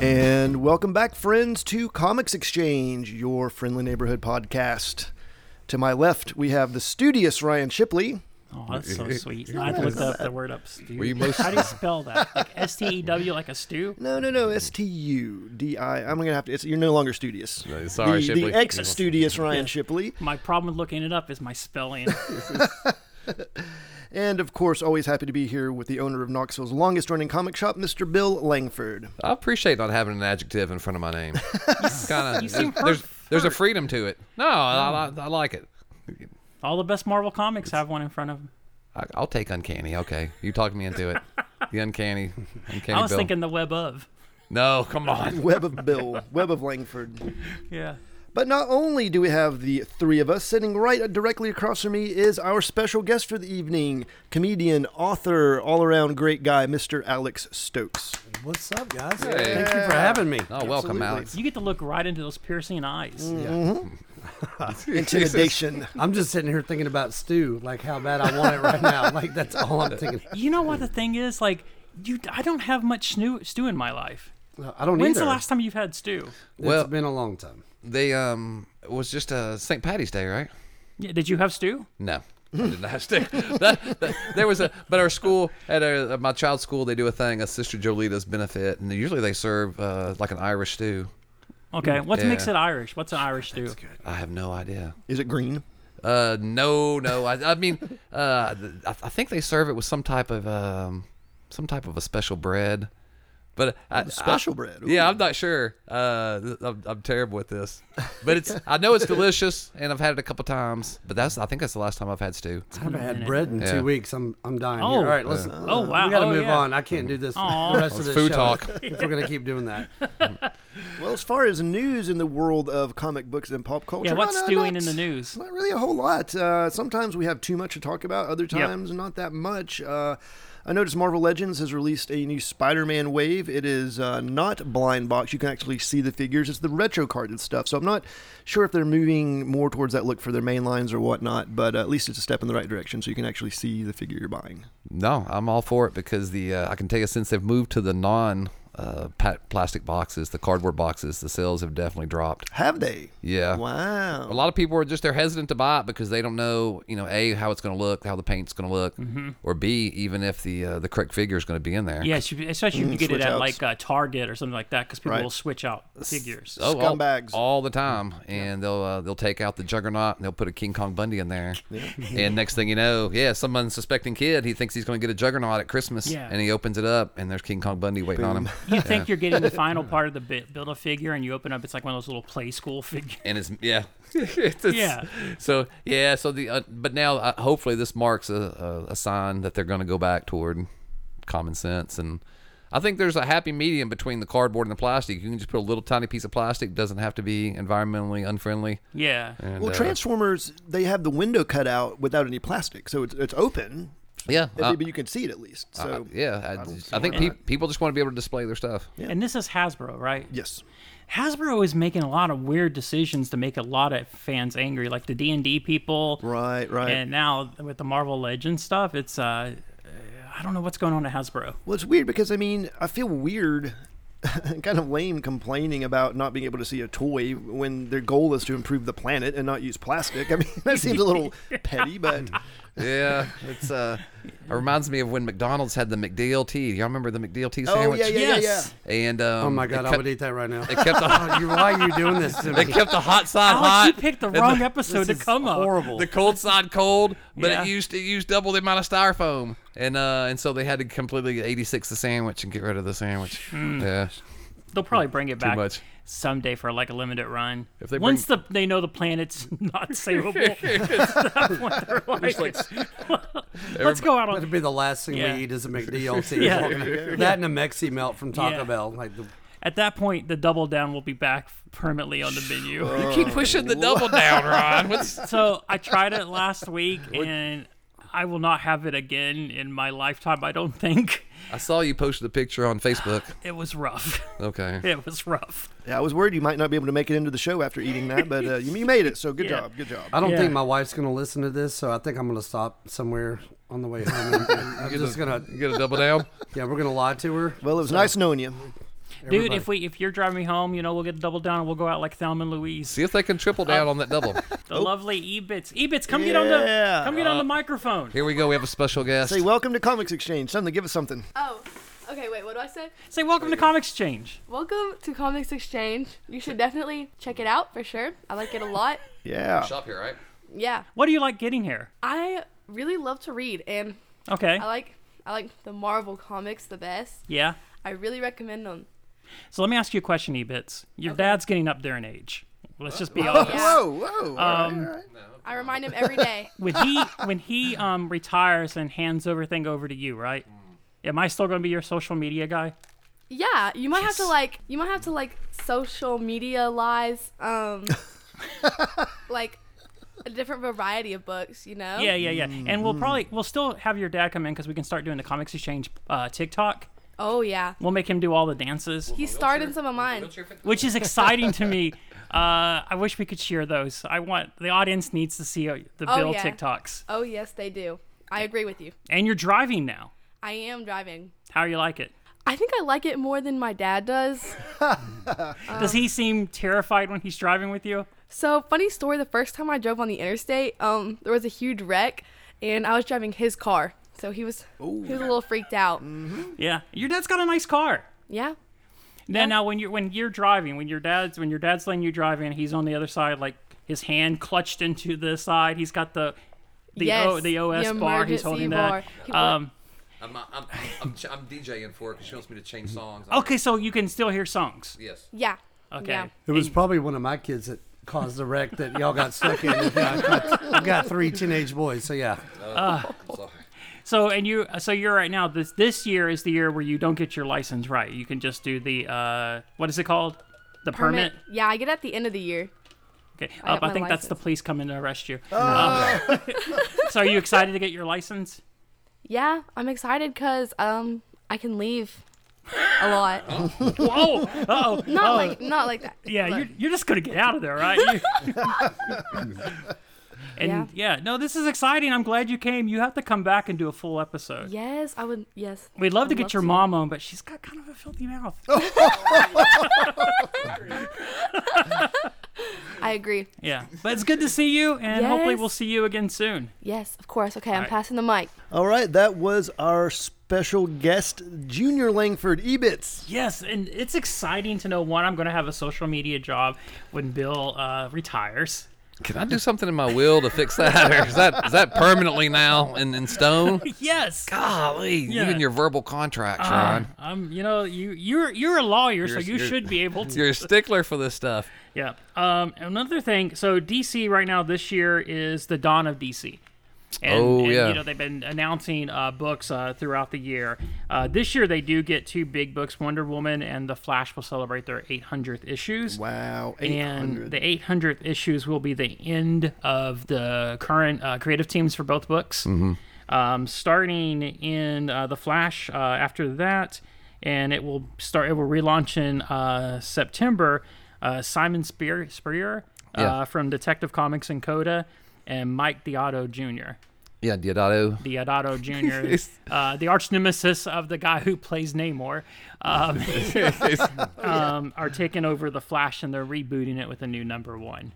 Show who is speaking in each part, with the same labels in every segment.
Speaker 1: And welcome back, friends, to Comics Exchange, your friendly neighborhood podcast. To my left, we have the studious Ryan Shipley.
Speaker 2: Oh, that's so
Speaker 3: it-
Speaker 2: sweet.
Speaker 3: it
Speaker 2: I had to
Speaker 1: was.
Speaker 2: look up the word up stew.
Speaker 3: Were you most-
Speaker 2: How do you spell that? Like S T E W, like a stew?
Speaker 1: No, no, no, S T U D I. I'm gonna have to. It's, you're no longer studious.
Speaker 3: No, sorry,
Speaker 1: the,
Speaker 3: Shipley.
Speaker 1: The ex-studious Ryan Shipley,
Speaker 2: My problem with looking it up is my spelling.
Speaker 1: and of course, always happy to be here with the owner of Knoxville's longest-running comic shop, Mr. Bill Langford.
Speaker 3: I appreciate not having an adjective in front of my name. kind
Speaker 2: you seem Oh.
Speaker 3: of. There's,
Speaker 2: hurt-
Speaker 3: there's a
Speaker 2: hurt.
Speaker 3: freedom to it. No, I, I, I like it.
Speaker 2: All the best Marvel comics have one in front of them.
Speaker 3: I, I'll take uncanny. Okay, you talked me into it. The uncanny, uncanny
Speaker 2: I was
Speaker 3: Bill.
Speaker 2: thinking the web of.
Speaker 3: no, come on.
Speaker 1: Web of Bill, Web of Langford.
Speaker 2: Yeah.
Speaker 1: But not only do we have the three of us, sitting right directly across from me is our special guest for the evening, comedian, author, all around great guy, Mr. Alex Stokes.
Speaker 4: What's up, guys?
Speaker 3: Hey.
Speaker 4: Thank you for having me.
Speaker 3: Oh, welcome,
Speaker 1: Absolutely.
Speaker 3: Alex.
Speaker 2: You get to look right into those piercing eyes.
Speaker 3: Mm.
Speaker 1: Intimidation.
Speaker 4: I'm just sitting here thinking about stew, like how bad I want it right now. Like that's all I'm thinking.
Speaker 2: You know what the thing is? Like, you, I don't have much stew, stew in my life.
Speaker 4: No, I don't
Speaker 2: When's
Speaker 4: either.
Speaker 2: the last time you've had stew?
Speaker 4: It's
Speaker 3: Well-
Speaker 4: been a long time.
Speaker 3: They um it was just uh, St. Patty's Day, right?
Speaker 2: Yeah, did you have stew?
Speaker 3: No. I did not stick. That- that- there was a, but our school at, our, at my child's school, they do a thing, a Sister Jolita's benefit, and usually they serve uh, like an Irish stew.
Speaker 2: Okay, what
Speaker 3: Mm. Yeah.
Speaker 2: makes it Irish? What's an Irish stew?
Speaker 3: I have no idea.
Speaker 1: Is it green?
Speaker 3: Uh, no, no. I, I mean, uh, th- I, I think they serve it with some type of um, some type of a special bread, but I,
Speaker 1: Special
Speaker 3: I-
Speaker 1: bread.
Speaker 3: Yeah, I'm not sure. Uh, th- I'm, I'm terrible with this, but it's I know it's delicious, and I've had it a couple times. But that's I think that's the last time I've had stew.
Speaker 4: I haven't had bread in
Speaker 3: Yeah.
Speaker 4: two weeks. I'm I'm dying.
Speaker 2: Oh.
Speaker 4: Here. All right, listen.
Speaker 2: Oh, wow.
Speaker 4: We gotta
Speaker 2: Oh,
Speaker 4: move
Speaker 2: yeah.
Speaker 4: on. I can't do this
Speaker 2: Aw.
Speaker 4: the rest of this
Speaker 3: food
Speaker 4: show
Speaker 3: talk.
Speaker 4: if we're gonna keep doing that.
Speaker 1: Well, as far as news in the world of comic books and pop culture,
Speaker 2: Yeah, what's
Speaker 1: not-
Speaker 2: stewing
Speaker 1: not-
Speaker 2: in the news?
Speaker 1: Not really a whole lot. Uh, sometimes we have too much to talk about. Other
Speaker 2: Yep.
Speaker 1: times, not that much. Uh, I noticed Marvel Legends has released a new Spider-Man wave. It is uh, not blind box. You can actually see the figures. It's the retro carded stuff. So I'm not sure if they're moving more towards that look for their main lines or whatnot. But uh, at least it's a step in the right direction, so you can actually see the figure you're buying.
Speaker 3: No, I'm all for it because the uh, I can tell you since they've moved to the non uh, pa- plastic boxes, the cardboard boxes, the sales have definitely dropped.
Speaker 1: Have they?
Speaker 3: Yeah.
Speaker 1: Wow.
Speaker 3: A lot of people are just they're hesitant to buy it because they don't know, you know, a how it's going to look, how the paint's going to look, or b even if the uh, the correct figure is going to be in there.
Speaker 2: Yes, you, especially if
Speaker 3: Mm.
Speaker 2: you get
Speaker 1: switch
Speaker 2: it at
Speaker 1: outs.
Speaker 2: like uh, Target or something like that, because people
Speaker 1: Right.
Speaker 2: will switch out figures.
Speaker 3: Oh, all-
Speaker 1: Scumbags.
Speaker 3: all, the time, and they'll uh, they'll take out the juggernaut and they'll put a King Kong Bundy in there, and next thing you know, yeah, some unsuspecting kid he thinks he's going to get a juggernaut at Christmas,
Speaker 2: Yeah.
Speaker 3: and he opens it up and there's King Kong Bundy waiting on him,
Speaker 2: You think you're getting the final part of the bit, build a figure, and you open up, it's like one of those little play school figures.
Speaker 3: and it's yeah, It's- it's-
Speaker 2: Yeah.
Speaker 3: So yeah, so the uh, but now uh, hopefully this marks a, a, a sign that they're going to go back toward common sense, and I think there's a happy medium between the cardboard and the plastic. You can just put a little tiny piece of plastic; doesn't have to be environmentally unfriendly.
Speaker 2: Yeah.
Speaker 3: And,
Speaker 1: Well,
Speaker 3: uh,
Speaker 1: Transformers, they have the window cut out without any plastic, so it's, it's open,
Speaker 3: yeah, uh,
Speaker 1: but you can see it at least. So,
Speaker 3: uh, yeah. I,
Speaker 1: don't see
Speaker 3: I think
Speaker 1: why
Speaker 3: pe-
Speaker 1: not.
Speaker 3: people just want to be able to display their stuff.
Speaker 2: And this is Hasbro, right?
Speaker 1: yes.
Speaker 2: Hasbro is making a lot of weird decisions to make a lot of fans angry, like the D and D people,
Speaker 1: Right, right.
Speaker 2: and now with the Marvel Legends stuff, it's uh, I don't know what's going on at Hasbro.
Speaker 1: Well, it's weird because I mean, I feel weird and kind of lame complaining about not being able to see a toy when their goal is to improve the planet and not use plastic. I mean, that seems a little petty, but
Speaker 3: Yeah, it's uh, it reminds me of when McDonald's had the McDLT. Y'all remember the McDLT
Speaker 1: oh
Speaker 3: sandwich?
Speaker 1: yeah, yeah, yeah,
Speaker 2: Yes.
Speaker 3: And um,
Speaker 4: Oh my
Speaker 3: it
Speaker 4: god, I
Speaker 3: kept-
Speaker 4: would eat that right now.
Speaker 3: It kept the,
Speaker 4: Oh, you- why are you doing this to me?
Speaker 3: it kept the hot side
Speaker 2: Alex,
Speaker 3: hot.
Speaker 2: you picked the wrong episode to
Speaker 4: This is
Speaker 2: come up.
Speaker 4: horrible.
Speaker 3: the cold side cold, but
Speaker 2: Yeah.
Speaker 3: it used it used double the amount of styrofoam, and uh, and so they had to completely 86 the sandwich and get rid of the sandwich. Yeah,
Speaker 2: They'll probably bring it back
Speaker 3: much.
Speaker 2: someday for like a limited run.
Speaker 3: If they
Speaker 2: Once the, they know the planet's not savable, that's what they're like, let's go out on
Speaker 4: That'd be the last thing
Speaker 2: Yeah.
Speaker 4: we eat is a McDLT.
Speaker 2: Yeah.
Speaker 4: That and a Mexi melt from Taco
Speaker 2: Yeah.
Speaker 4: Bell. Like the
Speaker 2: At that point, the double down will be back permanently on the menu.
Speaker 3: keep pushing the double down, Ron. What's
Speaker 2: so I tried it last week, and I will not have it again in my lifetime. I don't think
Speaker 3: I saw you posted a picture on Facebook.
Speaker 2: it was rough.
Speaker 3: Okay.
Speaker 2: It was rough.
Speaker 1: yeah. I was worried you might not be able to make it into the show after eating that, but uh, you, you made it, so good
Speaker 2: Yeah.
Speaker 1: job, good job.
Speaker 4: I don't
Speaker 2: Yeah.
Speaker 4: think my wife's gonna listen to this, so I think I'm gonna stop somewhere on the way home. and- I'm just gonna
Speaker 3: You get a double down.
Speaker 4: yeah, we're gonna lie to her.
Speaker 1: well, it was nice knowing you.
Speaker 2: Dude,
Speaker 4: Everybody.
Speaker 2: if we if you're driving me home, you know we'll get a double down and we'll go out like Thelma and Louise.
Speaker 3: See if they can triple down on that double.
Speaker 2: The lovely Ebits. Ebits, come get on the
Speaker 1: Yeah.
Speaker 2: come get on the microphone.
Speaker 3: Here we go. We have a special guest.
Speaker 1: Say, welcome to Comics Exchange. Something, give us something.
Speaker 2: Uh,
Speaker 5: Oh, okay. Wait, what do I say?
Speaker 2: Say welcome to Comics Exchange.
Speaker 5: Welcome to Comics Exchange. You should definitely check it out for sure. I like it a lot.
Speaker 1: Yeah.
Speaker 3: Shop here, right?
Speaker 5: Yeah,
Speaker 2: What do you like getting here?
Speaker 5: I really love to read, and
Speaker 2: Okay.
Speaker 5: I like I like the Marvel comics the best.
Speaker 2: yeah.
Speaker 5: I really recommend them.
Speaker 2: So let me ask you a question, Ebits. Your dad's getting up there in age. Let's just be
Speaker 5: Oh,
Speaker 2: honest.
Speaker 5: yeah.
Speaker 1: Whoa, whoa. all
Speaker 2: Um,
Speaker 1: right, all right.
Speaker 5: I remind him every day.
Speaker 2: When he when he um retires and hands everything over to you, right? Am I still going to be your social media guy?
Speaker 5: Yeah, you might have to
Speaker 2: Yes.
Speaker 5: like you might have to like social media lies um like a different variety of books, you know?
Speaker 2: Yeah, yeah, yeah. And we'll probably we'll still have your dad come in because we can start doing the Comics Exchange uh, TikTok.
Speaker 5: Oh yeah.
Speaker 2: We'll make him do all the dances,
Speaker 5: He starred in some of mine.
Speaker 2: which is exciting to me. Uh, I wish we could share those. I want the audience needs to see uh, the
Speaker 5: Oh,
Speaker 2: Bill
Speaker 5: yeah.
Speaker 2: TikToks.
Speaker 5: Oh yes, they do. I agree with you.
Speaker 2: And you're driving now.
Speaker 5: I am driving.
Speaker 2: How you like it?
Speaker 5: I think I like it more than my dad does. Um,
Speaker 2: Does he seem terrified when he's driving with you?
Speaker 5: So funny story, the first time I drove on the interstate, um, there was a huge wreck and I was driving his car. So he was he was a little freaked out.
Speaker 2: Yeah, your dad's got a nice car.
Speaker 5: Yeah.
Speaker 2: Now, now when you're when you're driving, when your dad's when your dad's letting you drive in, he's on the other side, like his hand clutched into the side. He's got the the
Speaker 5: yes.
Speaker 2: o, the OS
Speaker 5: the
Speaker 2: bar. He's
Speaker 5: emergency
Speaker 2: holding
Speaker 5: bar.
Speaker 2: that.
Speaker 5: He-
Speaker 2: Um,
Speaker 3: I'm, I'm, I'm, ch- I'm DJing for her because she wants me to change songs.
Speaker 2: okay, so you can still hear songs.
Speaker 3: Yes.
Speaker 5: yeah.
Speaker 2: Okay.
Speaker 5: Yeah.
Speaker 4: It was probably one of my kids that caused the wreck that y'all got stuck in. I've got, I've got three teenage boys, so yeah.
Speaker 3: Sorry.
Speaker 2: So and you so you're right now this this year is the year where you don't get your license right. You can just do the uh what is it called? The permit.
Speaker 5: Yeah, I get it at the end of the year.
Speaker 2: Okay.
Speaker 5: I
Speaker 2: Up,
Speaker 5: got
Speaker 2: I
Speaker 5: my
Speaker 2: think that's the
Speaker 5: license.
Speaker 2: police coming to arrest you.
Speaker 4: Ah.
Speaker 2: Um, so are you excited to get your license?
Speaker 5: Yeah, I'm excited because um I can leave a lot.
Speaker 2: Whoa. Oh.
Speaker 5: not like not like that.
Speaker 2: Yeah,
Speaker 5: Look,
Speaker 2: you're, you're just gonna get out of there, right? You- and yeah. no, this is exciting. I'm glad you came. You have to come back and do a full episode.
Speaker 5: Yes, I would. Yes.
Speaker 2: We'd love to
Speaker 5: I'd
Speaker 2: get
Speaker 5: love
Speaker 2: your
Speaker 5: to.
Speaker 2: mom on, but she's got kind of a filthy mouth.
Speaker 3: Oh.
Speaker 5: I agree.
Speaker 2: Yeah, but it's good to see you, and hopefully
Speaker 5: Yes.
Speaker 2: we'll see you again soon.
Speaker 5: Yes, of course. Okay, I'm
Speaker 2: right.
Speaker 5: passing the mic.
Speaker 1: All right, that was our special guest, Junior Langford Ebits.
Speaker 2: Yes, and it's exciting to know one, I'm going to have a social media job when Bill uh, retires.
Speaker 3: Can I do something in my will to fix that? Or is that is that permanently now in, in stone?
Speaker 2: Yes.
Speaker 3: Golly, you
Speaker 2: Yeah.
Speaker 3: and your verbal contracts, Ron.
Speaker 2: Um, you know, you you're you're a lawyer, so
Speaker 3: You're-
Speaker 2: you
Speaker 3: you're-
Speaker 2: should be able to.
Speaker 3: You're a stickler for this stuff.
Speaker 2: Yeah. Um, another thing. So DC right now this year is the dawn of DC. And,
Speaker 3: Oh,
Speaker 2: and,
Speaker 3: yeah.
Speaker 2: You know they've been announcing uh, books uh, throughout the year. Uh, this year they do get two big books. Wonder Woman and The Flash will celebrate their 800th issues.
Speaker 1: Wow, 800.
Speaker 2: And the 800th issues will be the end of the current uh, creative teams for both books. Um, starting in uh, the Flash uh, after that, and it will start. It will relaunch in uh, September. Uh, Simon Spear, Spurrier uh,
Speaker 3: Yeah.
Speaker 2: from Detective Comics and Coda, and Mike Diotto Jr.
Speaker 3: Yeah, Diodato.
Speaker 2: Diodato Jr. uh, the arch nemesis of the guy who plays Namor, um, um, are taking over the Flash and they're rebooting it with a new number one.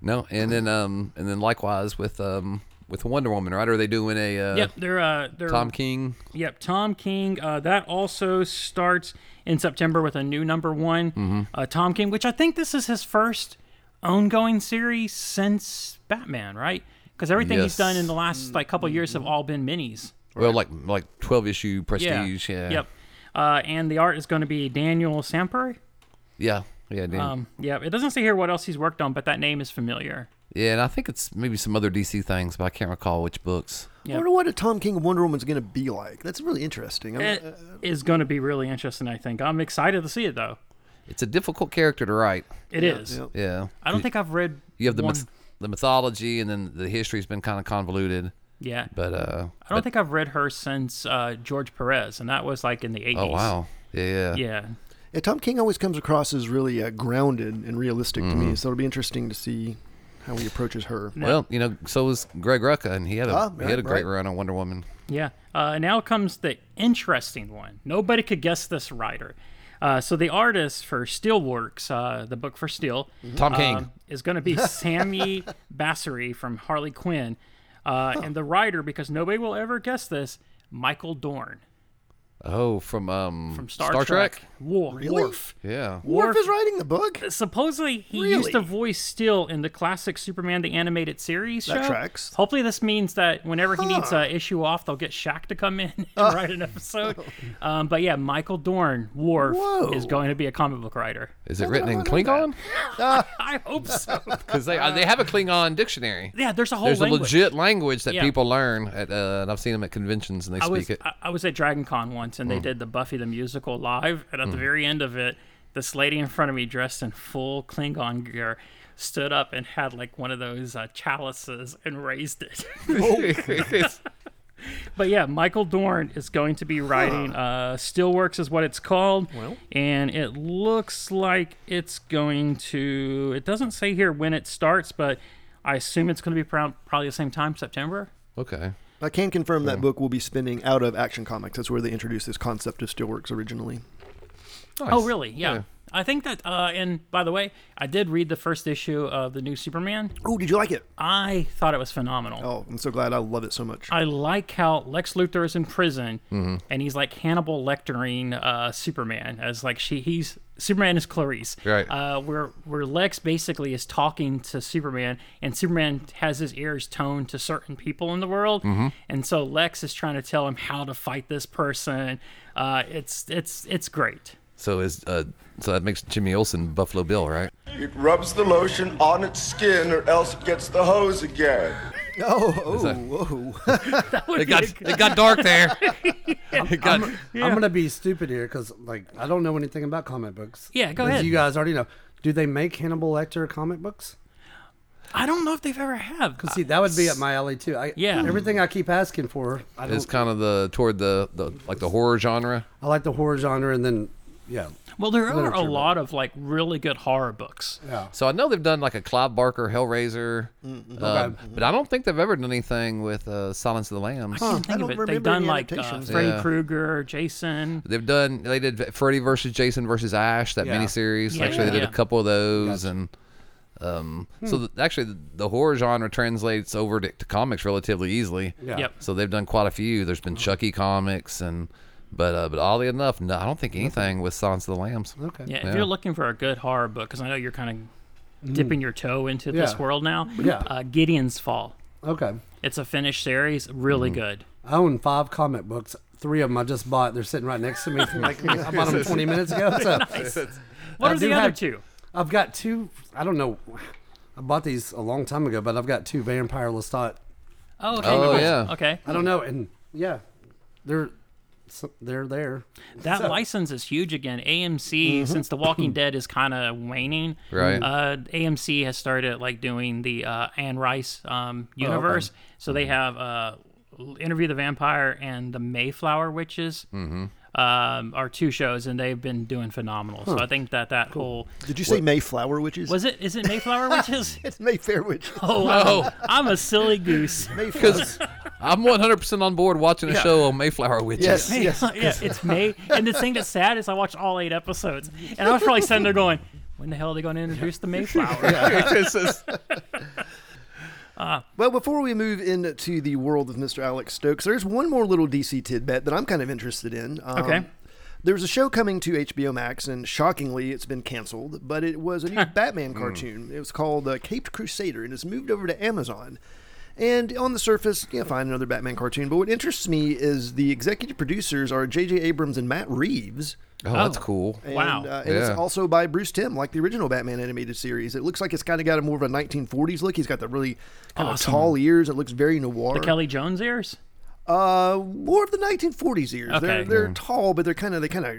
Speaker 3: No, and then um and then likewise with um with Wonder Woman, right? Are they doing a uh,
Speaker 2: Yep, they're uh, they're
Speaker 3: Tom King?
Speaker 2: Yep, Tom King. Uh, that also starts in September with a new number one,
Speaker 3: Mm-hmm.
Speaker 2: uh, Tom King, which I think this is his first ongoing series since Batman, right? Because everything he's
Speaker 3: Yes. Mm-hmm.
Speaker 2: done in the last like couple years have all been minis.
Speaker 3: Well, like like twelve issue
Speaker 2: Yeah.
Speaker 3: prestige. Yeah.
Speaker 2: Yep. Uh, and the art is going to be Daniel Samper.
Speaker 3: Yeah. Yeah. dude.
Speaker 2: Um, yeah, it doesn't say here what else he's worked on, but that name is familiar.
Speaker 3: yeah, and I think it's maybe some other DC things, but I can't recall which books.
Speaker 1: I wonder what a Tom King Wonder Woman's going to be like. That's really interesting. I'm-
Speaker 2: It is going to be really interesting, I think. I'm excited to see it, though.
Speaker 3: It's a difficult character to write.
Speaker 2: It is.
Speaker 1: yeah.
Speaker 3: Yeah.
Speaker 2: I don't think I've read.
Speaker 3: You have the
Speaker 2: one,
Speaker 3: myth- the mythology, and then the history's been kind of convoluted.
Speaker 2: yeah.
Speaker 3: But uh,
Speaker 2: I don't think I've read her since uh, George Perez, and that was like in the 80s.
Speaker 3: oh wow, yeah,
Speaker 2: Yeah.
Speaker 1: Yeah, Tom King always comes across as really uh, grounded and realistic to me, so it'll be interesting to see how he approaches her.
Speaker 3: Well, you know, so was Greg Rucka, and he had a
Speaker 1: Ah,
Speaker 3: he had a
Speaker 1: right,
Speaker 3: great
Speaker 1: right.
Speaker 3: run on Wonder Woman.
Speaker 2: Yeah. Uh, now comes the interesting one. Nobody could guess this writer. Uh, so the artist for Steelworks, uh, the book for Steel,
Speaker 1: Mm-hmm.
Speaker 3: Tom King.
Speaker 2: um, is going to be Sammy Bassery from Harley Quinn, uh, and the writer, because nobody will ever guess this, Michael Dorn
Speaker 3: oh, from um
Speaker 2: from Star, Trek. War, Worf.
Speaker 3: Yeah.
Speaker 1: Worf is writing the book.
Speaker 2: Supposedly, he used to
Speaker 1: Really?
Speaker 2: voice Steel in the classic Superman the animated series
Speaker 1: That
Speaker 2: show.
Speaker 1: tracks.
Speaker 2: Hopefully, this means that whenever he needs an issue off, they'll get Shaq to come in and write an episode. Um, but yeah, Michael Dorn Worf
Speaker 1: Whoa.
Speaker 2: is going to be a comic book writer.
Speaker 3: Is it written in Klingon?
Speaker 2: I hope so.
Speaker 3: Because they uh, they have a Klingon dictionary.
Speaker 2: yeah, there's a whole
Speaker 3: There's
Speaker 2: language.
Speaker 3: a legit language that
Speaker 2: Yeah.
Speaker 3: people learn, at, uh, and I've seen them at conventions and they
Speaker 2: I
Speaker 3: speak
Speaker 2: was
Speaker 3: it. Mm.
Speaker 2: I, I was at Dragon Con once, and they did the Buffy the Musical live, and at the very end of it, this lady in front of me, dressed in full Klingon gear, stood up and had like one of those uh, chalices and raised it. but yeah, Michael Dorn is going to be writing. Uh, Steelworks is what it's called, and it looks like it's going to. It doesn't say here when it starts, but I assume it's going to be pro- probably the same time, September.
Speaker 3: okay.
Speaker 1: I can confirm that book will be spinning out of Action Comics. That's where they introduced this concept of Steelworks originally.
Speaker 2: Oh, really? Yeah. I think that, uh, and by the way, I did read the first issue of the new Superman.
Speaker 1: Oh, did you like it?
Speaker 2: I thought it was phenomenal.
Speaker 1: Oh, I'm so glad. I love it so much.
Speaker 2: I like how Lex Luthor is in prison, and he's like Hannibal Lectering uh, Superman, as like she he's Superman is Clarice,
Speaker 3: Right.
Speaker 2: Uh, where where Lex basically is talking to Superman, and Superman has his ears toned to certain people in the world, and so Lex is trying to tell him how to fight this person. Uh, it's it's it's great.
Speaker 3: So is uh, so that makes Jimmy Olsen Buffalo Bill, right?
Speaker 6: It rubs the lotion on its skin or else it gets the hose again.
Speaker 1: oh, oh, whoa.
Speaker 3: It got it got dark there. It got-
Speaker 4: I'm gonna be stupid here because like I don't know anything about comic books.
Speaker 2: Yeah, go
Speaker 4: As
Speaker 2: ahead.
Speaker 4: You guys already know. Do they make Hannibal Lecter comic books?
Speaker 2: I don't know if they've ever have.
Speaker 4: See, that would be up my alley too. I,
Speaker 2: Yeah.
Speaker 4: Everything I keep asking for, I
Speaker 3: it's
Speaker 4: don't.
Speaker 3: kind of the toward the, the like the horror genre.
Speaker 4: I like the horror genre, and then yeah,
Speaker 2: Well, there are a
Speaker 4: literature, but-
Speaker 2: lot of like really good horror books.
Speaker 4: yeah.
Speaker 3: So I know they've done like a Clive Barker Hellraiser, um, but I don't think they've ever done anything with uh, Silence of the Lambs.
Speaker 2: I think
Speaker 1: I don't
Speaker 2: of it. They've
Speaker 1: remember
Speaker 2: done
Speaker 1: any
Speaker 2: like uh,
Speaker 1: adaptations.
Speaker 2: Freddy
Speaker 3: Yeah.
Speaker 2: Krueger, Jason.
Speaker 3: They've done they did Freddy versus Jason versus Ash that
Speaker 4: Yeah.
Speaker 3: miniseries.
Speaker 2: Yeah,
Speaker 3: actually, they did
Speaker 2: yeah.
Speaker 3: a couple of those, and um,
Speaker 4: Hmm.
Speaker 3: so th actually the, the horror genre translates over to, to comics relatively easily.
Speaker 4: Yeah.
Speaker 2: Yep.
Speaker 3: So they've done quite a few. There's been Chucky comics and. But uh, but oddly enough, no, I don't think anything with Silence of the Lambs.
Speaker 4: Okay.
Speaker 2: Yeah,
Speaker 3: Yeah.
Speaker 2: if you're looking for a good horror book, because I know you're kind of dipping your toe into this
Speaker 4: Yeah.
Speaker 2: world now.
Speaker 4: Yeah.
Speaker 2: Uh, Gideon's Fall.
Speaker 4: Okay.
Speaker 2: It's a finished series. Really good.
Speaker 4: I own five comic books. Three of them I just bought. They're sitting right next to me. From like, I bought them 20 minutes ago. So
Speaker 2: What
Speaker 4: I
Speaker 2: are the
Speaker 4: do
Speaker 2: other
Speaker 4: have-
Speaker 2: two?
Speaker 4: I've got two. I don't know. I bought these a long time ago, but I've got two Vampire Lestat.
Speaker 2: Oh, okay.
Speaker 3: Oh,
Speaker 2: cool.
Speaker 3: yeah.
Speaker 2: Okay.
Speaker 4: I don't know, and yeah, they're so- they're there.
Speaker 2: That license is huge again. AMC,
Speaker 1: Mm-hmm.
Speaker 2: since The Walking Dead is kind of waning,
Speaker 3: Right.
Speaker 2: Uh, AMC has started like doing the uh, Anne Rice
Speaker 1: Oh,
Speaker 2: um, universe, so
Speaker 1: Mm-hmm.
Speaker 2: they have uh, Interview the Vampire and the Mayflower Witches.
Speaker 1: Mm-hmm.
Speaker 2: Um, are two shows, and they've been doing phenomenal. So I think that that whole
Speaker 1: Did you say Mayflower witches?
Speaker 2: was it is it Mayflower Witches?
Speaker 1: it's Mayfair witches.
Speaker 2: oh, I'm- I'm a silly goose.
Speaker 3: Because I'm 100% on board watching a show on Mayflower Witches.
Speaker 1: yes,
Speaker 2: May-
Speaker 1: yes.
Speaker 2: yeah, it's May. And the thing that's sad is I watched all eight episodes, and I was probably sitting there going, "When the hell are they going to introduce the Mayflower?"
Speaker 3: It's just-
Speaker 1: Well, before we move into the world of Mr. Alex Stokes, there's one more little DC tidbit that I'm kind of interested in. Um,
Speaker 2: Okay.
Speaker 1: There's a show coming to HBO Max, and shockingly, it's been canceled. But it was a new Batman cartoon. It was called uh, Caped Crusader, and it's moved over to Amazon. And on the surface, yeah, find another Batman cartoon. But what interests me is the executive producers are J.J. Abrams and Matt Reeves.
Speaker 3: oh, that's cool.
Speaker 1: And,
Speaker 2: Wow.
Speaker 1: uh, and
Speaker 3: Yeah.
Speaker 1: it's also by Bruce Timm, like the original Batman animated series. It looks like it's kind of got a more of a 1940s look. He's got the really kind
Speaker 2: Awesome.
Speaker 1: of tall ears. It looks very noir.
Speaker 2: The Kelly Jones ears.
Speaker 1: uh, more of the 1940s ears.
Speaker 2: Okay.
Speaker 1: They're they're tall, but they're kind of they kind of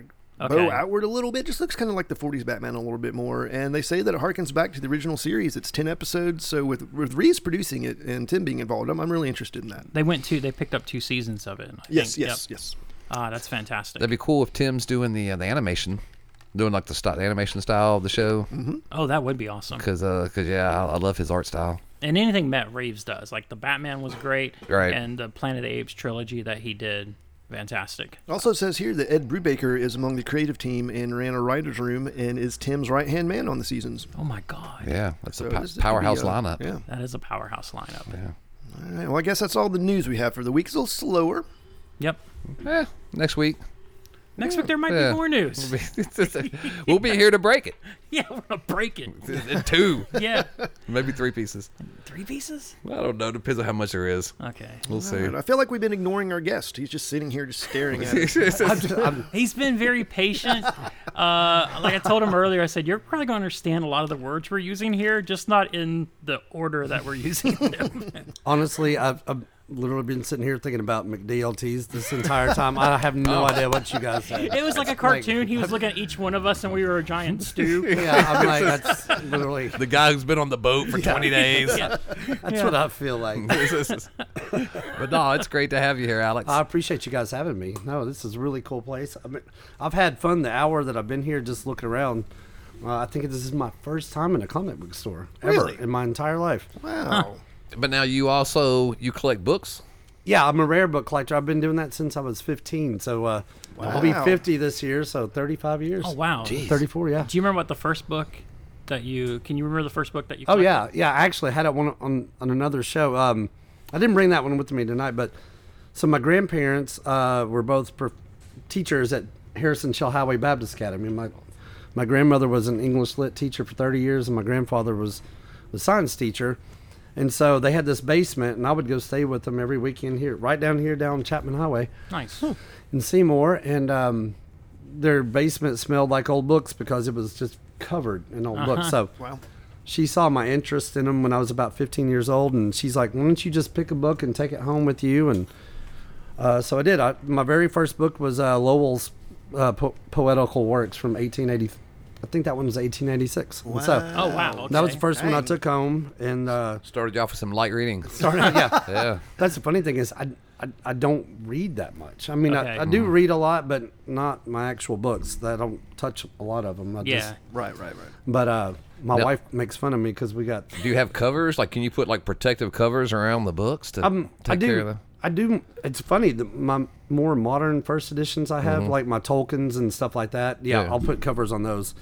Speaker 2: Okay.
Speaker 1: bow outward a little bit. Just looks kind of like the 40s Batman a little bit more. And they say that it harkens back to the original series. It's 10 episodes. So with with Reeves producing it and Tim being involved, I'm, I'm really interested in that.
Speaker 2: They went to. They picked up two seasons of it. I
Speaker 1: Yes,
Speaker 2: think.
Speaker 1: yes,
Speaker 2: Yep.
Speaker 1: yes.
Speaker 2: Ah, that's fantastic.
Speaker 3: That'd be cool if Tim's doing the uh, the animation, doing like the, st- the animation style of the show.
Speaker 2: oh, that would be awesome.
Speaker 3: Because yeah, I, I love his art style.
Speaker 2: And anything Matt Reeves does, like the Batman was great,
Speaker 3: Right.
Speaker 2: And the Planet of the Apes trilogy that he did fantastic.
Speaker 1: Also says here that Ed Brubaker is among the creative team and ran a writer's room and is Tim's right hand man on the seasons.
Speaker 2: Oh my god,
Speaker 3: Yeah, that's
Speaker 1: So
Speaker 3: a pow-
Speaker 1: this- this could be
Speaker 3: powerhouse
Speaker 1: a-
Speaker 3: lineup.
Speaker 1: Yeah.
Speaker 2: that is a powerhouse lineup.
Speaker 1: All right. Well, I guess that's all the news we have for the week. It's a little slower.
Speaker 2: Yep.
Speaker 3: Eh, next week.
Speaker 2: Next week there might
Speaker 3: Yeah.
Speaker 2: be more news.
Speaker 3: we'll be here to break it
Speaker 2: yeah, we're gonna break it.
Speaker 3: in two,
Speaker 2: Yeah,
Speaker 3: maybe three pieces.
Speaker 2: three pieces.
Speaker 3: I don't know. Depends on how much there is.
Speaker 2: Okay.
Speaker 3: We'll see.
Speaker 1: And I feel like we've been ignoring our guest. He's just sitting here, just staring at us.
Speaker 4: I'm just, I'm,
Speaker 2: He's been very patient. Uh, like I told him earlier, I said you're probably going to understand a lot of the words we're using here, just not in the order that we're using them.
Speaker 4: honestly, I've, I've literally been sitting here thinking about McDLTs this entire time. I have no idea what you guys said.
Speaker 2: Oh. It was like a cartoon. He was looking at each one of us, and we were a giant stew.
Speaker 4: Yeah, I'm like, that's literally
Speaker 3: The guy who's been on the boat for 20 days.
Speaker 2: Yeah.
Speaker 4: that's what I feel like.
Speaker 3: but no, it's great to have you here, Alex.
Speaker 4: I appreciate you guys having me. No, this is a really cool place. I mean, I've had fun the hour that I've been here just looking around. Uh, I think this is my first time in a comic book store ever
Speaker 1: Really?
Speaker 4: in my entire life.
Speaker 1: Wow.
Speaker 3: but now you also you collect books.
Speaker 4: Yeah, I'm a rare book collector. I've been doing that since I was 15. So uh, I'll be
Speaker 1: Wow.
Speaker 4: 50 this year, so 35 years.
Speaker 2: Oh wow.
Speaker 4: 34, yeah.
Speaker 2: Do you remember what the first book that you can you remember the first book that you?
Speaker 4: Oh
Speaker 2: collected?
Speaker 4: yeah, yeah. I actually had it one on, on another show. Um, I didn't bring that one with me tonight, but so my grandparents uh, were both pro- teachers at Harrison Shell Highway Baptist Academy. My my grandmother was an English lit teacher for 30 years, and my grandfather was a science teacher. And so they had this basement, and I would go stay with them every weekend here, right down here down Chapman Highway
Speaker 2: Nice.
Speaker 4: in Seymour, and um, their basement smelled like old books because it was just covered in old books. So
Speaker 1: Wow.
Speaker 4: she saw my interest in them when I was about 15 years old, and she's like, "Why don't you just pick a book and take it home with you?" And uh, so I did. I, my very first book was uh, Lowell's uh, po- poetical works from 1880. I think that one was 1886. And So
Speaker 2: Oh wow. Okay.
Speaker 4: that was the first one I
Speaker 1: Dang.
Speaker 4: took home, and uh,
Speaker 3: Started you off with some light reading.
Speaker 4: started. yeah,
Speaker 3: Yeah.
Speaker 4: that's the funny thing is I, I, I don't read that much. I mean,
Speaker 2: Okay.
Speaker 4: I, I do read a lot, but not my actual books. I don't touch a lot of them. I
Speaker 2: Yeah.
Speaker 4: Just,
Speaker 1: Right, right, right.
Speaker 4: but uh, my
Speaker 3: Now-
Speaker 4: wife makes fun of me because we got.
Speaker 3: Do you have covers? Like, can you put like protective covers around the books to
Speaker 4: Um,
Speaker 3: take
Speaker 4: I do.
Speaker 3: care of them?
Speaker 4: I do. It's funny. The, my more modern first editions I have, like my Tolkien's and stuff like that. Yeah,
Speaker 3: Mm-hmm. Yeah.
Speaker 4: I'll put covers on those,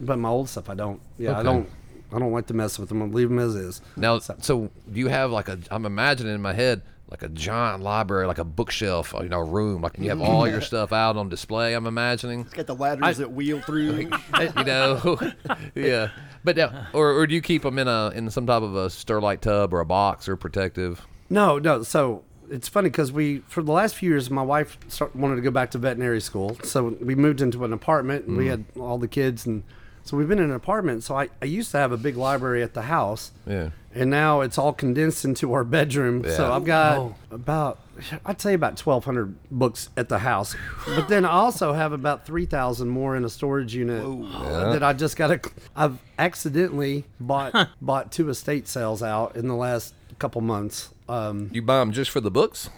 Speaker 4: but my old stuff I don't. Yeah, I
Speaker 3: Okay.
Speaker 4: don't. I don't like to mess with them. I leave them as is.
Speaker 3: Now, so do you have like a? I'm imagining in my head like a giant library, like a bookshelf, you know, room. Like you have all
Speaker 4: Mm.
Speaker 3: your stuff out on display. I'm imagining.
Speaker 1: Got the ladders that wheel through.
Speaker 4: Uh,
Speaker 3: you know, yeah. But now, or, or do you keep them in a in some type of a Starlight tub or a box or protective?
Speaker 4: No, no. So it's funny because we, for the last few years, my wife start, wanted to go back to veterinary school. So we moved into an apartment
Speaker 3: Mm.
Speaker 4: and we had all the kids. And so we've been in an apartment. So I, I used to have a big library at the house.
Speaker 3: Yeah.
Speaker 4: And now it's all condensed into our bedroom. So
Speaker 3: Yeah.
Speaker 4: I've got about, I'd say about 1,200 books at the house. but then I also have about 3,000 more in a storage unit that I just got to, I've accidentally bought, bought two estate sales out in the last couple months. Um,
Speaker 3: You buy them just for the books? Or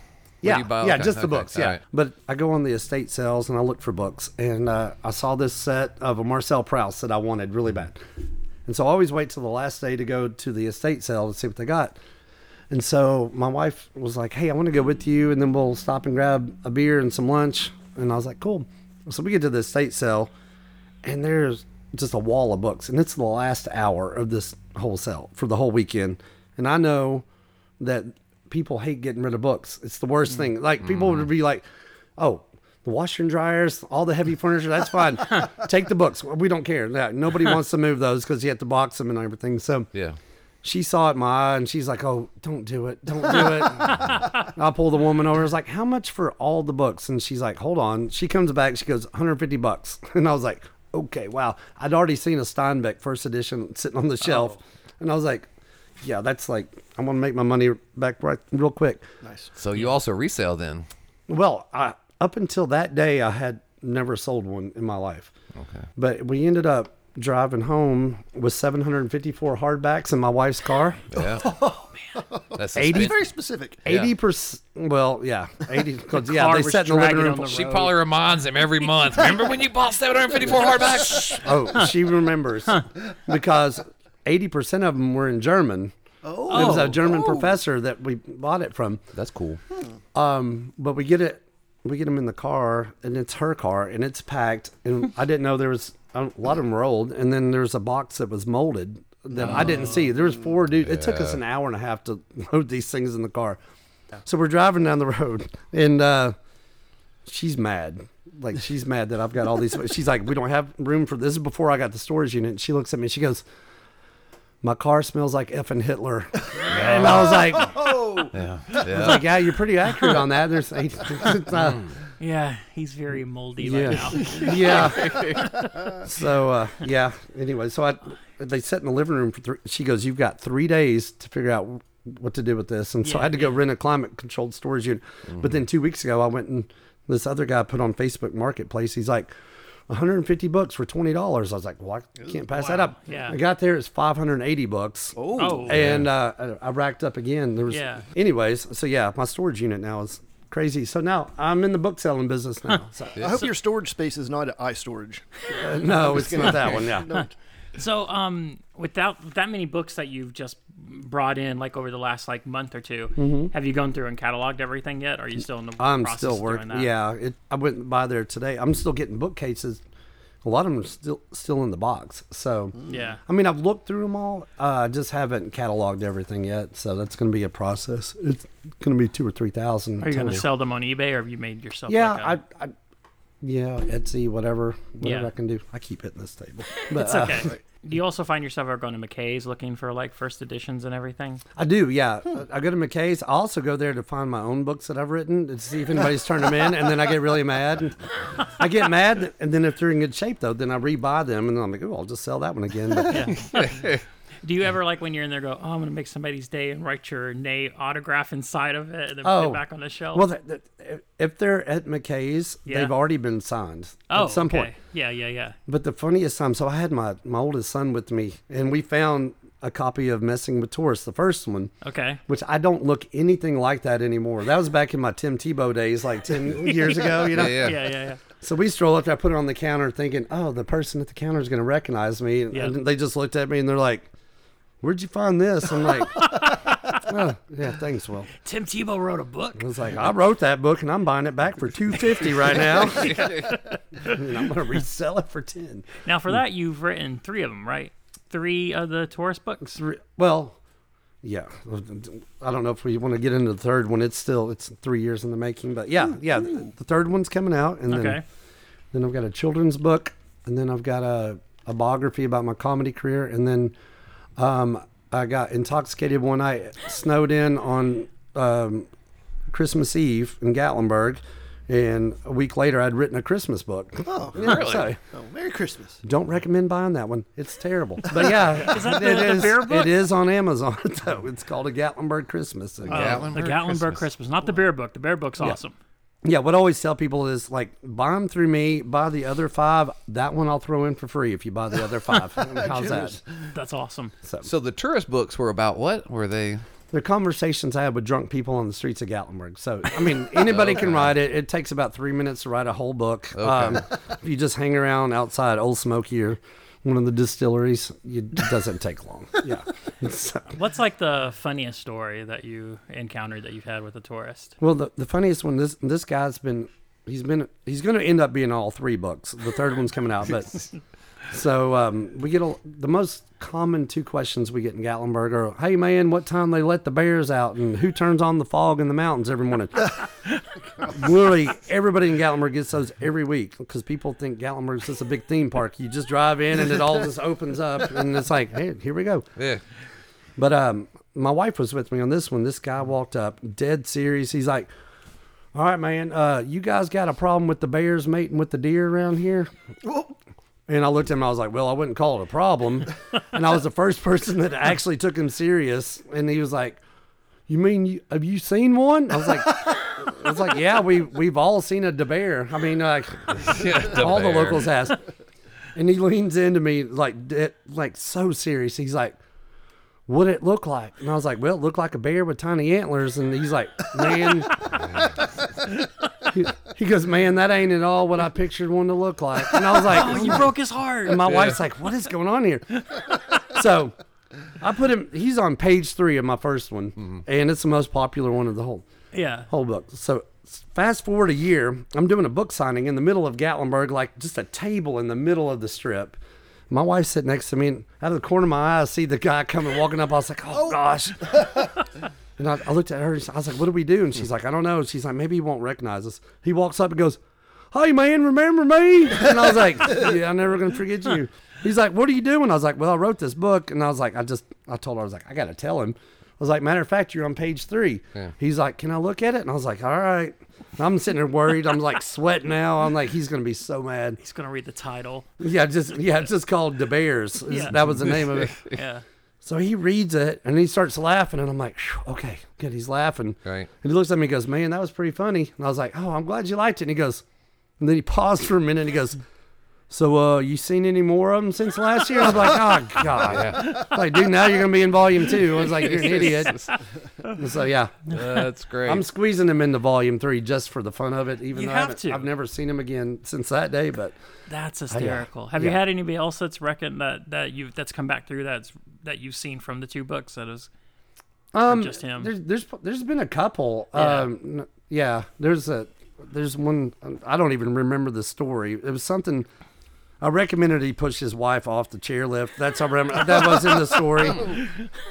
Speaker 4: yeah,
Speaker 3: you buy-
Speaker 4: yeah,
Speaker 3: okay,
Speaker 4: just the
Speaker 3: okay,
Speaker 4: books. Yeah,
Speaker 3: all right.
Speaker 4: but I go on the estate sales and I look for books, and uh, I saw this set of a Marcel Proust that I wanted really bad, and so I always wait till the last day to go to the estate sale to see what they got. And so my wife was like, "Hey, I want to go with you, and then we'll stop and grab a beer and some lunch." And I was like, "Cool." So we get to the estate sale, and there's just a wall of books, and it's the last hour of this whole sale for the whole weekend. And I know that people hate getting rid of books. It's the worst thing. Like people would be like, "Oh, the washer and dryers, all the heavy furniture, that's fine. Take the books. We don't care. Yeah, Nobody wants to move those because you have to box them and everything." So
Speaker 3: Yeah.
Speaker 4: she saw it in my eye and she's like, "Oh, don't do it, don't do it." And I pull the woman over. I was like, "How much for all the books?" And she's like, "Hold on." She comes back. She goes, "150 bucks." And I was like, "Okay, wow." I'd already seen a Steinbeck first edition sitting on the shelf, and I was like, "Yeah, that's like I'm gonna make my money back right real quick."
Speaker 1: nice.
Speaker 3: So you also resell then?
Speaker 4: Well, I, up until that day, I had never sold one in my life. Okay. But we ended up driving home with 754 hardbacks in my wife's car.
Speaker 3: Yeah. oh, man. That's suspense.
Speaker 1: Very specific.
Speaker 3: Yeah.
Speaker 4: Eighty percent. Well, yeah, eighty. Because yeah,
Speaker 2: car
Speaker 4: they
Speaker 2: was
Speaker 4: sat in the living
Speaker 2: dragging
Speaker 4: room.
Speaker 2: on the
Speaker 3: She
Speaker 2: road.
Speaker 3: probably reminds him every month. Remember when you bought 754 hardbacks?
Speaker 4: oh, she remembers because eighty percent of them were in German. Oh, it was a German professor that we bought it from.
Speaker 3: That's cool.
Speaker 4: Um, but we get it. we get him in the car, and it's her car, and it's packed. And I didn't know there was a lot of them rolled, and then there's a box that was molded that I didn't see. There was four dudes. It took us an hour and a half to load these things in the car. So we're driving down the road, and uh, she's mad. Like she's mad that I've got all these. She's like, we don't have room for this. Is before I got the storage unit. And she looks at me. and She goes, my car smells like effing Hitler. and I was like,
Speaker 3: Yeah.
Speaker 4: I was
Speaker 3: yeah.
Speaker 4: like, yeah, you're pretty accurate on that. There's, uh,
Speaker 2: Yeah, he's very moldy
Speaker 4: yeah,
Speaker 2: right now.
Speaker 4: yeah. So uh, yeah. Anyway, so I they sat in the living room for three. She goes, "You've got three days to figure out what to do with this," and so I
Speaker 2: Yeah,
Speaker 4: had to go rent a climate controlled storage unit. But then two weeks ago, I went and this other guy put on Facebook Marketplace. He's like. 150 bucks for twenty dollars. I was like, "Well, I can't pass that
Speaker 2: wow.
Speaker 4: up."
Speaker 2: Yeah.
Speaker 4: I got there. It's 580 bucks.
Speaker 2: Oh,
Speaker 4: and uh, I I racked up again. There was,
Speaker 2: Yeah.
Speaker 4: anyways. So yeah, my storage unit now is crazy. So now I'm in the book selling business now. So,
Speaker 1: I hope your storage space is not I storage.
Speaker 4: uh, no, it's not that one. Yeah,
Speaker 2: So, um, without that many books that you've just brought in, like over the last like month or 2 have you gone through and cataloged everything yet? Or are you still in the
Speaker 4: Mm-hmm. I'm
Speaker 2: process
Speaker 4: still
Speaker 2: of
Speaker 4: working.
Speaker 2: Doing that?
Speaker 4: Yeah, it, I went by there today. I'm still getting bookcases. A lot of them are still still in the box. So
Speaker 2: Yeah.
Speaker 4: I mean, I've looked through them all. I uh, just haven't cataloged everything yet. So that's going to be a process. It's going to be two or three thousand.
Speaker 2: Are you going to
Speaker 4: total.
Speaker 2: sell them on eBay, or have you made yourself?
Speaker 4: Yeah,
Speaker 2: like a-
Speaker 4: I, I, yeah, Etsy, whatever, whatever
Speaker 2: Yeah.
Speaker 4: I can do. I keep hitting this table, but uh,
Speaker 2: Okay. Do you also find yourself ever going to McKay's looking for like first editions and everything?
Speaker 4: I do. Yeah,
Speaker 2: Hmm.
Speaker 4: Uh, I go to McKay's. I also go there to find my own books that I've written to see if anybody's turned them in, and then I get really mad. I get mad, and then if they're in good shape though, then I rebuy them, and then I'm like, oh, I'll just sell that one again. But
Speaker 2: Do you ever like when you're in there go, oh, I'm going to make somebody's day and write your nay autograph inside of it and then put
Speaker 4: Oh.
Speaker 2: it back on the shelf?
Speaker 4: well, th- th- if they're at McKay's,
Speaker 2: Yeah.
Speaker 4: they've already been signed
Speaker 2: oh,
Speaker 4: at some
Speaker 2: okay.
Speaker 4: point.
Speaker 2: Yeah, yeah, yeah.
Speaker 4: But the funniest time, so I had my my oldest son with me, and we found a copy of Messing with Tourists, the first one.
Speaker 2: Okay.
Speaker 4: which I don't look anything like that anymore. That was back in my Tim Tebow days, like 10 years ago, you know?
Speaker 2: Yeah, yeah, yeah.
Speaker 4: So we stroll up there, I put it on the counter thinking, oh, the person at the counter is going to recognize me. And,
Speaker 2: Yeah.
Speaker 4: and they just looked at me and they're like, where'd you find this? I'm like, oh, yeah, thanks, Will.
Speaker 2: Tim Tebow wrote a book.
Speaker 4: I was like, I wrote that book and I'm buying it back for 250 right now. and I'm going to resell it for 10.
Speaker 2: Now, for that, you've written three of them, right? Three of the tourist books.
Speaker 4: Three, well, yeah, I don't know if we want to get into the third one. It's still it's three years in the making, but yeah, yeah, the, the third one's coming out, and then
Speaker 2: Okay.
Speaker 4: then I've got a children's book, and then I've got a, a biography about my comedy career, and then um, I got intoxicated one night, snowed in on um, Christmas Eve in Gatlinburg, and a week later I'd written a Christmas book.
Speaker 1: Oh,
Speaker 4: Yeah, so-
Speaker 1: Oh, Merry Christmas.
Speaker 4: don't recommend buying that one. It's terrible. But yeah,
Speaker 2: the-
Speaker 4: it
Speaker 2: the
Speaker 4: is.
Speaker 2: beer book?
Speaker 4: It is on Amazon though. It's called a Gatlinburg Christmas.
Speaker 2: Oh, the
Speaker 3: Gatlinburg
Speaker 2: Gatlinburg Christmas.
Speaker 3: Christmas.
Speaker 2: not the bear book. The bear book's awesome.
Speaker 4: Yeah, what I always tell people is like buy them through me, buy the other five. That one I'll throw in for free if you buy the other five. How's that?
Speaker 2: That's awesome.
Speaker 3: So the tourist books were about what? Were they?
Speaker 4: They're conversations I had with drunk people on the streets of Gatlinburg. So I mean, anybody can write it. It takes about three minutes to write a whole book. Um, if you just hang around outside Old Smoky or one of the distilleries, it doesn't take long. Yeah. So-
Speaker 2: What's like the funniest story that you encountered that you've had with a tourist?
Speaker 4: Well, the, the funniest one this this guy's been he's been he's going to end up being all three books. The third one's coming out, but so um, we get a, the most common two questions we get in Gatlinburg are, "Hey man, what time they let the bears out, and who turns on the fog in the mountains every morning?" Literally, everybody in Gatlinburg gets those every week because people think Gatlinburg's just a big theme park. You just drive in and it all just opens up, and it's like, "Hey, here we go."
Speaker 3: Yeah.
Speaker 4: But um, my wife was with me on this one. This guy walked up, dead serious. He's like, "All right, man, uh, you guys got a problem with the bears mating with the deer around here?" And I looked at him. I was like, "Well, I wouldn't call it a problem." and I was the first person that actually took him serious. And he was like, "You mean you, have you seen one?" I was like. I was like, yeah, we we've all seen a de bear. I mean, like all the
Speaker 3: bear.
Speaker 4: locals has. And he leans into me like de- like so serious. He's like, what it look like? And I was like, well, it looked like a bear with tiny antlers. And he's like, man, he, he goes, man, that ain't at all what I pictured one to look like. And I was like,
Speaker 2: You broke his heart.
Speaker 4: and my wife's like, what is going on here? so I put him, he's on page three of my first one. And it's the most popular one of the whole
Speaker 2: Yeah.
Speaker 4: whole book. So Fast forward a year, I'm doing a book signing in the middle of Gatlinburg, like just a table in the middle of the strip. My wife's sitting next to me, and out of the corner of my eye, I see the guy coming walking up. I was like, oh gosh. And I, I looked at her and I was like, what do we do? And she's like, I don't know. She's like, maybe he won't recognize us. He walks up and goes, Hey, man, remember me? And I was like, Yeah, I'm never going to forget you. He's like, What are you doing? I was like, Well, I wrote this book. And I was like, I just, I told her, I was like, I got to tell him. I was like, Matter of fact, you're on page three. He's like, Can I look at it? And I was like, All right. And I'm sitting there worried. I'm like sweating now. I'm like, He's going to be so mad.
Speaker 2: He's gonna read the title.
Speaker 4: Yeah, just, yeah, it's just called De Bears. Is-
Speaker 2: Yeah.
Speaker 4: That was the name of it.
Speaker 2: Yeah.
Speaker 4: So he reads it and he starts laughing, and I'm like, "Phew, okay, good. He's laughing.
Speaker 3: Right.
Speaker 4: And he looks at me and goes, man, that was pretty funny. And I was like, oh, I'm glad you liked it. And he goes, and then he paused for a minute and he goes, so uh, you seen any more of them since last year? I was like, oh god. Like, dude, now you're gonna be in volume two. I was like, you're an idiot. And so yeah,
Speaker 3: That's great.
Speaker 4: I'm squeezing him into volume three just for the fun of it. Even
Speaker 2: You
Speaker 4: though I
Speaker 2: have
Speaker 4: haven't-
Speaker 2: to.
Speaker 4: I've never seen him again since that day, but.
Speaker 2: That's hysterical. Have you
Speaker 4: uh, Yeah.
Speaker 2: had anybody else that's reckoned that that you that's come back through that's that you've seen from the two books that is
Speaker 4: Um,
Speaker 2: just him?
Speaker 4: There's there's there's been a couple.
Speaker 2: Yeah.
Speaker 4: Yeah. Um, n- yeah. There's a there's one I don't even remember the story. It was something I recommended he push his wife off the chairlift. That's how I remember, that was in the story.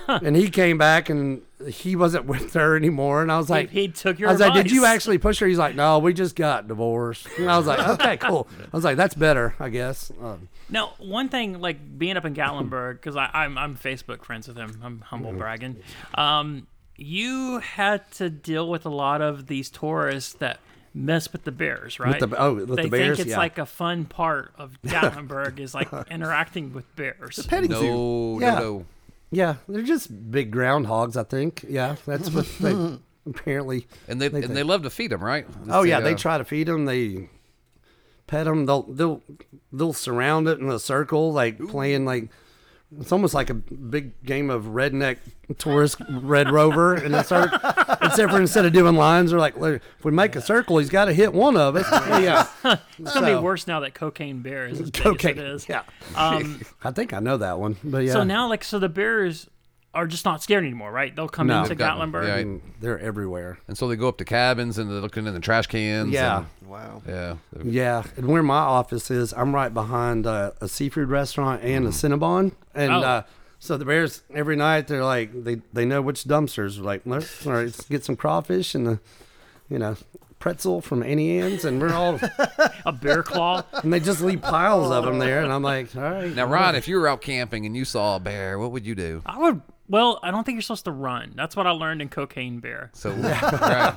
Speaker 4: and he came back and he wasn't with her anymore. And I was like,
Speaker 2: he, he took your
Speaker 4: I was like, did you
Speaker 2: advice."
Speaker 4: actually push her? He's like, no, we just got divorced. And I was like, okay, cool. I was like, that's better, I guess. Um,
Speaker 2: Now, one thing, like being up in Gatlinburg, because I'm I'm Facebook friends with him. I'm humble
Speaker 4: Mm-hmm.
Speaker 2: bragging. Um, you had to deal with a lot of these tourists that mess with the bears, right?
Speaker 4: the- oh, with the
Speaker 2: they
Speaker 4: bears,
Speaker 2: think it's
Speaker 4: yeah.
Speaker 2: like a fun part of Gatlinburg is like interacting with bears.
Speaker 1: Petting
Speaker 3: no,
Speaker 1: zoo.
Speaker 3: no,
Speaker 4: Yeah.
Speaker 3: no.
Speaker 4: yeah, they're just big groundhogs, I think. Yeah, that's what they apparently.
Speaker 3: And they, and
Speaker 4: think-
Speaker 3: they love to feed them, right?
Speaker 4: Oh
Speaker 3: It's
Speaker 4: yeah,
Speaker 3: the,
Speaker 4: they
Speaker 3: uh,
Speaker 4: try to feed them. They pet them. They'll they'll they'll surround it in a circle, like playing like it's almost like a big game of redneck tourist Red Rover in a circle. Except for instead of doing lines, they're like, "Look, if we make a circle, he's got to hit one of us. yeah,
Speaker 2: It's gonna
Speaker 4: so-
Speaker 2: be worse now that cocaine bear is as big as
Speaker 4: cocaine.
Speaker 2: it is.
Speaker 4: Yeah,
Speaker 2: Um,
Speaker 4: I think I know that one. But yeah,
Speaker 2: So now, like, so the bears are just not scared anymore, right? They'll come
Speaker 4: No.
Speaker 2: into
Speaker 4: They've
Speaker 3: got-
Speaker 2: Gatlinburg.
Speaker 3: yeah,
Speaker 4: Mm, they're everywhere.
Speaker 3: And so they go up to cabins and they're looking in the trash cans.
Speaker 4: Yeah.
Speaker 3: and-
Speaker 1: Wow.
Speaker 3: yeah.
Speaker 4: Yeah, and where my office is, I'm right behind uh, a seafood restaurant and a Cinnabon, and
Speaker 2: Oh.
Speaker 4: uh, so the bears every night they're like they they know which dumpsters. Like, let's, all right, let's get some crawfish and the you know pretzel from Annie Ann's, and we're all
Speaker 2: A bear claw.
Speaker 4: and they just leave piles of them there, and I'm like, all right,
Speaker 3: Now, Ron, if you were out camping and you saw a bear, what would you do?
Speaker 2: I would. Well, I don't think you're supposed to run. That's what I learned in Cocaine Bear.
Speaker 3: So, right.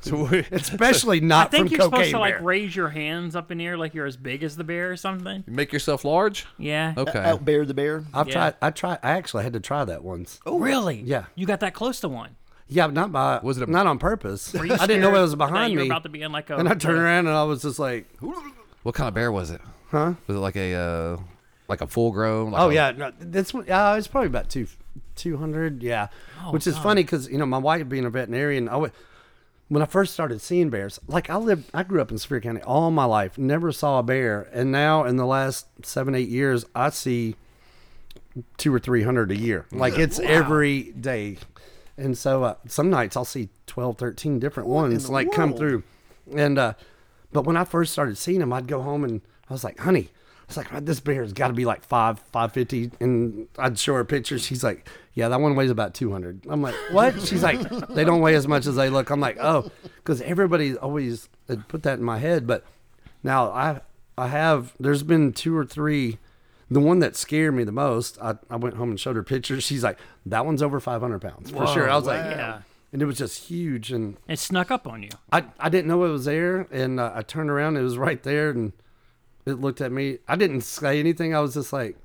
Speaker 3: so we-
Speaker 4: especially
Speaker 2: I
Speaker 4: not
Speaker 2: think
Speaker 4: from
Speaker 2: you're
Speaker 4: cocaine
Speaker 2: supposed to
Speaker 4: bear.
Speaker 2: like raise your hands up in the air like you're as big as the bear or something.
Speaker 3: you make yourself large.
Speaker 2: Yeah.
Speaker 3: Okay.
Speaker 4: Uh,
Speaker 1: Out bear the bear.
Speaker 4: I've
Speaker 2: Yeah.
Speaker 4: tried. I tried. I actually had to try that once.
Speaker 2: Oh, really?
Speaker 4: Yeah.
Speaker 2: You got that close to one.
Speaker 4: Yeah, but not by.
Speaker 3: Was
Speaker 4: Was
Speaker 3: it
Speaker 4: it
Speaker 3: a-
Speaker 4: not on purpose?
Speaker 2: Were you
Speaker 4: I didn't know
Speaker 2: scared
Speaker 4: it was behind
Speaker 2: that you were
Speaker 4: me.
Speaker 2: about to be in like a.
Speaker 4: and I turned around and I was just like,
Speaker 3: What kind of bear was it? Huh? Was it like a uh, like a full grown? Like
Speaker 4: Oh
Speaker 3: a-
Speaker 4: yeah, no, that's uh, it's probably about two, two hundred. Yeah, which is funny because you know my wife being a veterinarian, I would, when I first started seeing bears, like I lived, I grew up in Superior County all my life, never saw a bear, and now in the last seven eight years, I see two or three hundred a year. Like it's every day, and so uh, some nights I'll see 12, 13 different ones
Speaker 1: the
Speaker 4: like come
Speaker 1: world?
Speaker 4: through, and uh, but when I first started seeing them, I'd go home and I was like, honey. I was like, "Man, this bear's got to be like five, five fifty, and I'd show her pictures. She's like, "Yeah, that one weighs about two hundred. I'm like, "What?" She's like, "They don't weigh as much as they look." I'm like, "Oh," because everybody's always had put that in my head. But now I, I have. There's been two or three. The one that scared me the most, I, I went home and showed her pictures. She's like, "That one's over five hundred pounds for sure." I was like,
Speaker 2: Yeah.
Speaker 4: and it was just huge, and
Speaker 2: It snuck up on you.
Speaker 4: I, I didn't know it was there, and uh, I turned around, it was right there, and it looked at me. I didn't say anything. I was just like,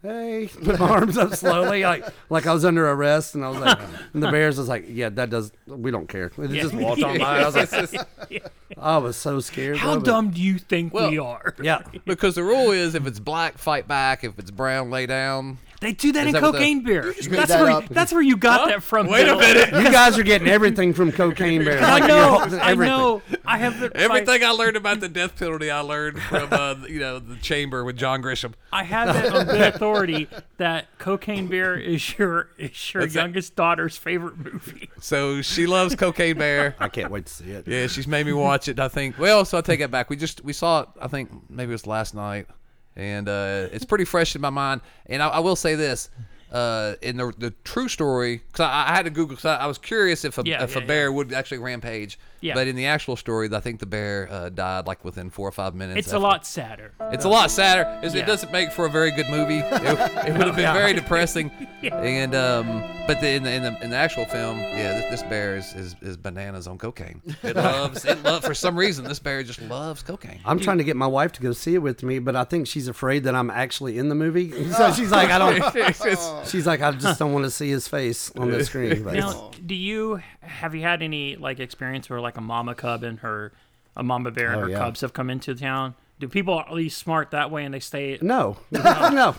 Speaker 4: "Hey," put my arms up slowly, like like I was under arrest, and I was like, and the bears was like, "Yeah, that does. We don't care." It just walked on by. I was like, I was so scared.
Speaker 2: How
Speaker 4: though, but-
Speaker 2: dumb do you think
Speaker 3: Well-
Speaker 2: we are?
Speaker 4: Yeah,
Speaker 3: Because the rule is, if it's black, fight back. If it's brown, lay down.
Speaker 2: They do that in
Speaker 3: that what the-
Speaker 2: cocaine beer.
Speaker 1: made
Speaker 2: That's
Speaker 1: that
Speaker 2: where
Speaker 1: up.
Speaker 2: that's where you got that from.
Speaker 7: Wait a
Speaker 2: Bill.
Speaker 7: minute.
Speaker 4: You guys are getting everything from Cocaine Bear.
Speaker 2: I
Speaker 4: Like,
Speaker 2: know.
Speaker 4: you-
Speaker 2: I know. I have the,
Speaker 7: Everything I learned about the death penalty, I learned from uh, you know the chamber with John Grisham.
Speaker 2: I have it on good authority that cocaine beer is your is your youngest daughter's favorite movie.
Speaker 7: So she loves Cocaine Bear.
Speaker 4: I can't wait to see it.
Speaker 7: Yeah, she's made me watch it. I think.
Speaker 3: Well, so I take it back. We just we saw it. I think maybe it was last night, and uh, it's pretty fresh in my mind. And I, I will say this. Uh, in the, the true story, because I, I had to Google, because I, I was curious if a,
Speaker 2: Yeah,
Speaker 3: if
Speaker 2: yeah,
Speaker 3: a bear would actually rampage.
Speaker 2: Yeah.
Speaker 3: But in the actual story, I think the bear uh, died like within four or five minutes.
Speaker 2: It's a
Speaker 3: after-
Speaker 2: lot sadder.
Speaker 3: It's a lot sadder. It's-
Speaker 2: Yeah.
Speaker 3: It doesn't make for a very good movie. It, it would have been
Speaker 2: Yeah.
Speaker 3: very depressing. And um, but the, in, the, in the in the actual film, yeah, this, this bear is, is is bananas on cocaine. It loves it loves for some reason. This bear just loves cocaine.
Speaker 4: I'm trying to get my wife to go see it with me, but I think she's afraid that I'm actually in the movie. So she's like, I don't.
Speaker 7: It's just-
Speaker 4: She's like, I just don't want to see his face on the screen. But it's-
Speaker 2: Now, do you have you had any like experience where like a mama cub and her a mama bear and
Speaker 4: Oh,
Speaker 2: her
Speaker 4: yeah.
Speaker 2: cubs have come into town? Do people at least smart that way and they stay?
Speaker 4: no, no.
Speaker 3: hear
Speaker 4: We're,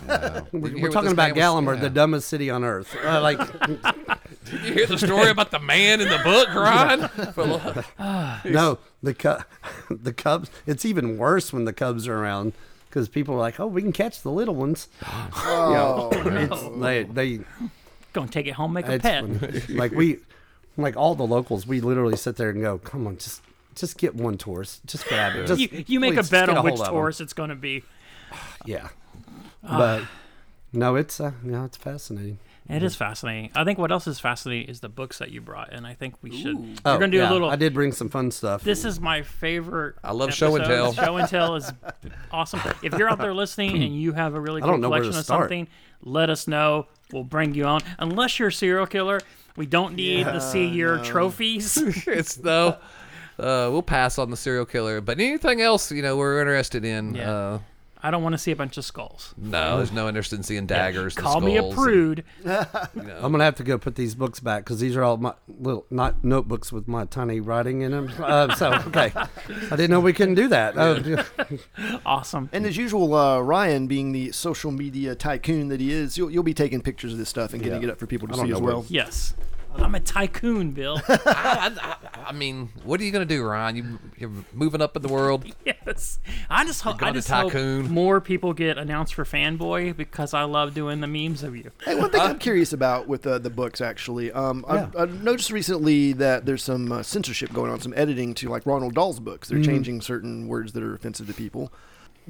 Speaker 3: what
Speaker 4: we're talking
Speaker 3: this man
Speaker 4: about Gallimore,
Speaker 3: was- yeah.
Speaker 4: the dumbest city on earth. Uh, like,
Speaker 7: you hear the story about the man in the book, Ron?
Speaker 4: no, the cu- the Cubs. It's even worse when the Cubs are around because people are like, oh, we can catch the little ones. Oh, it's, they they
Speaker 2: Gonna take it home, make a
Speaker 4: It's
Speaker 2: pet.
Speaker 4: funny. like we, like all the locals, we literally sit there and go, "Come on, just just get one tourist, just grab it." Just,
Speaker 2: You, you make a
Speaker 4: please, just
Speaker 2: bet
Speaker 4: get
Speaker 2: on which
Speaker 4: hold of 'em."
Speaker 2: tourist Ah. it's gonna be.
Speaker 4: Yeah, but no, it's uh, no, it's fascinating.
Speaker 2: It is fascinating. I think what else is fascinating is the books that you brought, and I think we should. We're
Speaker 4: Oh,
Speaker 2: gonna do a
Speaker 4: yeah,
Speaker 2: little.
Speaker 4: I did bring some fun stuff.
Speaker 2: This is my favorite. I
Speaker 3: love show and tell.
Speaker 2: Show and tell is awesome. If you're out there listening and you have a really
Speaker 4: I
Speaker 2: cool
Speaker 4: don't know where to
Speaker 2: collection of
Speaker 4: start.
Speaker 2: something, let us know. We'll bring you on. Unless you're a serial killer, we don't need to see your trophies.
Speaker 3: it's though. Uh, we'll pass on the serial killer, but anything else you know we're interested in.
Speaker 2: Yeah.
Speaker 3: Uh,
Speaker 2: I don't want to see a bunch of skulls.
Speaker 3: no, there's no interest in seeing daggers. and
Speaker 2: Call me a
Speaker 3: skulls and-
Speaker 2: prude.
Speaker 4: I'm gonna have to go put these books back because these are all my little not notebooks with my tiny writing in them. Uh, so okay, I didn't know we couldn't do that. Oh,
Speaker 2: Awesome.
Speaker 1: And as usual, uh, Ryan, being the social media tycoon that he is, you'll, you'll be taking pictures of this stuff and getting
Speaker 4: Yeah.
Speaker 1: it up for people to
Speaker 4: I don't
Speaker 1: see as
Speaker 4: know where-
Speaker 1: well.
Speaker 2: yes. I'm a tycoon, Bill.
Speaker 3: I, I, I- I mean, what are you gonna do, Ryan? You, you're moving up in the world.
Speaker 2: yes. I just hope I
Speaker 3: gonna
Speaker 2: just hope
Speaker 3: tycoon.
Speaker 2: more people get announced for fanboy because I love doing the memes of you.
Speaker 1: Hey, one thing I'm curious about with uh, the books, actually, um, I've,
Speaker 4: Yeah.
Speaker 1: I've noticed recently that there's some uh, censorship going on, some editing to like Ronald Dahl's books. They're
Speaker 3: Mm-hmm.
Speaker 1: changing certain words that are offensive to people.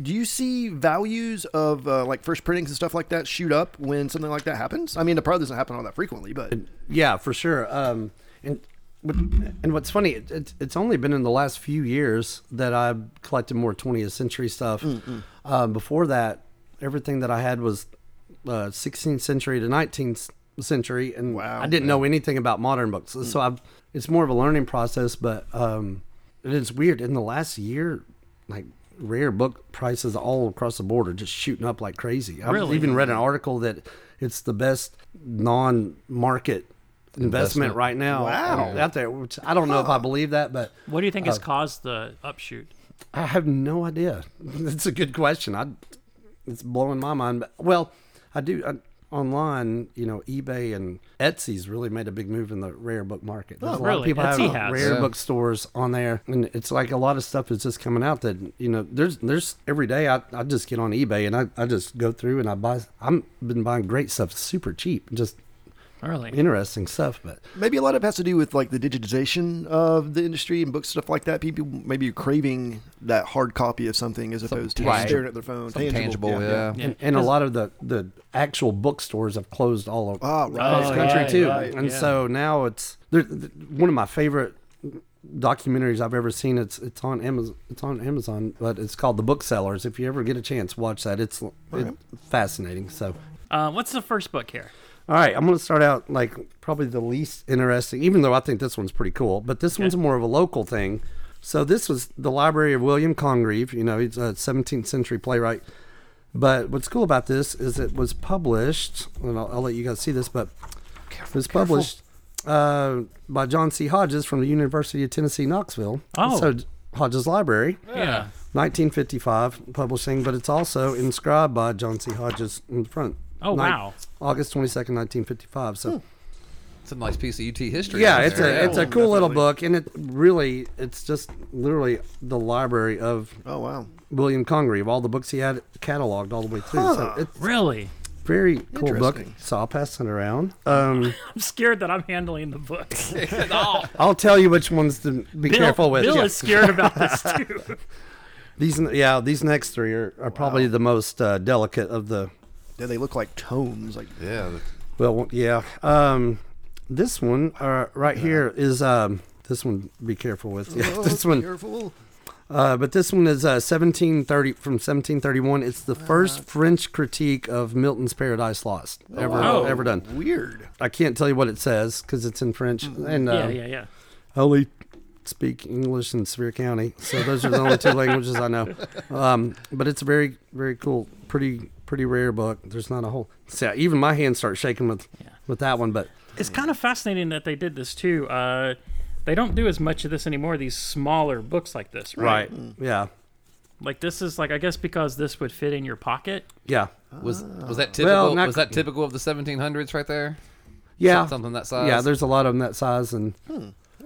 Speaker 1: Do you see values of uh, like first printings and stuff like that shoot up when something like that happens? I mean, it probably doesn't happen all that frequently, but
Speaker 4: Yeah, for sure. Um, and what- and what's funny, it, it, it's only been in the last few years that I've collected more 20th century stuff. Um, before that, everything that I had was uh, 16th century to 19th century, and
Speaker 1: Wow.
Speaker 4: I didn't know anything about modern books. So I've it's more of a learning process, but um, it is weird. In the last year, like rare book prices all across the board are just shooting up like crazy. I've
Speaker 2: Really?
Speaker 4: even read an article that it's the best non-market investment,
Speaker 3: Investment.
Speaker 4: right now
Speaker 1: Wow.
Speaker 4: out there. Which I don't know if I believe that, but
Speaker 2: What do you think has
Speaker 4: Oh.
Speaker 2: caused the upshoot?
Speaker 4: I have no idea. It's a good question. I it's blowing my mind. But, well, I do I, online. You know, eBay and Etsy's really made a big move in the rare book market. There's a lot
Speaker 2: Oh, really?
Speaker 4: of people
Speaker 2: Etsy
Speaker 4: have
Speaker 2: has.
Speaker 4: rare
Speaker 3: Yeah.
Speaker 4: bookstores on there, and it's like a lot of stuff is just coming out that you know. There's there's every day I, I just get on eBay and I, I just go through and I buy. I'm been buying great stuff, super cheap, just
Speaker 2: Really?
Speaker 4: interesting stuff, but.
Speaker 1: maybe a lot of it has to do with like the digitization of the industry and books stuff like that. People maybe are craving that hard copy of something as opposed to
Speaker 3: tangible.
Speaker 1: staring at their phone.
Speaker 3: Something tangible, yeah.
Speaker 2: Yeah.
Speaker 4: And, and a lot of the, the actual bookstores have closed all over
Speaker 1: Ah, right.
Speaker 4: across
Speaker 2: Oh,
Speaker 4: the country
Speaker 2: right,
Speaker 4: too.
Speaker 2: right,
Speaker 4: and
Speaker 2: yeah.
Speaker 4: so now it's there, th- one of my favorite documentaries I've ever seen. It's it's on Amazon. It's on Amazon, but it's called The Booksellers. If you ever get a chance, watch that. It's it's fascinating. So.
Speaker 2: Uh, what's the first book here?
Speaker 4: All right, I'm going to start out like probably the least interesting, even though I think this one's pretty cool. But this one's more of a local thing. So this was the library of William Congreve. You know, he's a 17th century playwright. But what's cool about this is it was published, and I'll, I'll let you guys see this, but it was published uh, by John C. Hodges from the University of Tennessee, Knoxville.
Speaker 2: Oh.
Speaker 4: So Hodges Library.
Speaker 2: Yeah.
Speaker 4: 1955 publishing, but it's also inscribed by John C. Hodges in the front.
Speaker 2: Oh,
Speaker 4: Nin-
Speaker 2: wow.
Speaker 4: August 22nd, 1955. So
Speaker 3: It's a nice piece of UT history.
Speaker 4: yeah,
Speaker 3: right
Speaker 4: it's
Speaker 3: there.
Speaker 4: a it's a cool little
Speaker 1: definitely.
Speaker 4: book, and it really it's just literally the library of
Speaker 1: Oh wow.
Speaker 4: William Congreve, all the books he had cataloged all the way through. So it's
Speaker 2: Really?
Speaker 4: very cool book.
Speaker 1: Interesting.
Speaker 4: So I'll pass it around. Um,
Speaker 2: I'm scared that I'm handling the book.
Speaker 4: I'll tell you which ones to be
Speaker 2: Bill,
Speaker 4: careful with.
Speaker 2: Bill
Speaker 4: Yeah.
Speaker 2: is scared about this too.
Speaker 4: These, n- yeah, these next three are, are probably the most uh, delicate of the.
Speaker 1: Yeah, they look like tomes. Like
Speaker 3: Yeah, the-
Speaker 4: Well, w- yeah. Um, this one uh, right here is um, this one. Be careful with. Yeah,
Speaker 1: Oh,
Speaker 4: this one.
Speaker 1: Careful.
Speaker 4: Uh, but this one is uh, 1730 from 1731. It's the
Speaker 2: Uh-huh.
Speaker 4: first French critique of Milton's Paradise Lost ever
Speaker 2: Oh, wow.
Speaker 4: ever done.
Speaker 1: Weird.
Speaker 4: I can't tell you what it says because it's in French, and uh,
Speaker 2: Mm-hmm. yeah, yeah, yeah.
Speaker 4: I only speak English in Sevier County, so those are the only two languages I know. Um, but it's a very very cool, pretty pretty rare book. There's not a whole. So even my hands start shaking with with that one, but
Speaker 2: It's kind of fascinating that they did this too. Uh, they don't do as much of this anymore. These smaller books like this, right?
Speaker 4: yeah,
Speaker 2: Like this is like I guess because this would fit in your pocket.
Speaker 4: yeah,
Speaker 3: was was that typical?
Speaker 4: Uh, not-
Speaker 3: was that typical of the 1700s right there?
Speaker 4: yeah.
Speaker 3: something that size.
Speaker 4: Yeah, there's a lot of them that size, and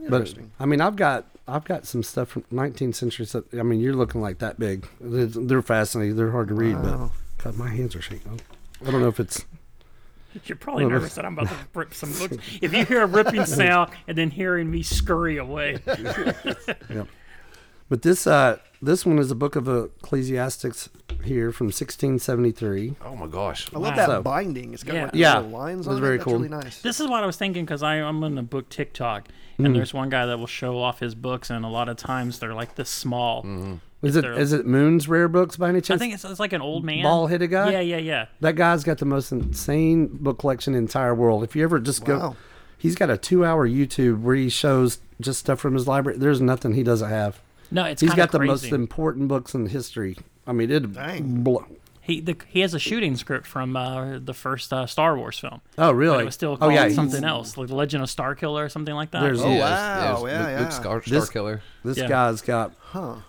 Speaker 4: but I mean, I've got I've got some stuff from 19th century. Stuff, I mean, you're looking like that big. They're, they're fascinating. They're hard to read, but God, my hands are shaking. I don't know if it's
Speaker 2: You're probably nervous that I'm about to rip some books. If you hear a ripping sound and then hearing me scurry away,
Speaker 4: But this uh, this one is a book of Ecclesiastics here from 1673.
Speaker 3: Oh my gosh!
Speaker 1: I love
Speaker 2: Wow.
Speaker 1: that
Speaker 4: So-
Speaker 1: binding. It's got
Speaker 2: Yeah.
Speaker 1: like
Speaker 4: Yeah.
Speaker 1: little lines
Speaker 4: It was
Speaker 1: on
Speaker 4: very
Speaker 1: it. That's
Speaker 4: cool.
Speaker 1: really nice.
Speaker 2: this is what I was thinking because I'm on the book TikTok and there's one guy that will show off his books and a lot of times they're like this small.
Speaker 4: Is it
Speaker 2: They're-
Speaker 4: is it Moon's rare books by any
Speaker 2: I
Speaker 4: chance?
Speaker 2: think it's, it's like an old man
Speaker 4: Bald-headed guy?
Speaker 2: Yeah, yeah, yeah.
Speaker 4: that guy's got the most insane book collection in the entire world. If you ever just go,
Speaker 1: Wow.
Speaker 4: he's got a two-hour YouTube where he shows just stuff from his library. There's nothing he doesn't have.
Speaker 2: No, it's
Speaker 4: he's
Speaker 2: kinda
Speaker 4: got the most
Speaker 2: crazy.
Speaker 4: important books in history. I mean, it.
Speaker 1: Dang.
Speaker 4: Blo-
Speaker 2: He the, he has a shooting script from uh, the first uh, Star Wars film.
Speaker 4: oh, really?
Speaker 2: But it was still
Speaker 4: oh
Speaker 2: called
Speaker 4: yeah. he's-
Speaker 2: something else, like The Legend of Starkiller or something like that.
Speaker 4: There's-
Speaker 3: Yeah,
Speaker 4: Oh,
Speaker 3: it was- it
Speaker 1: wow. Yeah,
Speaker 3: was Luke,
Speaker 1: yeah.
Speaker 3: Luke Star,
Speaker 4: This-
Speaker 3: Starkiller.
Speaker 4: This
Speaker 2: Yeah.
Speaker 4: guy's got.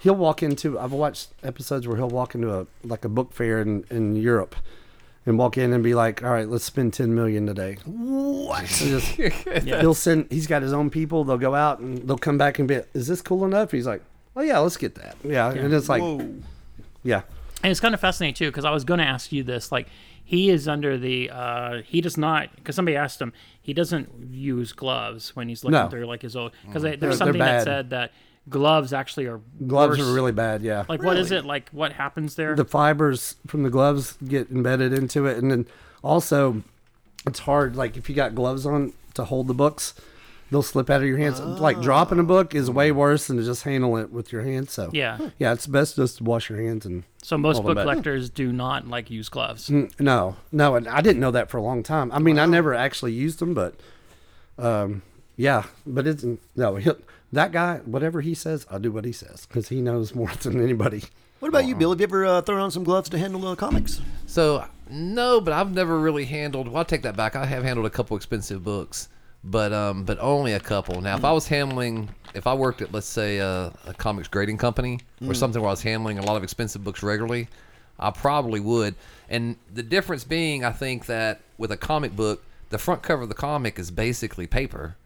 Speaker 4: He'll walk into. I've watched episodes where he'll walk into a like a book fair in in Europe, and walk in and be like, "All right, let's spend ten million today." What? He'll send. He's got his own people. They'll go out and they'll come back and be, "Is this cool enough?" He's like, "Oh yeah, let's get that." Yeah, and it's like,
Speaker 1: Whoa.
Speaker 4: yeah,
Speaker 2: And it's kind of fascinating too, because I was going to ask you this. Like, he is under the uh, he does not because somebody asked him he doesn't use gloves when he's looking
Speaker 4: No. Mm.
Speaker 2: through like his old because
Speaker 4: they're
Speaker 2: there's something
Speaker 4: bad.
Speaker 2: that said that gloves actually are
Speaker 4: gloves
Speaker 2: worse.
Speaker 4: are really bad. Yeah,
Speaker 2: like what is it like what happens there?
Speaker 4: the fibers from the gloves get embedded into it and then also it's hard like if you got gloves on to hold the books they'll slip out of your hands like dropping a book is way worse than to just handle it with your hands so
Speaker 2: Yeah. Hmm.
Speaker 4: yeah it's best just to wash your hands and
Speaker 2: so most
Speaker 4: Hold on
Speaker 2: book
Speaker 4: back.
Speaker 2: collectors do not like use gloves.
Speaker 4: Mm, no no and i didn't know that for a long time i mean i never actually used them but um yeah but it's no he'll, that guy whatever he says i'll do what he says because he knows more than anybody
Speaker 1: What about you, Bill? Have you ever uh, thrown on some gloves to handle uh, comics?
Speaker 3: So no, but I've never really handled. Well, I take that back. I have handled a couple expensive books, but um, but only a couple. Now, if I was handling, if I worked at let's say a, a comics grading company or something where I was handling a lot of expensive books regularly, I probably would. And the difference being, I think that with a comic book, the front cover of the comic is basically paper.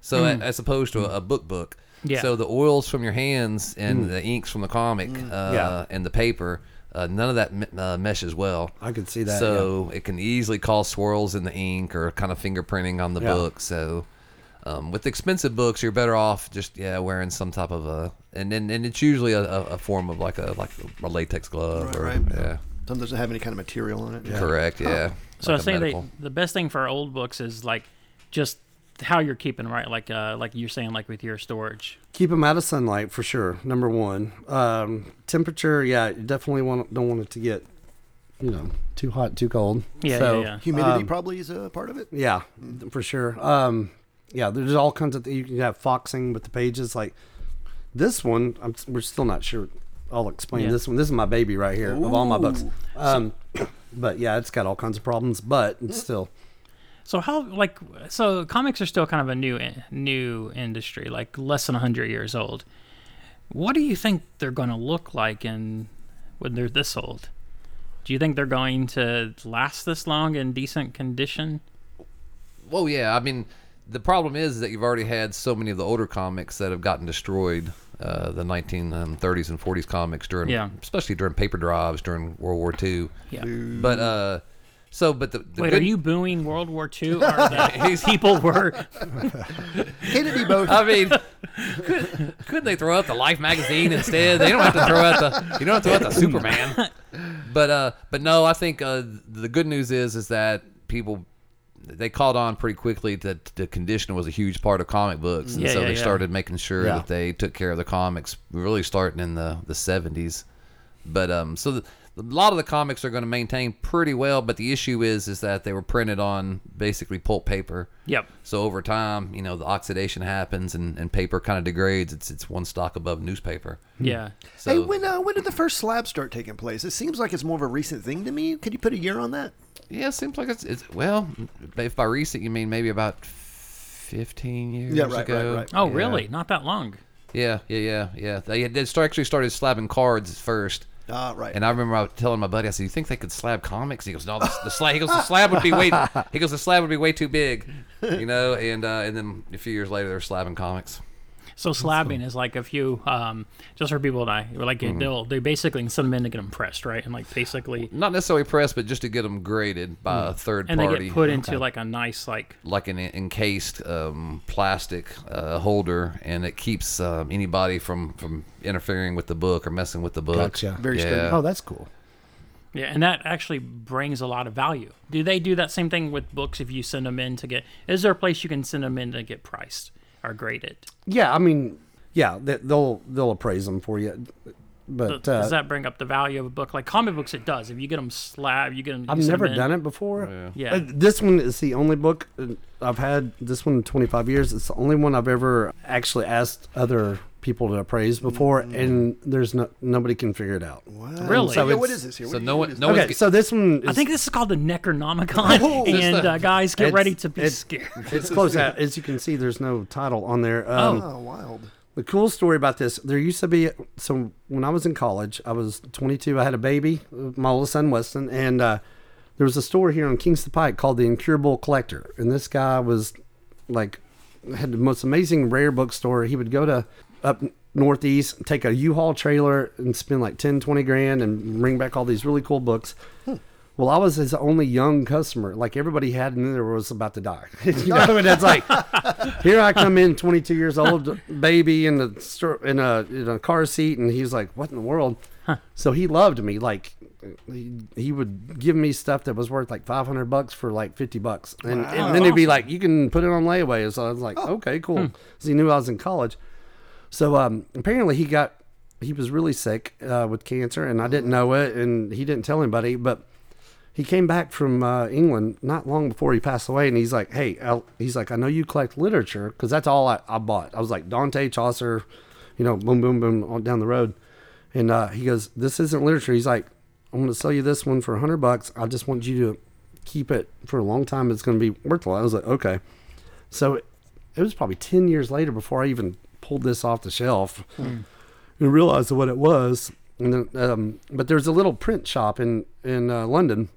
Speaker 3: So a- as opposed to a, a book book.
Speaker 2: Yeah.
Speaker 3: So the oils from your hands and the inks from the comic uh,
Speaker 4: Yeah.
Speaker 3: and the paper, uh, none of that me- uh, meshes well.
Speaker 4: I could see that,
Speaker 3: So it can easily cause swirls in the ink or kind of fingerprinting on the
Speaker 4: Yeah.
Speaker 3: book. So um, with expensive books, you're better off just yeah wearing some type of a and then and it's usually a, a, a form of like a like a latex glove
Speaker 1: Right,
Speaker 3: or
Speaker 1: right.
Speaker 3: yeah.
Speaker 1: Some doesn't have any kind of material on it.
Speaker 3: Correct, yeah.
Speaker 2: So I
Speaker 3: Like a
Speaker 2: think
Speaker 3: medical.
Speaker 2: they, the best thing for old books is like just how you're keeping 'em, right, like uh, like you're saying, like with your storage.
Speaker 4: keep them out of sunlight for sure. Number one, um, temperature. Yeah, you definitely want don't want it to get, you know, too hot, too cold.
Speaker 2: Yeah,
Speaker 4: So,
Speaker 2: yeah, yeah.
Speaker 1: Humidity probably is a part of it.
Speaker 4: yeah, for sure. Um, yeah, there's all kinds of you can have foxing with the pages. Like this one, I'm, we're still not sure. I'll explain
Speaker 2: Yeah.
Speaker 4: this one. This is my baby right here of all my books. Um, but yeah, it's got all kinds of problems, but
Speaker 2: Mm.
Speaker 4: it's still.
Speaker 2: So how like so comics are still kind of a new new industry, like less than hundred years old. What do you think they're going to look like in when they're this old? Do you think they're going to last this long in decent condition?
Speaker 3: Well, yeah. I mean, the problem is that you've already had so many of the older comics that have gotten destroyed. Uh, the 1930s and 40s comics during,
Speaker 2: Yeah.
Speaker 3: especially during paper drives during World War II.
Speaker 2: Yeah.
Speaker 3: But uh, so but the, the
Speaker 2: Wait,
Speaker 3: good-
Speaker 2: are you booing World War II? Or that people were
Speaker 1: Can it be both?
Speaker 3: I mean, could, couldn't they throw out the Life magazine instead? They don't have to throw out the you don't have to throw out the Superman. But uh, but no, I think uh, the good news is is that people they caught on pretty quickly that the condition was a huge part of comic books, and
Speaker 2: Yeah,
Speaker 3: so
Speaker 2: yeah,
Speaker 3: they
Speaker 2: yeah.
Speaker 3: started making sure
Speaker 4: Yeah.
Speaker 3: that they took care of the comics, really starting in the the seventies. But um, so the, a lot of the comics are going to maintain pretty well, but the issue is is that they were printed on basically pulp paper.
Speaker 2: Yep.
Speaker 3: So over time, you know, the oxidation happens and, and paper kind of degrades. It's it's one stock above newspaper.
Speaker 2: Yeah.
Speaker 3: So
Speaker 1: hey, when uh, when did the first slabs start taking place? It seems like it's more of a recent thing to me. Could you put a year on that?
Speaker 3: yeah, it seems like it's, it's well, if by recent you mean maybe about fifteen years
Speaker 1: Yeah, right, right,
Speaker 3: ago.
Speaker 1: right.
Speaker 2: Oh,
Speaker 3: Yeah.
Speaker 2: really? Not that long.
Speaker 3: Yeah, yeah, yeah, yeah. They had- they start, actually started slabbing cards first.
Speaker 1: Ah, right.
Speaker 3: And I remember I was telling my buddy, I said, "You think they could slab comics?" He goes, "No, the, the slab. He goes, the slab would be way. He goes, the slab would be way too big, you know." And uh, and then a few years later, they're slabbing comics.
Speaker 2: So slabbing is like if you, um, just for people that like
Speaker 3: Mm-hmm.
Speaker 2: they'll they basically can send them in to get them pressed, right? And like basically,
Speaker 3: Not necessarily pressed, but just to get them graded by a third
Speaker 2: Hmm. and
Speaker 3: party.
Speaker 2: they get put into like a nice like
Speaker 3: like an encased um, plastic uh, holder, and it keeps um, anybody from from interfering with the book or messing with the book.
Speaker 4: Gotcha.
Speaker 1: Very
Speaker 3: yeah.
Speaker 4: Oh, that's cool.
Speaker 2: yeah, and that actually brings a lot of value. Do they do that same thing with books if you send them in to get? Is there a place you can send them in to get priced or graded?
Speaker 4: Yeah, I mean, yeah, they, they'll they'll appraise them for you, but uh,
Speaker 2: Does that bring up the value of a book? Like comic books, it does. If you get them slab, you get them.
Speaker 4: I've never done it before.
Speaker 2: Yeah.
Speaker 4: Uh, this one is the only book uh, I've had. This one in 25 years. It's the only one I've ever actually asked other people to appraise before,
Speaker 2: Mm.
Speaker 4: and there's no nobody can figure it out.
Speaker 2: Really?
Speaker 1: Uh, So
Speaker 2: So
Speaker 1: yeah, what
Speaker 4: it's-
Speaker 1: is this here?
Speaker 3: So
Speaker 1: What-
Speaker 3: no
Speaker 1: what
Speaker 3: one,
Speaker 1: is
Speaker 3: no
Speaker 4: Okay,
Speaker 3: one's get-
Speaker 4: so this one is
Speaker 2: I think this is called the Necronomicon, and uh, guys, get
Speaker 4: Oh, It's-
Speaker 2: ready to be
Speaker 4: it's-
Speaker 2: scared.
Speaker 4: it's close. out. As you can see, there's no title on there. Um,
Speaker 1: this? Oh, wild.
Speaker 4: The cool story about this, there used to be so when I was in college, I was 22, I had a baby, my oldest son Weston, and uh, there was a store here on Kingston Pike called the Incurable Collector, and this guy was like had the most amazing rare bookstore. He would go to up northeast, take a U-Haul trailer, and spend like 10, 20 grand, and bring back all these really cool books. Well, I was his only young customer. Like everybody had, and there was about to die. you know, and it's like here I come in, 22 years old, baby in the stor- in a in a car seat, and he's like, "What in the world?" So he loved me. Like he, he would give me stuff that was worth like 500 bucks for like 50 bucks, and, and then he'd be like, "You can put it on layaway." And so I was like, "Okay, cool." So he knew I was in college. So um, apparently he got he was really sick uh, with cancer, and I didn't know it, and he didn't tell anybody, but. He came back from uh, England not long before he passed away, and he's like, "Hey, I'll, he's like, I know you collect literature because that's all I, I bought. I was like Dante, Chaucer, you know, boom, boom, boom, all down the road." And uh, he goes, "This isn't literature." He's like, "I'm going to sell you this one for a hundred bucks. I just want you to keep it for a long time. It's going to be worth a lot." I was like, "Okay." So it, it was probably ten years later before I even pulled this off the shelf and realized what it was. And then, um, but there's a little print shop in in uh, London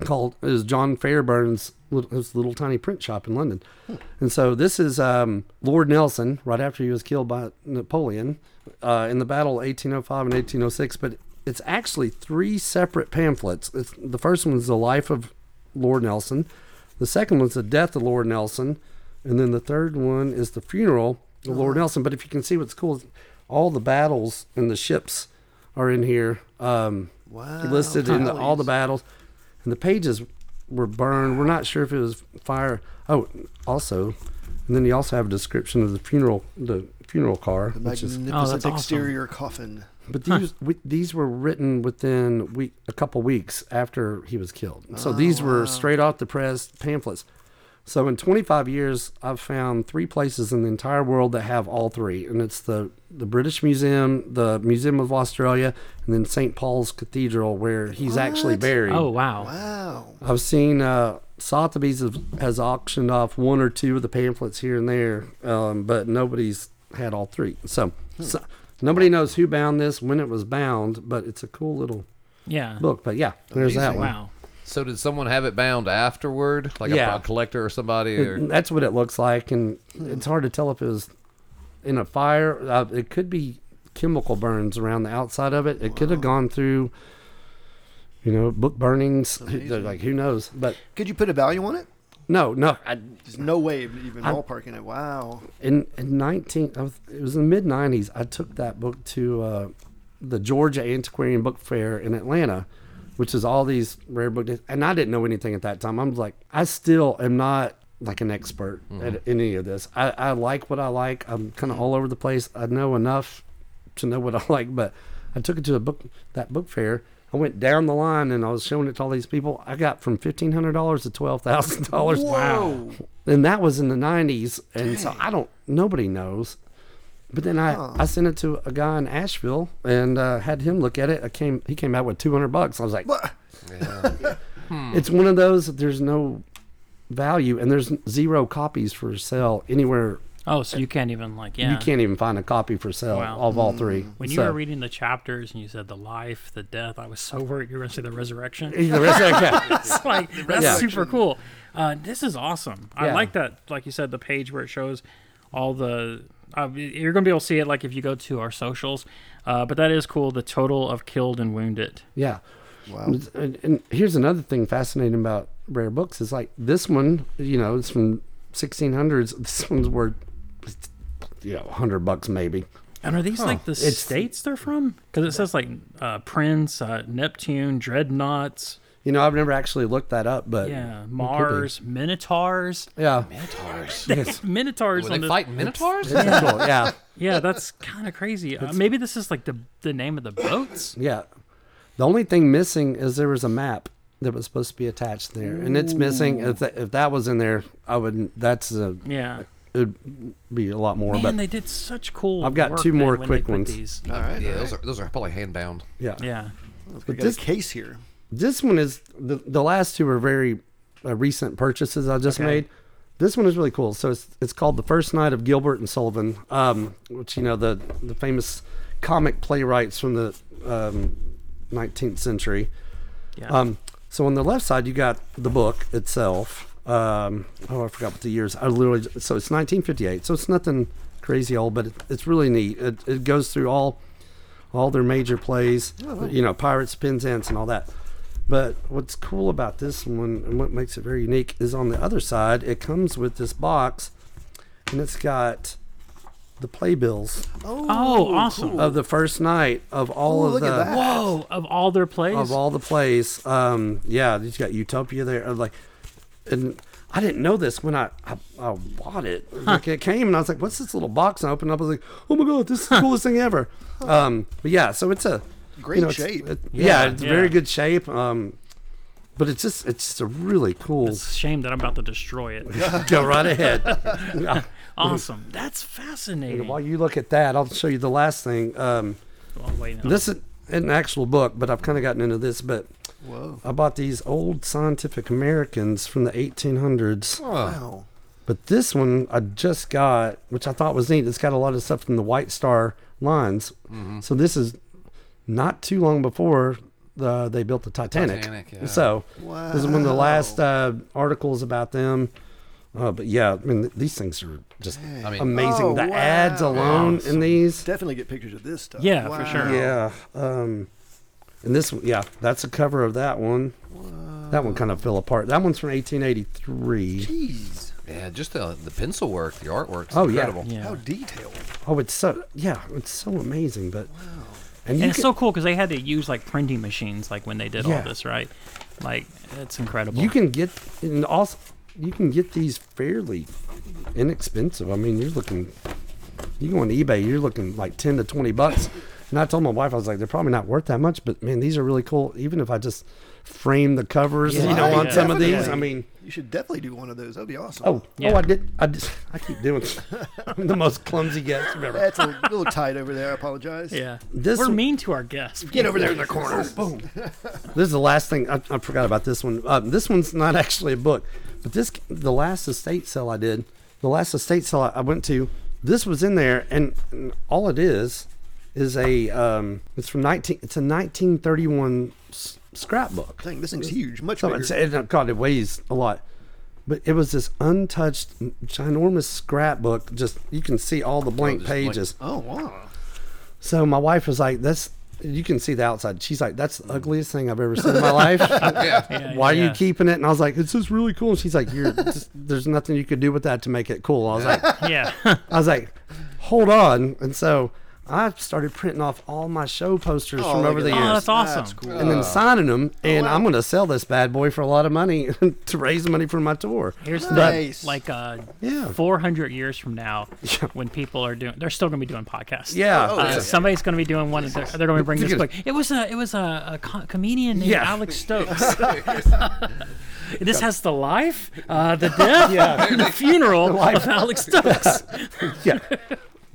Speaker 4: called it was John Fairburn's little, his little tiny print shop in London, and so this is um, Lord Nelson right after he was killed by Napoleon uh, in the Battle of 1805 and 1806. But it's actually three separate pamphlets. It's, the first one is the life of Lord Nelson, the second one's the death of Lord Nelson, and then the third one is the funeral of Lord Nelson. But if you can see what's cool, is all the battles and the ships are in here. Um,
Speaker 1: Wow,
Speaker 4: listed in the, all the
Speaker 1: tallies.
Speaker 4: battles, and the pages were burned. We're not sure if it was fire. Oh, also, and then you also have a description of the funeral, the funeral car, which is.
Speaker 1: Magnificent
Speaker 2: Oh, that's awesome.
Speaker 1: exterior coffin.
Speaker 4: But these we, these were written within week a couple weeks after he was killed. So these were straight off the press pamphlets. So in 25 years, I've found three places in the entire world that have all three, and it's the the British Museum, the Museum of Australia, and then St. Paul's Cathedral, where he's actually buried.
Speaker 2: Oh wow.
Speaker 1: Wow.
Speaker 4: I've seen uh, Sotheby's have, has auctioned off one or two of the pamphlets here and there, um, but nobody's had all three. So, so nobody knows who bound this, when it was bound, but it's a cool little
Speaker 2: Yeah.
Speaker 4: book. But yeah, there's that one.
Speaker 2: Wow.
Speaker 3: So did someone have it bound afterward, like
Speaker 4: Yeah.
Speaker 3: a, a collector or somebody? Or,
Speaker 4: That's what it looks like, and it's hard to tell if it was in a fire. Uh, it could be chemical burns around the outside of it. It could have gone through, you know, book burnings. Who- they're Like who knows? But
Speaker 1: Could you put a value on it?
Speaker 4: no, no. I,
Speaker 1: There's no way of even ballparking it. Wow.
Speaker 4: in in nineteen, I was, it was in the mid nineties. I took that book to uh, the Georgia Antiquarian Book Fair in Atlanta, which is all these rare book, days. and I didn't know anything at that time. I'm like, I still am not like an expert at any of this. I, I like what I like. I'm kind of all over the place. I know enough to know what I like, but I took it to the book that book fair. I went down the line and I was showing it to all these people. I got from fifteen hundred dollars to twelve thousand dollars. Wow! And that was in the nineties, and so I don't. Nobody knows. But then I, I sent it to a guy in Asheville and uh, had him look at it. I came he came out with two hundred bucks. I was like, it's one of those. that There's no value and there's zero copies for sale anywhere.
Speaker 2: Oh, so you can't even like yeah.
Speaker 4: You can't even find a copy for sale
Speaker 2: Wow.
Speaker 4: of all three.
Speaker 2: When you
Speaker 4: So-
Speaker 2: were reading the chapters and you said the life, the death, I was so worried you were going to say the resurrection.
Speaker 4: the rest of that-
Speaker 2: it's like that's
Speaker 4: Yeah.
Speaker 2: super cool. Uh, this is awesome. I
Speaker 4: Yeah.
Speaker 2: like that. Like you said, the page where it shows all the. Uh, you're gonna be able to see it like if you go to our socials, uh, but that is cool. The total of killed and wounded.
Speaker 4: Yeah. Wow. And, and here's another thing fascinating about rare books is like this one, you know, it's from 1600s. This one's worth, you know, 100 bucks maybe.
Speaker 2: And are these like the
Speaker 4: It's-
Speaker 2: states they're from? Because it says like uh, Prince, uh, Neptune, Dreadnoughts,
Speaker 4: You know, I've never actually looked that up, but
Speaker 2: yeah, Mars, Minotaurs,
Speaker 4: yeah,
Speaker 3: Minotaurs.
Speaker 4: yes.
Speaker 2: Minotaurs.
Speaker 3: Were
Speaker 2: on
Speaker 3: they
Speaker 2: this-
Speaker 3: fighting minotaurs?
Speaker 4: That's cool. yeah,
Speaker 2: Yeah, that's kind of crazy. Uh, maybe this is like the the name of the boats.
Speaker 4: yeah. The only thing missing is there was a map that was supposed to be attached there, and it's missing. If that, if that was in there, I wouldn't. That's a
Speaker 2: Yeah.
Speaker 4: it'd be a lot more.
Speaker 2: Man,
Speaker 4: but
Speaker 2: they did such cool.
Speaker 4: I've got
Speaker 2: work
Speaker 4: two
Speaker 2: there
Speaker 4: more
Speaker 2: when they
Speaker 4: quick
Speaker 2: put
Speaker 4: ones.
Speaker 2: These.
Speaker 3: yeah, those are those are probably hand bound.
Speaker 4: yeah,
Speaker 2: Yeah.
Speaker 1: We
Speaker 4: But
Speaker 1: got
Speaker 4: this
Speaker 1: a case here.
Speaker 4: this one is the, the last two are very uh, recent purchases I just made. This one is really cool. So it's it's called the First Night of Gilbert and Sullivan, um, which you know the the famous comic playwrights from the um, 19th century.
Speaker 2: Yeah.
Speaker 4: Um, so on the left side, you got the book itself. Um, oh, I forgot what the years. I literally so it's 1958. So it's nothing crazy old, but it, it's really neat. It, it goes through all all their major plays,
Speaker 1: Oh,
Speaker 4: you know, Pirates, Penzance, and all that. But what's cool about this one and what makes it very unique is on the other side, it comes with this box, and it's got the playbills
Speaker 2: oh, awesome.
Speaker 4: of the first night of all
Speaker 1: Ooh,
Speaker 4: of
Speaker 1: look
Speaker 4: the
Speaker 1: at that.
Speaker 2: Whoa, Oh, of all their plays.
Speaker 4: of all the plays. Um, yeah, you got Utopia there. uh, Like, and I didn't know this when I I, I bought it. Like it came and I was like, "What's this little box?" And I opened it up. I was like, "Oh my god, this is the coolest thing ever." Um, but yeah, so it's a
Speaker 1: Great
Speaker 4: it's-
Speaker 1: shape.
Speaker 4: it- yeah,
Speaker 2: Yeah,
Speaker 4: it's
Speaker 2: yeah.
Speaker 4: very good shape. Um, but it's just it's just a really cool.
Speaker 2: It's a shame that I'm about to destroy it.
Speaker 4: Go right ahead.
Speaker 2: awesome. That's fascinating.
Speaker 4: While you look at that, I'll show you the last thing. Um,
Speaker 2: Oh, wait, no.
Speaker 4: This is an actual book, but I've kind of gotten into this. But I bought these old Scientific Americans from the 1800s.
Speaker 1: Wow.
Speaker 4: But this one I just got, which I thought was neat. It's got a lot of stuff from the White Star lines.
Speaker 3: Mm-hmm.
Speaker 4: So this is not too long before the, they built the Titanic.
Speaker 3: Titanic, yeah.
Speaker 4: So this is one of the last uh, articles about them. Uh, but yeah, I mean th- these things are just
Speaker 3: I mean-
Speaker 4: amazing.
Speaker 1: Oh,
Speaker 4: the ads
Speaker 1: wow.
Speaker 4: alone in these,
Speaker 1: Definitely get pictures of this stuff.
Speaker 2: Yeah,
Speaker 1: wow.
Speaker 2: for sure.
Speaker 4: yeah. Um, and this, yeah, that's a cover of that one. That one kind of fell apart. That one's from 1883.
Speaker 1: Jeez.
Speaker 3: Yeah, just the the pencil work, the artwork's
Speaker 4: Oh, yeah.
Speaker 3: incredible.
Speaker 2: Yeah.
Speaker 1: How
Speaker 2: And
Speaker 1: detailed.
Speaker 4: Oh, it's so yeah, it's so amazing. But and, you
Speaker 2: it's
Speaker 4: can-
Speaker 2: so cool because they had to use like printing machines like when they did
Speaker 4: Yeah.
Speaker 2: all this, right? Like, it's incredible.
Speaker 4: you can get and also you can get these fairly inexpensive. I mean, you're looking you go on eBay, you're looking like 10 to 20 bucks. And I told my wife I was like they're probably not worth that much, but man, these are really cool even if I just frame the covers, you know,
Speaker 1: Right,
Speaker 4: on some of these.
Speaker 1: definitely.
Speaker 4: I mean,
Speaker 1: You should definitely do one of those. That'd be awesome.
Speaker 4: oh,
Speaker 2: Yeah.
Speaker 4: oh, I did I just, I keep doing I'm the most clumsy guest I've ever.
Speaker 1: That's a little tight over there. I apologize.
Speaker 2: yeah.
Speaker 4: This
Speaker 2: We're
Speaker 4: one-
Speaker 2: mean to our guests.
Speaker 1: Get over there in the corner.
Speaker 4: Boom. this is the last thing I, I forgot about this one. Um, this one's not actually a book, but this the last estate sale I did. The last estate sale I, I went to. This was in there, and, and all it is is a um, it's from 19 it's a 1931 s- scrapbook.
Speaker 1: Dang, this thing's huge. Much
Speaker 4: So
Speaker 1: bigger.
Speaker 4: it's, it, God, it weighs a lot. But it was this untouched, ginormous scrapbook. Just you can see all the blank
Speaker 3: just blank.
Speaker 4: pages.
Speaker 1: oh wow.
Speaker 4: So my wife was like, "That's." You can see the outside. She's like, "That's the ugliest thing I've ever seen in my life. Why are
Speaker 2: yeah.
Speaker 4: you keeping it?" And I was like, "It's just really cool." And she's like, "You're just, there's nothing you could do with that to make it cool." I was like,
Speaker 2: Yeah. Oh,
Speaker 4: I was like, "Hold on." And so I started printing off all my show posters
Speaker 1: Oh,
Speaker 4: from
Speaker 1: look
Speaker 4: over
Speaker 1: at
Speaker 4: the
Speaker 1: that.
Speaker 4: years
Speaker 2: Oh, that's awesome.
Speaker 4: and then signing them. And I'm going to sell this bad boy for a lot of money to raise money for my tour.
Speaker 2: Here's
Speaker 1: But-
Speaker 2: the,
Speaker 1: Nice.
Speaker 2: like uh,
Speaker 4: Yeah.
Speaker 2: 400 years from now, when people are doing, they're still going to be doing podcasts.
Speaker 4: Yeah.
Speaker 2: Uh, somebody's going to be doing one. They're, they're going to bring this book. It was a it was a, a co- comedian named
Speaker 4: Yeah.
Speaker 2: Alex Stokes. this has the life, uh, the death,
Speaker 4: Yeah.
Speaker 2: and the funeral of Alex Stokes. Oh.
Speaker 4: yeah.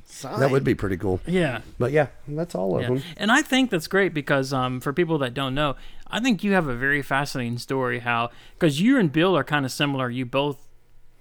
Speaker 1: Sign.
Speaker 4: That would be pretty cool.
Speaker 2: yeah.
Speaker 4: But yeah, that's all of
Speaker 2: Yeah.
Speaker 4: them.
Speaker 2: And I think that's great because um, for people that don't know, I think you have a very fascinating story how because you and Bill are kind of similar. You both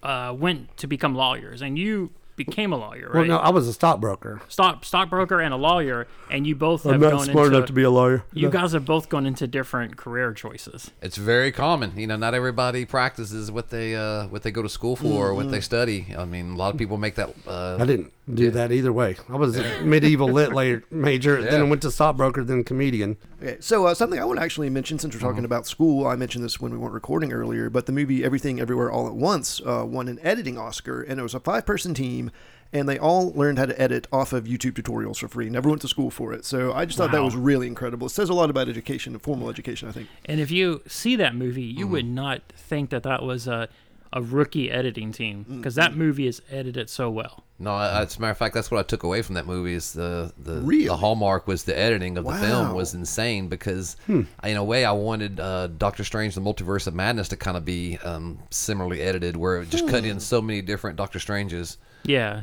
Speaker 2: uh, went to become lawyers, and you became a lawyer,
Speaker 4: Well,
Speaker 2: right?
Speaker 4: no, I was a stockbroker.
Speaker 2: Stock stockbroker and a lawyer, and you both have gone into,
Speaker 4: a lawyer.
Speaker 2: You guys have both gone into different career choices.
Speaker 3: It's very common. You know, not everybody practices what they uh, what they go to school for or what
Speaker 4: Mm.
Speaker 3: they study. I mean, a lot of people make that.
Speaker 4: I
Speaker 3: Uh,
Speaker 4: didn't do that either way. I was a medieval lit layer major, then
Speaker 3: Yeah.
Speaker 4: I went to stockbroker, then comedian.
Speaker 1: Okay, so uh, something I want to actually mention since we're
Speaker 4: Mm-hmm.
Speaker 1: talking about school, I mentioned this when we weren't recording earlier, but the movie Everything Everywhere All at Once uh, won an editing Oscar, and it was a five person team, and they all learned how to edit off of YouTube tutorials for free. Never went to school for it. So I just thought that
Speaker 2: Wow.
Speaker 1: was really incredible. It says a lot about education, formal education, I think.
Speaker 2: And if you see that movie, you would not think that that was a a rookie editing team because that movie is edited so well.
Speaker 3: no, I, as a matter of fact, that's what I took away from that movie is the the,
Speaker 1: Really?
Speaker 3: the hallmark was the editing of the film
Speaker 1: Wow.
Speaker 3: was insane because in a way I wanted uh, Doctor Strange: The Multiverse of Madness to kind of be um, similarly edited, where it just cut in so many different Doctor Stranges.
Speaker 2: Yeah,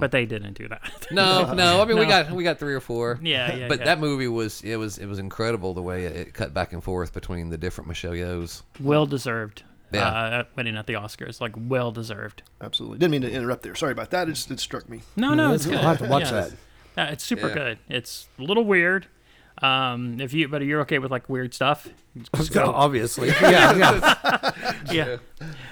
Speaker 2: but they didn't do that.
Speaker 3: No, no. I mean, we
Speaker 2: No.
Speaker 3: got we got three or four.
Speaker 2: Yeah, yeah,
Speaker 3: But
Speaker 2: yeah.
Speaker 3: that movie was it was it was incredible the way it, it cut back and forth between the different Michelle Yeohs.
Speaker 2: well deserved.
Speaker 3: Yeah.
Speaker 2: Uh, winning at the Oscars, like well deserved.
Speaker 1: Absolutely. Didn't mean to interrupt there. Sorry about that. It just it struck me.
Speaker 2: No, no, Mm, it's good.
Speaker 4: I'll have to watch
Speaker 2: Yeah,
Speaker 4: that.
Speaker 2: Uh, it's super good. It's a little weird. Um, if you, but you're okay with like weird stuff.
Speaker 4: Obviously. Yeah. yeah.
Speaker 2: Yeah,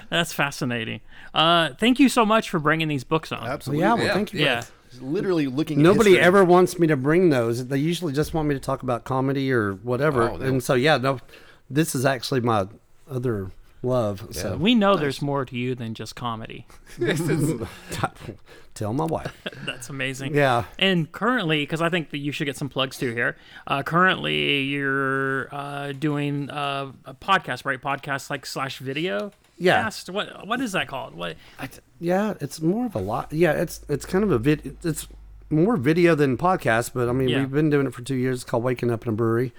Speaker 2: that's fascinating. Uh, thank you so much for bringing these books on.
Speaker 1: Absolutely.
Speaker 4: yeah, well, thank you.
Speaker 2: Yeah,
Speaker 1: Literally looking
Speaker 4: Nobody
Speaker 1: at history.
Speaker 4: ever wants me to bring those. They usually just want me to talk about comedy or whatever.
Speaker 3: Oh, they-
Speaker 4: and so, yeah, no, this is actually my other love. So,
Speaker 2: we know there's more to you than just comedy.
Speaker 4: tell my wife.
Speaker 2: That's amazing.
Speaker 4: Yeah.
Speaker 2: And currently, because I think that you should get some plugs too here. Uh, currently, you're uh, doing uh, a podcast, right? Podcast like slash video.
Speaker 4: Yeah.
Speaker 2: Cast? What What is that called? What?
Speaker 4: Yeah, it's more of a lot. Yeah, it's it's kind of a vid. It's more video than podcast, but I mean,
Speaker 2: Yeah.
Speaker 4: we've been doing it for two years. It's called Waking Up in a Brewery.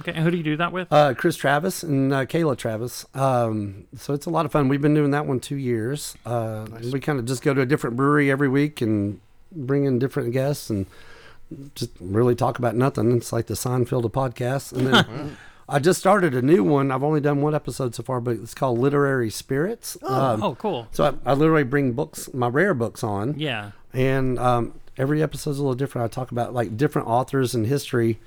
Speaker 2: Okay. Who do you do that with?
Speaker 4: Uh, Chris Travis and uh, Kayla Travis. Um, so it's a lot of fun. We've been doing that one two years. Uh, We kind of just go to a different brewery every week and bring in different guests and just really talk about nothing. It's like the Seinfeld of podcasts. And then I just started a new one. I've only done one episode so far, but it's called Literary Spirits. Um,
Speaker 2: oh, cool.
Speaker 4: So I, I literally bring books, my rare books on
Speaker 2: Yeah.
Speaker 4: and um, every episode's a little different. I talk about like different authors and history.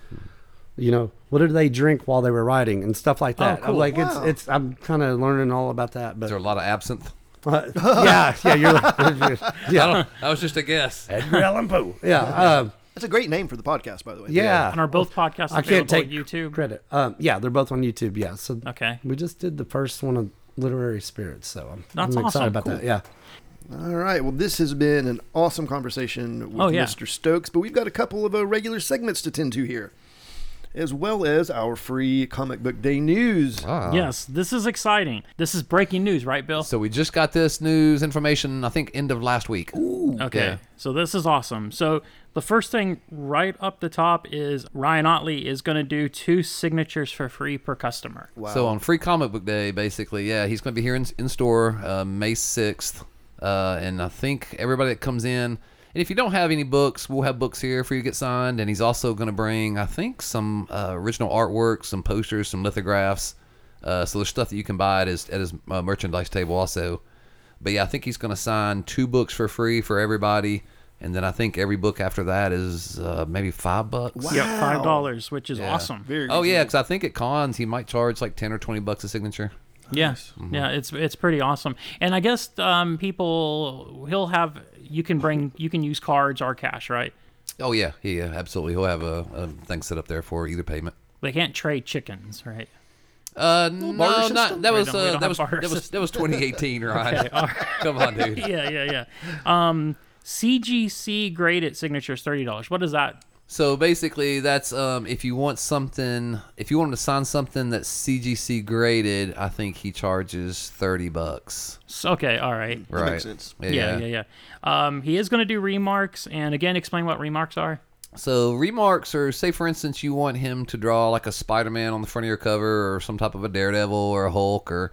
Speaker 4: You know, what did they drink while they were writing and stuff like that.
Speaker 2: cool.
Speaker 4: Like it's it's I'm kind of learning all about that. But
Speaker 3: There are a lot of absinthe.
Speaker 4: uh, yeah, yeah, you're, like-
Speaker 3: I
Speaker 4: yeah,
Speaker 3: don't. That was just a guess.
Speaker 4: Edgar Allan Poe. Yeah, uh,
Speaker 1: That's a great name for the podcast, by the way.
Speaker 4: yeah.
Speaker 2: And are both podcasts
Speaker 4: I
Speaker 2: available
Speaker 4: can't take
Speaker 2: on YouTube?
Speaker 4: credit. Um, yeah, they're both on YouTube. Yeah, so
Speaker 2: Okay.
Speaker 4: we just did the first one of Literary Spirits, so I'm,
Speaker 2: That's
Speaker 4: I'm
Speaker 2: awesome.
Speaker 4: excited about that. Yeah.
Speaker 1: All right. Well, this has been an awesome conversation with
Speaker 2: Oh, yeah.
Speaker 1: Mr. Stokes, but we've got a couple of uh, regular segments to tend to here, as well as our free comic book day news.
Speaker 3: Ah,
Speaker 2: Yes, this is exciting. This is breaking news, right, Bill?
Speaker 3: So we just got this news information. I think end of last week.
Speaker 2: Okay.
Speaker 3: Yeah.
Speaker 2: So this is awesome. So the first thing right up the top is Ryan Otley is going to do two signatures for free per customer.
Speaker 3: So on Free Comic Book Day, basically, yeah, he's going to be here in, in store uh, May 6th. Uh, and I think everybody that comes in, and if you don't have any books, we'll have books here for you to get signed. And he's also going to bring, I think, some uh, original artwork, some posters, some lithographs. Uh, so there's stuff that you can buy at his, at his uh, merchandise table also. But yeah, I think he's going to sign two books for free for everybody. and then I think every book after that is uh, maybe five bucks. Wow.
Speaker 2: Yep, five dollars, which is awesome.
Speaker 1: Very
Speaker 3: Oh yeah, because I think at cons he might charge like ten or twenty bucks a signature.
Speaker 2: Yeah, yeah, it's it's pretty awesome. And I guess um, people he'll have you can bring you can use cards or cash, right?
Speaker 3: Oh yeah, yeah, yeah, absolutely. He'll have a, a thing set up there for either payment.
Speaker 2: They can't trade chickens, right?
Speaker 3: Uh, no,
Speaker 1: barter
Speaker 3: not
Speaker 1: system?
Speaker 3: that
Speaker 2: We
Speaker 3: was
Speaker 2: don't- we
Speaker 3: uh,
Speaker 2: don't
Speaker 3: that
Speaker 2: have
Speaker 3: was
Speaker 2: barter
Speaker 3: that was
Speaker 2: system.
Speaker 3: that was 2018, right? Come on, dude.
Speaker 2: Yeah, yeah, yeah. Um, CGC graded signatures thirty dollars. What is that?
Speaker 3: So basically, that's um, if you want something, if you want to sign something that's CGC graded, I think he charges thirty bucks.
Speaker 2: S- Okay, all right.
Speaker 3: Right?
Speaker 1: makes sense.
Speaker 2: Yeah, yeah, yeah. Um, he is going to do remarks, and again, explain what remarks are.
Speaker 3: So remarks are, say, for instance, you want him to draw like a Spider-Man on the front of your cover, or some type of a Daredevil or a Hulk, or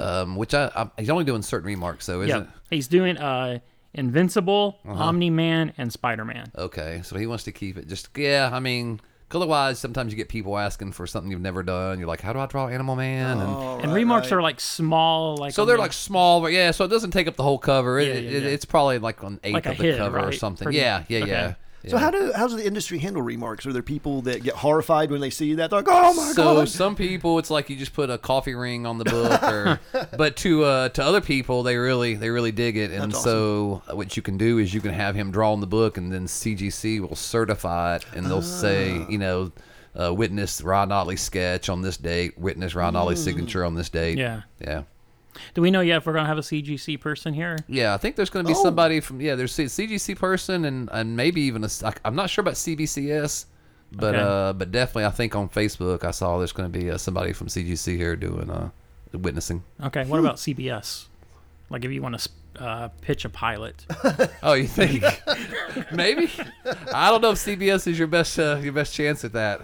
Speaker 3: um, which I, I he's only doing certain remarks though, isn't
Speaker 2: Yeah, he's doing uh, Invincible,
Speaker 3: Uh-huh.
Speaker 2: Omni Man, and Spider Man.
Speaker 3: it? Okay, so he wants to keep it just yeah. I mean, 'cause otherwise, sometimes you get people asking for something you've never done. You're like, how do I draw Animal Man? And
Speaker 2: and remarks are like small, like
Speaker 3: So
Speaker 2: on
Speaker 3: they're
Speaker 2: the-
Speaker 3: like small, but yeah, so it doesn't take up the whole cover. It,
Speaker 2: Yeah, yeah,
Speaker 3: it,
Speaker 2: yeah.
Speaker 3: It's probably like an eighth
Speaker 2: Like a
Speaker 3: of the
Speaker 2: hit,
Speaker 3: cover or
Speaker 2: right?
Speaker 3: something.
Speaker 2: Pretty-
Speaker 3: yeah, yeah,
Speaker 2: okay.
Speaker 3: yeah.
Speaker 1: So how do how's the industry handle remarks? Are there people that get horrified when they see that? They're like, oh my
Speaker 3: so
Speaker 1: god!
Speaker 3: some people it's like you just put a coffee ring on the book or but to uh to other people they really they really dig it and
Speaker 1: That's
Speaker 3: so what you can do is you can have him draw on the book and then cgc will certify it and they'll say
Speaker 1: Ah.
Speaker 3: you know uh, witness Ron Notley's sketch on this date. Witness Ron Notley's
Speaker 1: Mm.
Speaker 3: signature on this date.
Speaker 2: Yeah.
Speaker 3: yeah,
Speaker 2: Do we know yet if we're going to have a CGC person here?
Speaker 3: yeah. I think there's going to be
Speaker 2: Oh.
Speaker 3: somebody from yeah. There's a CGC person and and maybe even a. I, I'm not sure about CBCS, but
Speaker 2: Okay.
Speaker 3: uh, but definitely I think on Facebook I saw there's going to be uh, somebody from CGC here doing uh witnessing.
Speaker 2: Okay, what about CBS? Like, if you want to uh, pitch a pilot,
Speaker 3: Oh, you think? Maybe. I don't know if CBS is your best uh, your best chance at that.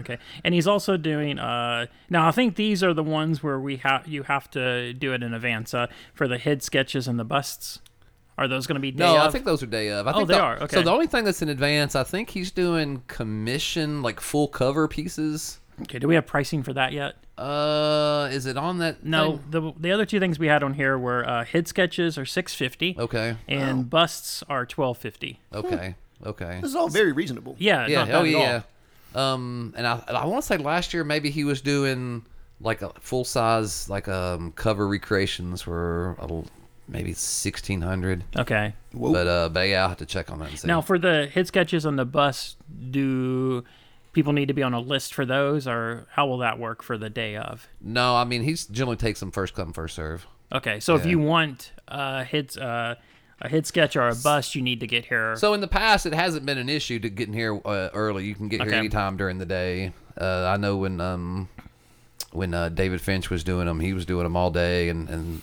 Speaker 2: okay. And he's also doing. Uh, now, I think these are the ones where we have you have to do it in advance uh, for the head sketches and the busts. Are those going to be? Day
Speaker 3: no, I
Speaker 2: of?
Speaker 3: think those are day of. I think
Speaker 2: Oh, they
Speaker 3: the-
Speaker 2: are,
Speaker 3: So
Speaker 2: okay.
Speaker 3: the only thing that's in advance, I think he's doing commission like full cover pieces.
Speaker 2: Okay, do we have pricing for that yet?
Speaker 3: Uh, is it on that?
Speaker 2: No,
Speaker 3: thing?
Speaker 2: the the other two things we had on here were uh, head sketches are six fifty.
Speaker 3: Okay.
Speaker 2: And busts are twelve fifty.
Speaker 3: Okay. Okay.
Speaker 1: this is all very reasonable.
Speaker 2: Yeah.
Speaker 3: Yeah.
Speaker 2: Not bad
Speaker 3: Oh
Speaker 2: at all.
Speaker 3: yeah. Um, and I I want to say last year maybe he was doing like a full size like um cover recreations were a, l- maybe sixteen hundred.
Speaker 2: Okay.
Speaker 3: But uh, but yeah, I'll have to check on that and see.
Speaker 2: Now for the head sketches on the bus, do people need to be on a list for those, or how will that work for the day of?
Speaker 3: No, I mean he's generally takes them first come first serve.
Speaker 2: Okay, so if you want a head uh, a head sketch or a bust, you need to get here.
Speaker 3: So in the past, it hasn't been an issue to get in here uh, early. You can get here
Speaker 2: Okay.
Speaker 3: anytime during the day. Uh, I know when um when uh, David Finch was doing them, he was doing them all day, and and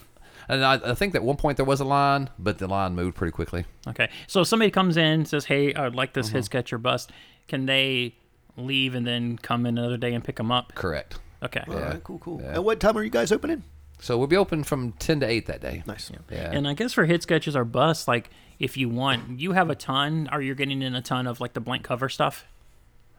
Speaker 3: and I, I think at one point there was a line, but the line moved pretty quickly.
Speaker 2: okay, so if somebody comes in says, "Hey, I'd like this
Speaker 3: Uh-huh.
Speaker 2: head sketch or bust," can they leave and then come in another day and pick them up?
Speaker 3: Correct.
Speaker 2: Okay.
Speaker 1: All right, cool, cool. At what time are you guys opening?
Speaker 3: So we'll be open from ten to eight that day.
Speaker 1: Nice.
Speaker 3: Yeah.
Speaker 2: And I guess for hit sketches or busts, like if you want, you have a ton, or you're getting in a ton of like the blank cover stuff.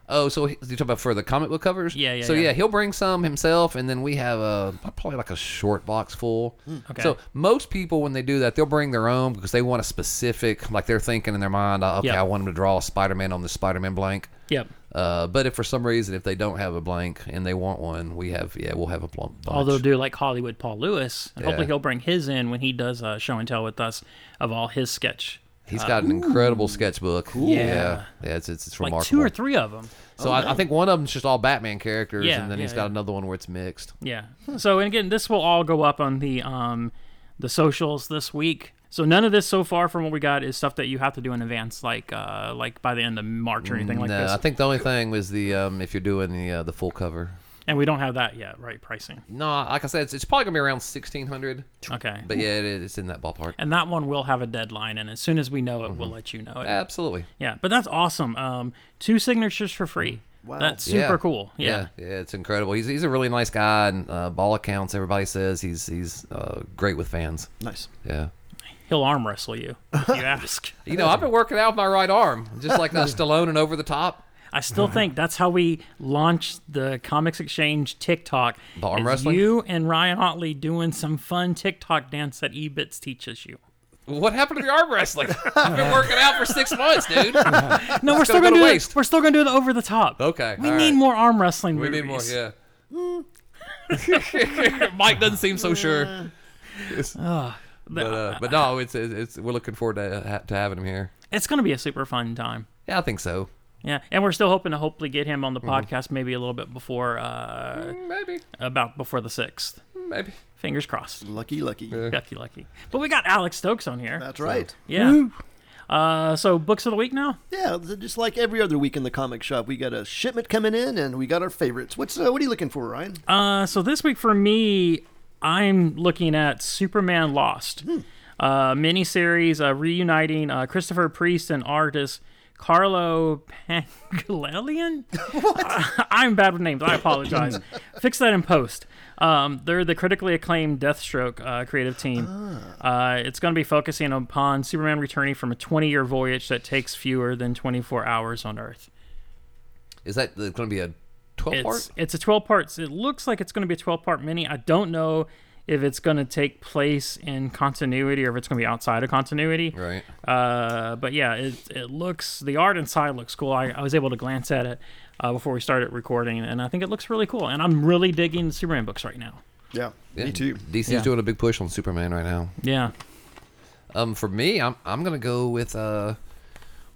Speaker 3: Oh, so he, you talking about for the comic book covers?
Speaker 2: Yeah, yeah,
Speaker 3: So yeah.
Speaker 2: yeah.
Speaker 3: he'll bring some himself, and then we have a probably like a short box full.
Speaker 2: Okay.
Speaker 3: So most people when they do that, they'll bring their own because they want a specific. Like they're thinking in their mind, uh, okay,
Speaker 2: Yeah.
Speaker 3: I want them to draw a Spider-Man on the Spider-Man blank.
Speaker 2: Yep.
Speaker 3: Uh, but if for some reason if they don't have a blank and they want one, we have yeah we'll have a blank.
Speaker 2: Although they'll do like Hollywood Paul Lewis, and hopefully
Speaker 3: Yeah.
Speaker 2: he'll bring his in when he does a show and tell with us of all his sketch,
Speaker 3: he's got an incredible sketchbook. Yeah, yeah, it's it's, it's
Speaker 2: like
Speaker 3: remarkable.
Speaker 2: two or three of them.
Speaker 3: So I, I think one of them's just all Batman characters,
Speaker 2: Yeah,
Speaker 3: and then
Speaker 2: yeah,
Speaker 3: he's got
Speaker 2: yeah.
Speaker 3: another one where it's mixed.
Speaker 2: Yeah. So and again, this will all go up on the um the socials this week. So none of this so far from what we got is stuff that you have to do in advance, like uh like by the end of March or anything like
Speaker 3: no,
Speaker 2: this.
Speaker 3: I think the only thing was the um, if you're doing the uh, the full cover.
Speaker 2: and we don't have that yet, right? Pricing.
Speaker 3: No, like I said, it's, it's probably gonna be around sixteen hundred.
Speaker 2: Okay.
Speaker 3: But yeah, it, it's in that ballpark.
Speaker 2: and that one will have a deadline, and as soon as we know it,
Speaker 3: Mm-hmm.
Speaker 2: we'll let you know it.
Speaker 3: Absolutely.
Speaker 2: Yeah, but that's awesome. Um, two signatures for free. Wow, that's super
Speaker 3: Yeah.
Speaker 2: cool. Yeah.
Speaker 3: yeah, it's incredible. He's he's a really nice guy, and uh, by all accounts, everybody says he's he's uh, great with fans.
Speaker 1: Nice.
Speaker 3: Yeah.
Speaker 2: he'll arm wrestle you if you ask.
Speaker 3: You know, I've been working out with my right arm, just like uh, Stallone and Over the Top.
Speaker 2: I still think that's how we launched the Comics Exchange TikTok.
Speaker 3: The arm
Speaker 2: is
Speaker 3: wrestling?
Speaker 2: You and Ryan Otley doing some fun TikTok dance that Ebits teaches you.
Speaker 3: What happened to your arm wrestling? I've been working out for six months, dude.
Speaker 2: No, we're
Speaker 3: It's
Speaker 2: still gonna
Speaker 3: gonna go to
Speaker 2: do
Speaker 3: waste.
Speaker 2: it. We're still gonna do it over the top.
Speaker 3: Okay,
Speaker 2: We
Speaker 3: all
Speaker 2: need
Speaker 3: right.
Speaker 2: more arm wrestling.
Speaker 3: We need more.
Speaker 2: movies.
Speaker 3: Yeah. Mike doesn't seem so sure. But, uh, but no, it's, it's it's we're looking forward to ha- to having him here.
Speaker 2: It's gonna be a super fun time.
Speaker 3: Yeah, I think so.
Speaker 2: Yeah, and we're still hoping to hopefully get him on
Speaker 3: Mm-hmm.
Speaker 2: the podcast maybe a little bit before uh,
Speaker 3: Maybe,
Speaker 2: about before the sixth.
Speaker 3: maybe.
Speaker 2: Fingers crossed.
Speaker 1: Lucky, lucky.
Speaker 2: Lucky, lucky. But we got Alex Stokes on here.
Speaker 1: That's right.
Speaker 2: Yeah. Uh, so books of the week now.
Speaker 1: Yeah, th- just like every other week in the comic shop, we got a shipment coming in, and we got our favorites. What's uh, what are you looking for, Ryan?
Speaker 2: Uh, so this week for me, I'm looking at Superman Lost, uh, miniseries uh, reuniting uh, Christopher Priest and artist Carlo Pangalian. I'm bad with names. I apologize. Fix that in post. Um, they're the critically acclaimed Deathstroke uh, creative team. Uh, it's going to be focusing upon Superman returning from a 20 year voyage that takes fewer than 24 hours on Earth.
Speaker 3: Is that going to be a twelve
Speaker 2: It's
Speaker 3: part?
Speaker 2: it's a 12 part. It looks like it's going to be a 12 part mini. I don't know if it's going to take place in continuity or if it's going to be outside of continuity.
Speaker 3: Right.
Speaker 2: Uh, but yeah, it it looks the art inside looks cool. I, I was able to glance at it uh, before we started recording, and I think it looks really cool. And I'm really digging Superman books right now.
Speaker 1: Yeah,
Speaker 3: Yeah.
Speaker 1: me too.
Speaker 3: DC's doing a big push on Superman right now.
Speaker 2: Yeah.
Speaker 3: Um, for me, I'm I'm gonna go with uh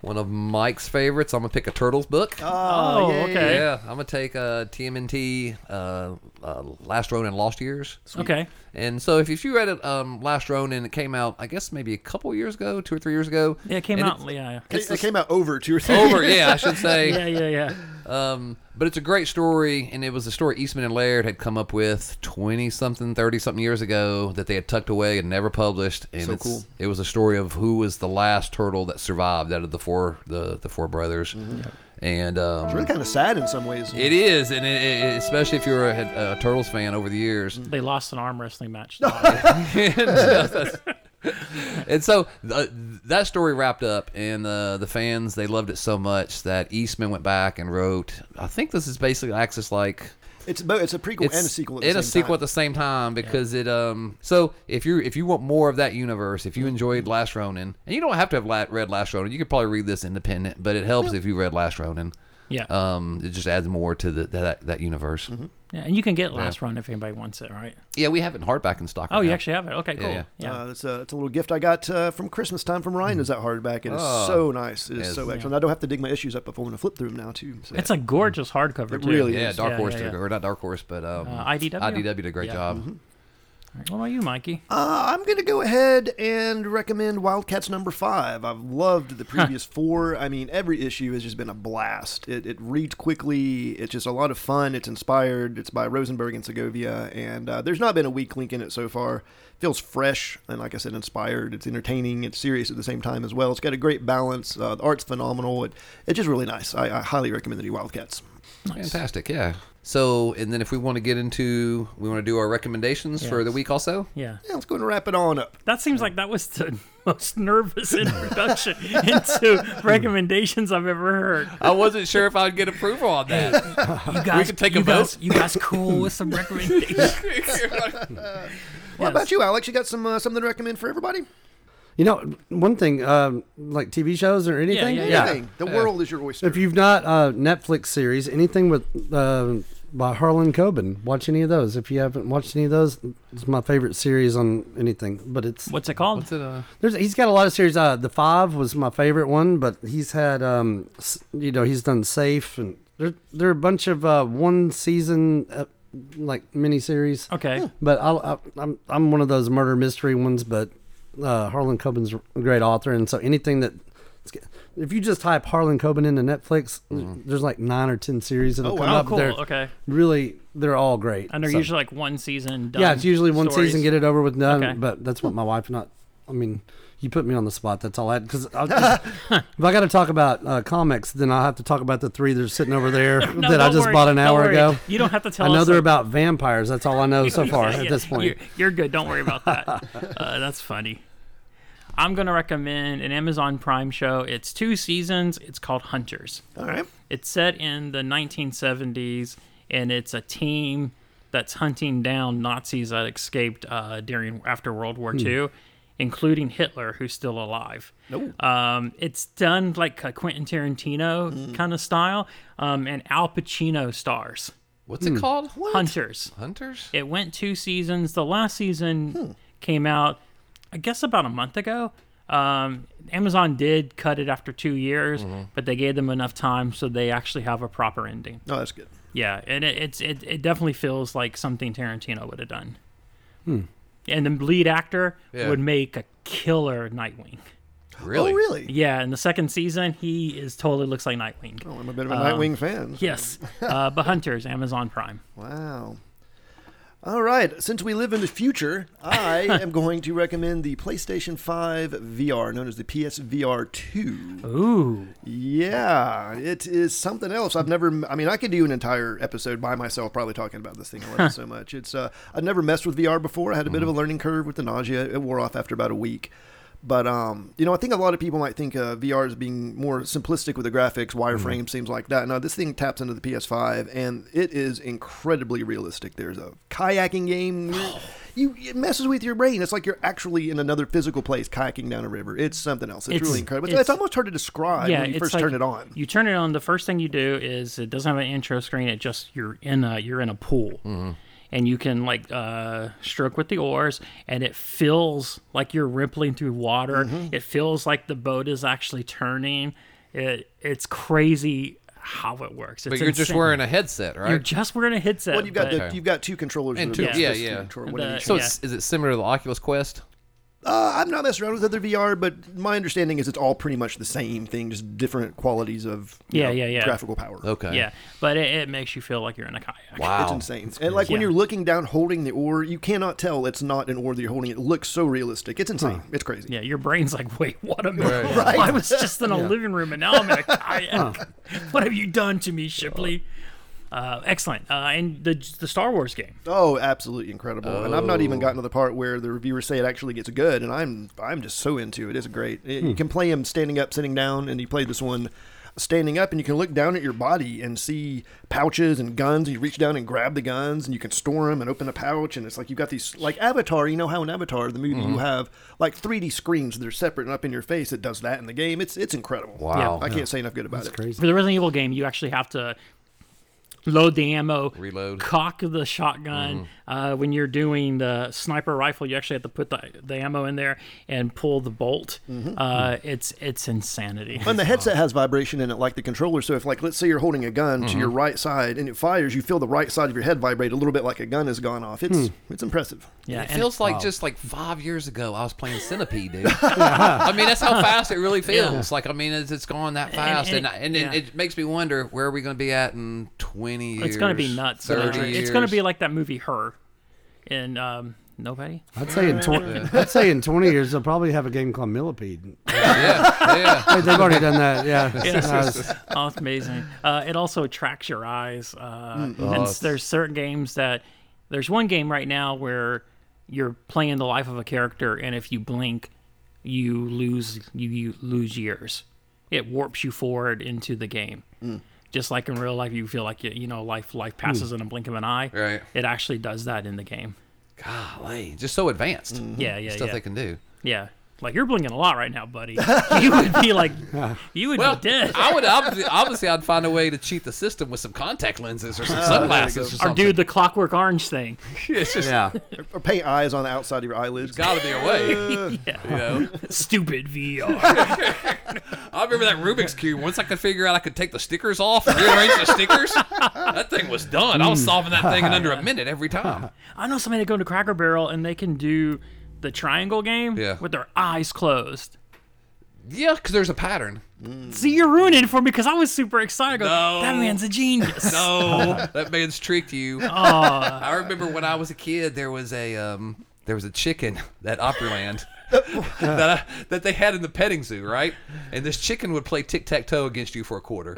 Speaker 3: one of Mike's favorites. I'm gonna pick a Turtles book.
Speaker 2: Oh,
Speaker 1: yay.
Speaker 2: okay.
Speaker 3: Yeah, I'm gonna take uh, TMNT, uh, uh, Last Ronin, Lost Years.
Speaker 2: Okay.
Speaker 3: And so if, if you read it, um, Last Ronin, it came out, I guess maybe a couple years ago, two or three years ago.
Speaker 2: Yeah, it came
Speaker 3: And
Speaker 2: out. Yeah. yeah.
Speaker 1: It, it came out over two or three.
Speaker 3: Over, yeah, I should say.
Speaker 2: Yeah, yeah, yeah.
Speaker 3: Um, but it's a great story, and it was a story Eastman and Laird had come up with twenty something, thirty something years ago that they had tucked away and never published. And
Speaker 1: So
Speaker 3: it's-
Speaker 1: cool.
Speaker 3: It was a story of who was the last turtle that survived out of the four the the four brothers, and um,
Speaker 1: It's Mm-hmm. really kind of sad in some ways.
Speaker 3: it is, and it, it, especially if you're a, a Turtles fan over the
Speaker 1: Mm-hmm.
Speaker 3: years.
Speaker 2: They lost an arm wrestling match.
Speaker 3: and so uh, that story wrapped up, and uh, the fans they loved it so much that Eastman went back and wrote. I think this is basically Axis like
Speaker 1: It's bo- it's a prequel and a sequel. At the
Speaker 3: and
Speaker 1: same
Speaker 3: a sequel at
Speaker 1: Time.
Speaker 3: the same time because it um. So if you if you want more of that universe, if you
Speaker 1: Mm-hmm.
Speaker 3: enjoyed Last Ronin, and you don't have to have la- read Last Ronin, you could probably read this independent, but it helps if you read Last Ronin.
Speaker 2: Yeah.
Speaker 3: Um, it just adds more to the, that that universe.
Speaker 1: Mm-hmm.
Speaker 2: yeah. And you can get last run if anybody wants it, right?
Speaker 3: Yeah, we have it in hardback in stock.
Speaker 2: Oh,
Speaker 3: right
Speaker 2: you
Speaker 3: now.
Speaker 2: actually have it. Okay, cool.
Speaker 3: yeah.
Speaker 2: yeah.
Speaker 1: Uh, it's, a, it's a little gift I got uh, from Christmas time from Ryan. Is that hardback? It is so nice. It is
Speaker 3: Hmm. Oh. Yes.
Speaker 1: so excellent. I don't have to dig my issues up if I want to flip through them now too. So.
Speaker 2: It's a gorgeous hardcover.
Speaker 1: It
Speaker 2: too.
Speaker 1: really
Speaker 3: Yeah,
Speaker 1: is.
Speaker 3: Dark
Speaker 2: Yeah,
Speaker 3: Horse
Speaker 2: yeah,
Speaker 3: took
Speaker 2: yeah.
Speaker 3: or not Dark Horse, but um,
Speaker 2: Uh, IDW?
Speaker 3: IDW did a great
Speaker 2: Yeah.
Speaker 3: job.
Speaker 1: Mm-hmm.
Speaker 2: All right, What about you, Mikey?
Speaker 1: Uh, I'm going to go ahead and recommend Wildcats number five. I've loved the previous four. I mean, every issue has just been a blast. It, it reads quickly. It's just a lot of fun. It's inspired. It's by Rosenberg and Segovia, and uh, there's not been a weak link in it so far. Feels fresh and, like I said, inspired. It's entertaining. It's serious at the same time as well. It's got a great balance. Uh, the art's phenomenal. It, it's just really nice. I, I highly recommend the new Wildcats.
Speaker 3: Fantastic, yeah. So, and then if we want to get into, we want to do our recommendations for the week also.
Speaker 2: Yeah.
Speaker 1: Yeah, let's go and wrap it on up.
Speaker 2: That
Speaker 4: uh,
Speaker 2: seems like that was the most nervous introduction into recommendations I've ever heard.
Speaker 3: I wasn't sure if I'd get approval on that.
Speaker 2: You guys,
Speaker 3: could take a
Speaker 2: you guys,
Speaker 3: vote.
Speaker 2: you guys cool with some recommendations?
Speaker 1: What about you, Alex? You got some uh, something to recommend for everybody?
Speaker 4: You know, one thing, um, like TV shows or anything.
Speaker 2: yeah,
Speaker 1: Anything. The world is your oyster.
Speaker 4: If you've not uh, Netflix series, anything with uh, by Harlan Coben, watch any of those. If you haven't watched any of those, it's my favorite series on anything. But it's
Speaker 2: What's it called?
Speaker 4: there's he's got a lot of series. Uh, the Five was my favorite one, but he's had um, s- you know he's done Safe and there there are a bunch of uh, one season uh, like miniseries.
Speaker 2: Okay.
Speaker 4: But I'll, I, I'm I'm one of those murder mystery ones. But uh, Harlan Coben's a great author, and so anything that if you just type Harlan Coben into Netflix,
Speaker 2: Mm-hmm.
Speaker 4: there's like nine or ten series that'll
Speaker 1: Oh,
Speaker 4: come
Speaker 1: wow.
Speaker 2: Oh,
Speaker 4: up.
Speaker 2: cool.
Speaker 4: They're
Speaker 2: Okay.
Speaker 4: really they're all great.
Speaker 2: And they're
Speaker 4: So-
Speaker 2: usually like one season. Done
Speaker 4: yeah, it's usually one
Speaker 2: stories.
Speaker 4: season, get it over with, done.
Speaker 2: Okay.
Speaker 4: But that's what my wife and I. I mean, you put me on the spot. That's all I because if I got to talk about uh, comics, then I'll have to talk about the three that are sitting over there
Speaker 2: No,
Speaker 4: that I
Speaker 2: don't
Speaker 4: just
Speaker 2: worry.
Speaker 4: bought an
Speaker 2: Don't
Speaker 4: hour
Speaker 2: worry.
Speaker 4: ago.
Speaker 2: You don't have to tell
Speaker 4: I know
Speaker 2: us
Speaker 4: they're
Speaker 2: that-
Speaker 4: about vampires. That's all I know so far
Speaker 2: Yeah,
Speaker 4: at this point.
Speaker 2: You're, you're good. Don't worry about that. uh, that's funny. I'm gonna recommend an Amazon Prime show. It's two seasons. It's called Hunters.
Speaker 1: All right.
Speaker 2: It's set in the 1970s, and it's a
Speaker 4: Hmm.
Speaker 2: team that's hunting down Nazis that escaped uh, during after World War II, including Hitler, who's still alive. Um, it's done like a Quentin Tarantino
Speaker 1: Hmm.
Speaker 2: kind of style, um, and Al Pacino stars
Speaker 3: What's
Speaker 2: Hmm.
Speaker 3: it called? What?
Speaker 2: Hunters.
Speaker 3: Hunters?
Speaker 2: It went two seasons. The last season came out, I guess, about a month ago. Um, Amazon did cut it after two years, but they gave them enough time so they actually have a proper ending.
Speaker 1: Oh, that's good.
Speaker 2: Yeah, and it, it's it, it definitely feels like something Tarantino would have done. And the lead actor
Speaker 3: Yeah.
Speaker 2: would make a killer Nightwing.
Speaker 3: Really?
Speaker 1: Oh, really?
Speaker 2: Yeah, in the second season, he is totally looks like Nightwing.
Speaker 1: Oh, I'm a bit of a Nightwing fan.
Speaker 2: Yes, uh, but Hunters, Amazon Prime.
Speaker 1: Wow. All right. Since we live in the future, I am going to recommend the PlayStation 5 VR, known as the PSVR 2.
Speaker 2: Ooh,
Speaker 1: Yeah, it is something else. I've never. I mean, I could do an entire episode by myself, probably talking about this thing. I love it so much. It's. Uh, I've never messed with VR before. I had a bit of a learning curve with the nausea. It wore off after about a week. But um, you know, I think a lot of people might think uh, VR is being more simplistic with the graphics, wireframes, things like that. Now this thing taps into the PS5, and it is incredibly realistic. There's a kayaking game. You it messes with your brain. It's like you're actually in another physical place, kayaking down a river. It's something else. It's,
Speaker 2: It's-
Speaker 1: really incredible.
Speaker 2: it's-
Speaker 1: it's almost hard to describe
Speaker 2: yeah.
Speaker 1: when you
Speaker 2: it's
Speaker 1: first
Speaker 2: like
Speaker 1: turn it on.
Speaker 2: You turn it on. The first thing you do is it doesn't have an intro screen. It just you're in a you're in a pool,
Speaker 1: Mm-hmm.
Speaker 2: and you can like uh, stroke with the oars, and it feels like you're rippling through water.
Speaker 1: Mm-hmm.
Speaker 2: It feels like the boat is actually turning. It it's crazy how it works. It's
Speaker 3: But you're just
Speaker 2: insane.
Speaker 3: wearing a headset, right?
Speaker 2: You're just wearing a headset.
Speaker 1: Well, you've got
Speaker 2: but-
Speaker 1: the, you've got two controllers
Speaker 3: And
Speaker 1: that
Speaker 3: two-
Speaker 1: are built
Speaker 3: yeah,
Speaker 1: just to
Speaker 3: yeah.
Speaker 1: control one of
Speaker 2: The-
Speaker 1: each.
Speaker 3: so it's, is it similar to the Oculus Quest?
Speaker 1: Uh, I've not messed around with other VR, but my understanding is it's all pretty much the same thing, just different qualities of you
Speaker 2: Yeah,
Speaker 1: know,
Speaker 2: yeah, yeah.
Speaker 1: graphical power.
Speaker 3: Okay.
Speaker 2: yeah, but it, it makes you feel like you're in a kayak.
Speaker 3: Wow.
Speaker 1: It's insane. And like when
Speaker 2: Yeah.
Speaker 1: you're looking down holding the oar, you cannot tell it's not an oar that you're holding. It looks so realistic. It's insane. It's crazy.
Speaker 2: Yeah, your brain's like, wait, what am I? I was just in a living room and now I'm in a kayak. what have you done to me, Shipley? Uh, excellent. Uh, and the the Star Wars game.
Speaker 1: Oh, absolutely incredible. And I've not even gotten to the part where the reviewers say it actually gets good, and I'm I'm just so into it. It's great. It- You can play him standing up, sitting down, and you play this one standing up, and you can look down at your body and see pouches and guns. And you reach down and grab the guns, and you can store them and open a pouch, and it's like you've got these like Avatar. You know how in Avatar the movie you have like 3D screens that are separate and up in your face. It does that in the game. It's it's incredible.
Speaker 3: Wow.
Speaker 1: I can't say enough good about it.
Speaker 4: Crazy.
Speaker 2: For the Resident Evil game, you actually have to load the ammo,
Speaker 3: Reload. Mm-hmm.
Speaker 2: cock the shotgun. Uh, when you're doing the sniper rifle, you actually have to put the, the ammo in there and pull the bolt.
Speaker 3: Mm-hmm.
Speaker 2: Uh, it's it's insanity.
Speaker 1: And the headset has vibration in it, like the controller. So if, like, let's say you're holding a gun to your right side and it fires, you feel the right side of your head vibrate a little bit, like a gun has gone off. It's it's impressive.
Speaker 2: Yeah,
Speaker 3: It
Speaker 2: and-
Speaker 3: feels like just like five years ago, I was playing Centipede, dude. I mean, that's how fast it really feels. Like, I mean, it's, it's gone that fast,
Speaker 2: and-
Speaker 3: and and, I- and, it-
Speaker 2: yeah.
Speaker 3: it, makes me wonder where are we going to be at in twenty years?
Speaker 2: It's gonna be nuts.
Speaker 3: Thirty
Speaker 2: Uh,
Speaker 3: years.
Speaker 2: It's gonna be like that movie Her, and um, nobody.
Speaker 4: I'd say in 20, I'd say in 20 years they'll probably have a game called Millipede.
Speaker 3: yeah, yeah.
Speaker 4: They've already done that. Yeah. I was-
Speaker 2: Oh, it's amazing. Uh, it also attracts your eyes. Uh,
Speaker 3: Mm.
Speaker 2: And s- there's certain games that there's one game right now where you're playing the life of a character, and if you blink, you lose you, you lose years. It warps you forward into the game.
Speaker 3: Mm.
Speaker 2: Just like in real life, you feel like you, you know life life passes in a blink of an eye.
Speaker 3: Right.
Speaker 2: It actually does that in the game.
Speaker 3: Golly, just so advanced
Speaker 2: Yeah, Mm-hmm. yeah,
Speaker 3: stuff
Speaker 2: yeah.
Speaker 3: they can do.
Speaker 2: Yeah. Like you're blinking a lot right now, buddy. You would be like, you would
Speaker 3: Well,
Speaker 2: be dead.
Speaker 3: I would obviously, obviously, I'd find a way to cheat the system with some contact lenses or
Speaker 2: Uh,
Speaker 3: some sunglasses or
Speaker 2: Or
Speaker 3: something.
Speaker 2: do the Clockwork Orange thing.
Speaker 3: it's just
Speaker 4: yeah.
Speaker 1: Or paint eyes on the outside of your eyelids.
Speaker 3: got to be a way. You know,
Speaker 2: Stupid VR.
Speaker 3: I remember that Rubik's cube. Once I could figure out I could take the stickers off, and rearrange the stickers. That thing was done.
Speaker 2: Mm.
Speaker 3: I was solving that thing in under a minute every time.
Speaker 2: I know somebody that go to Cracker Barrel and they can do the triangle game
Speaker 3: Yeah.
Speaker 2: with their eyes closed.
Speaker 3: Yeah, because there's a pattern.
Speaker 2: See, you're ruining it for me because I was super excited. I go,
Speaker 3: No.
Speaker 2: That man's a genius.
Speaker 3: No, that man's tricked you. I remember when I was a kid, there was a um, there was a chicken at Opryland that I, that they had in the petting zoo, right? And this chicken would play tic tac toe against you for a quarter.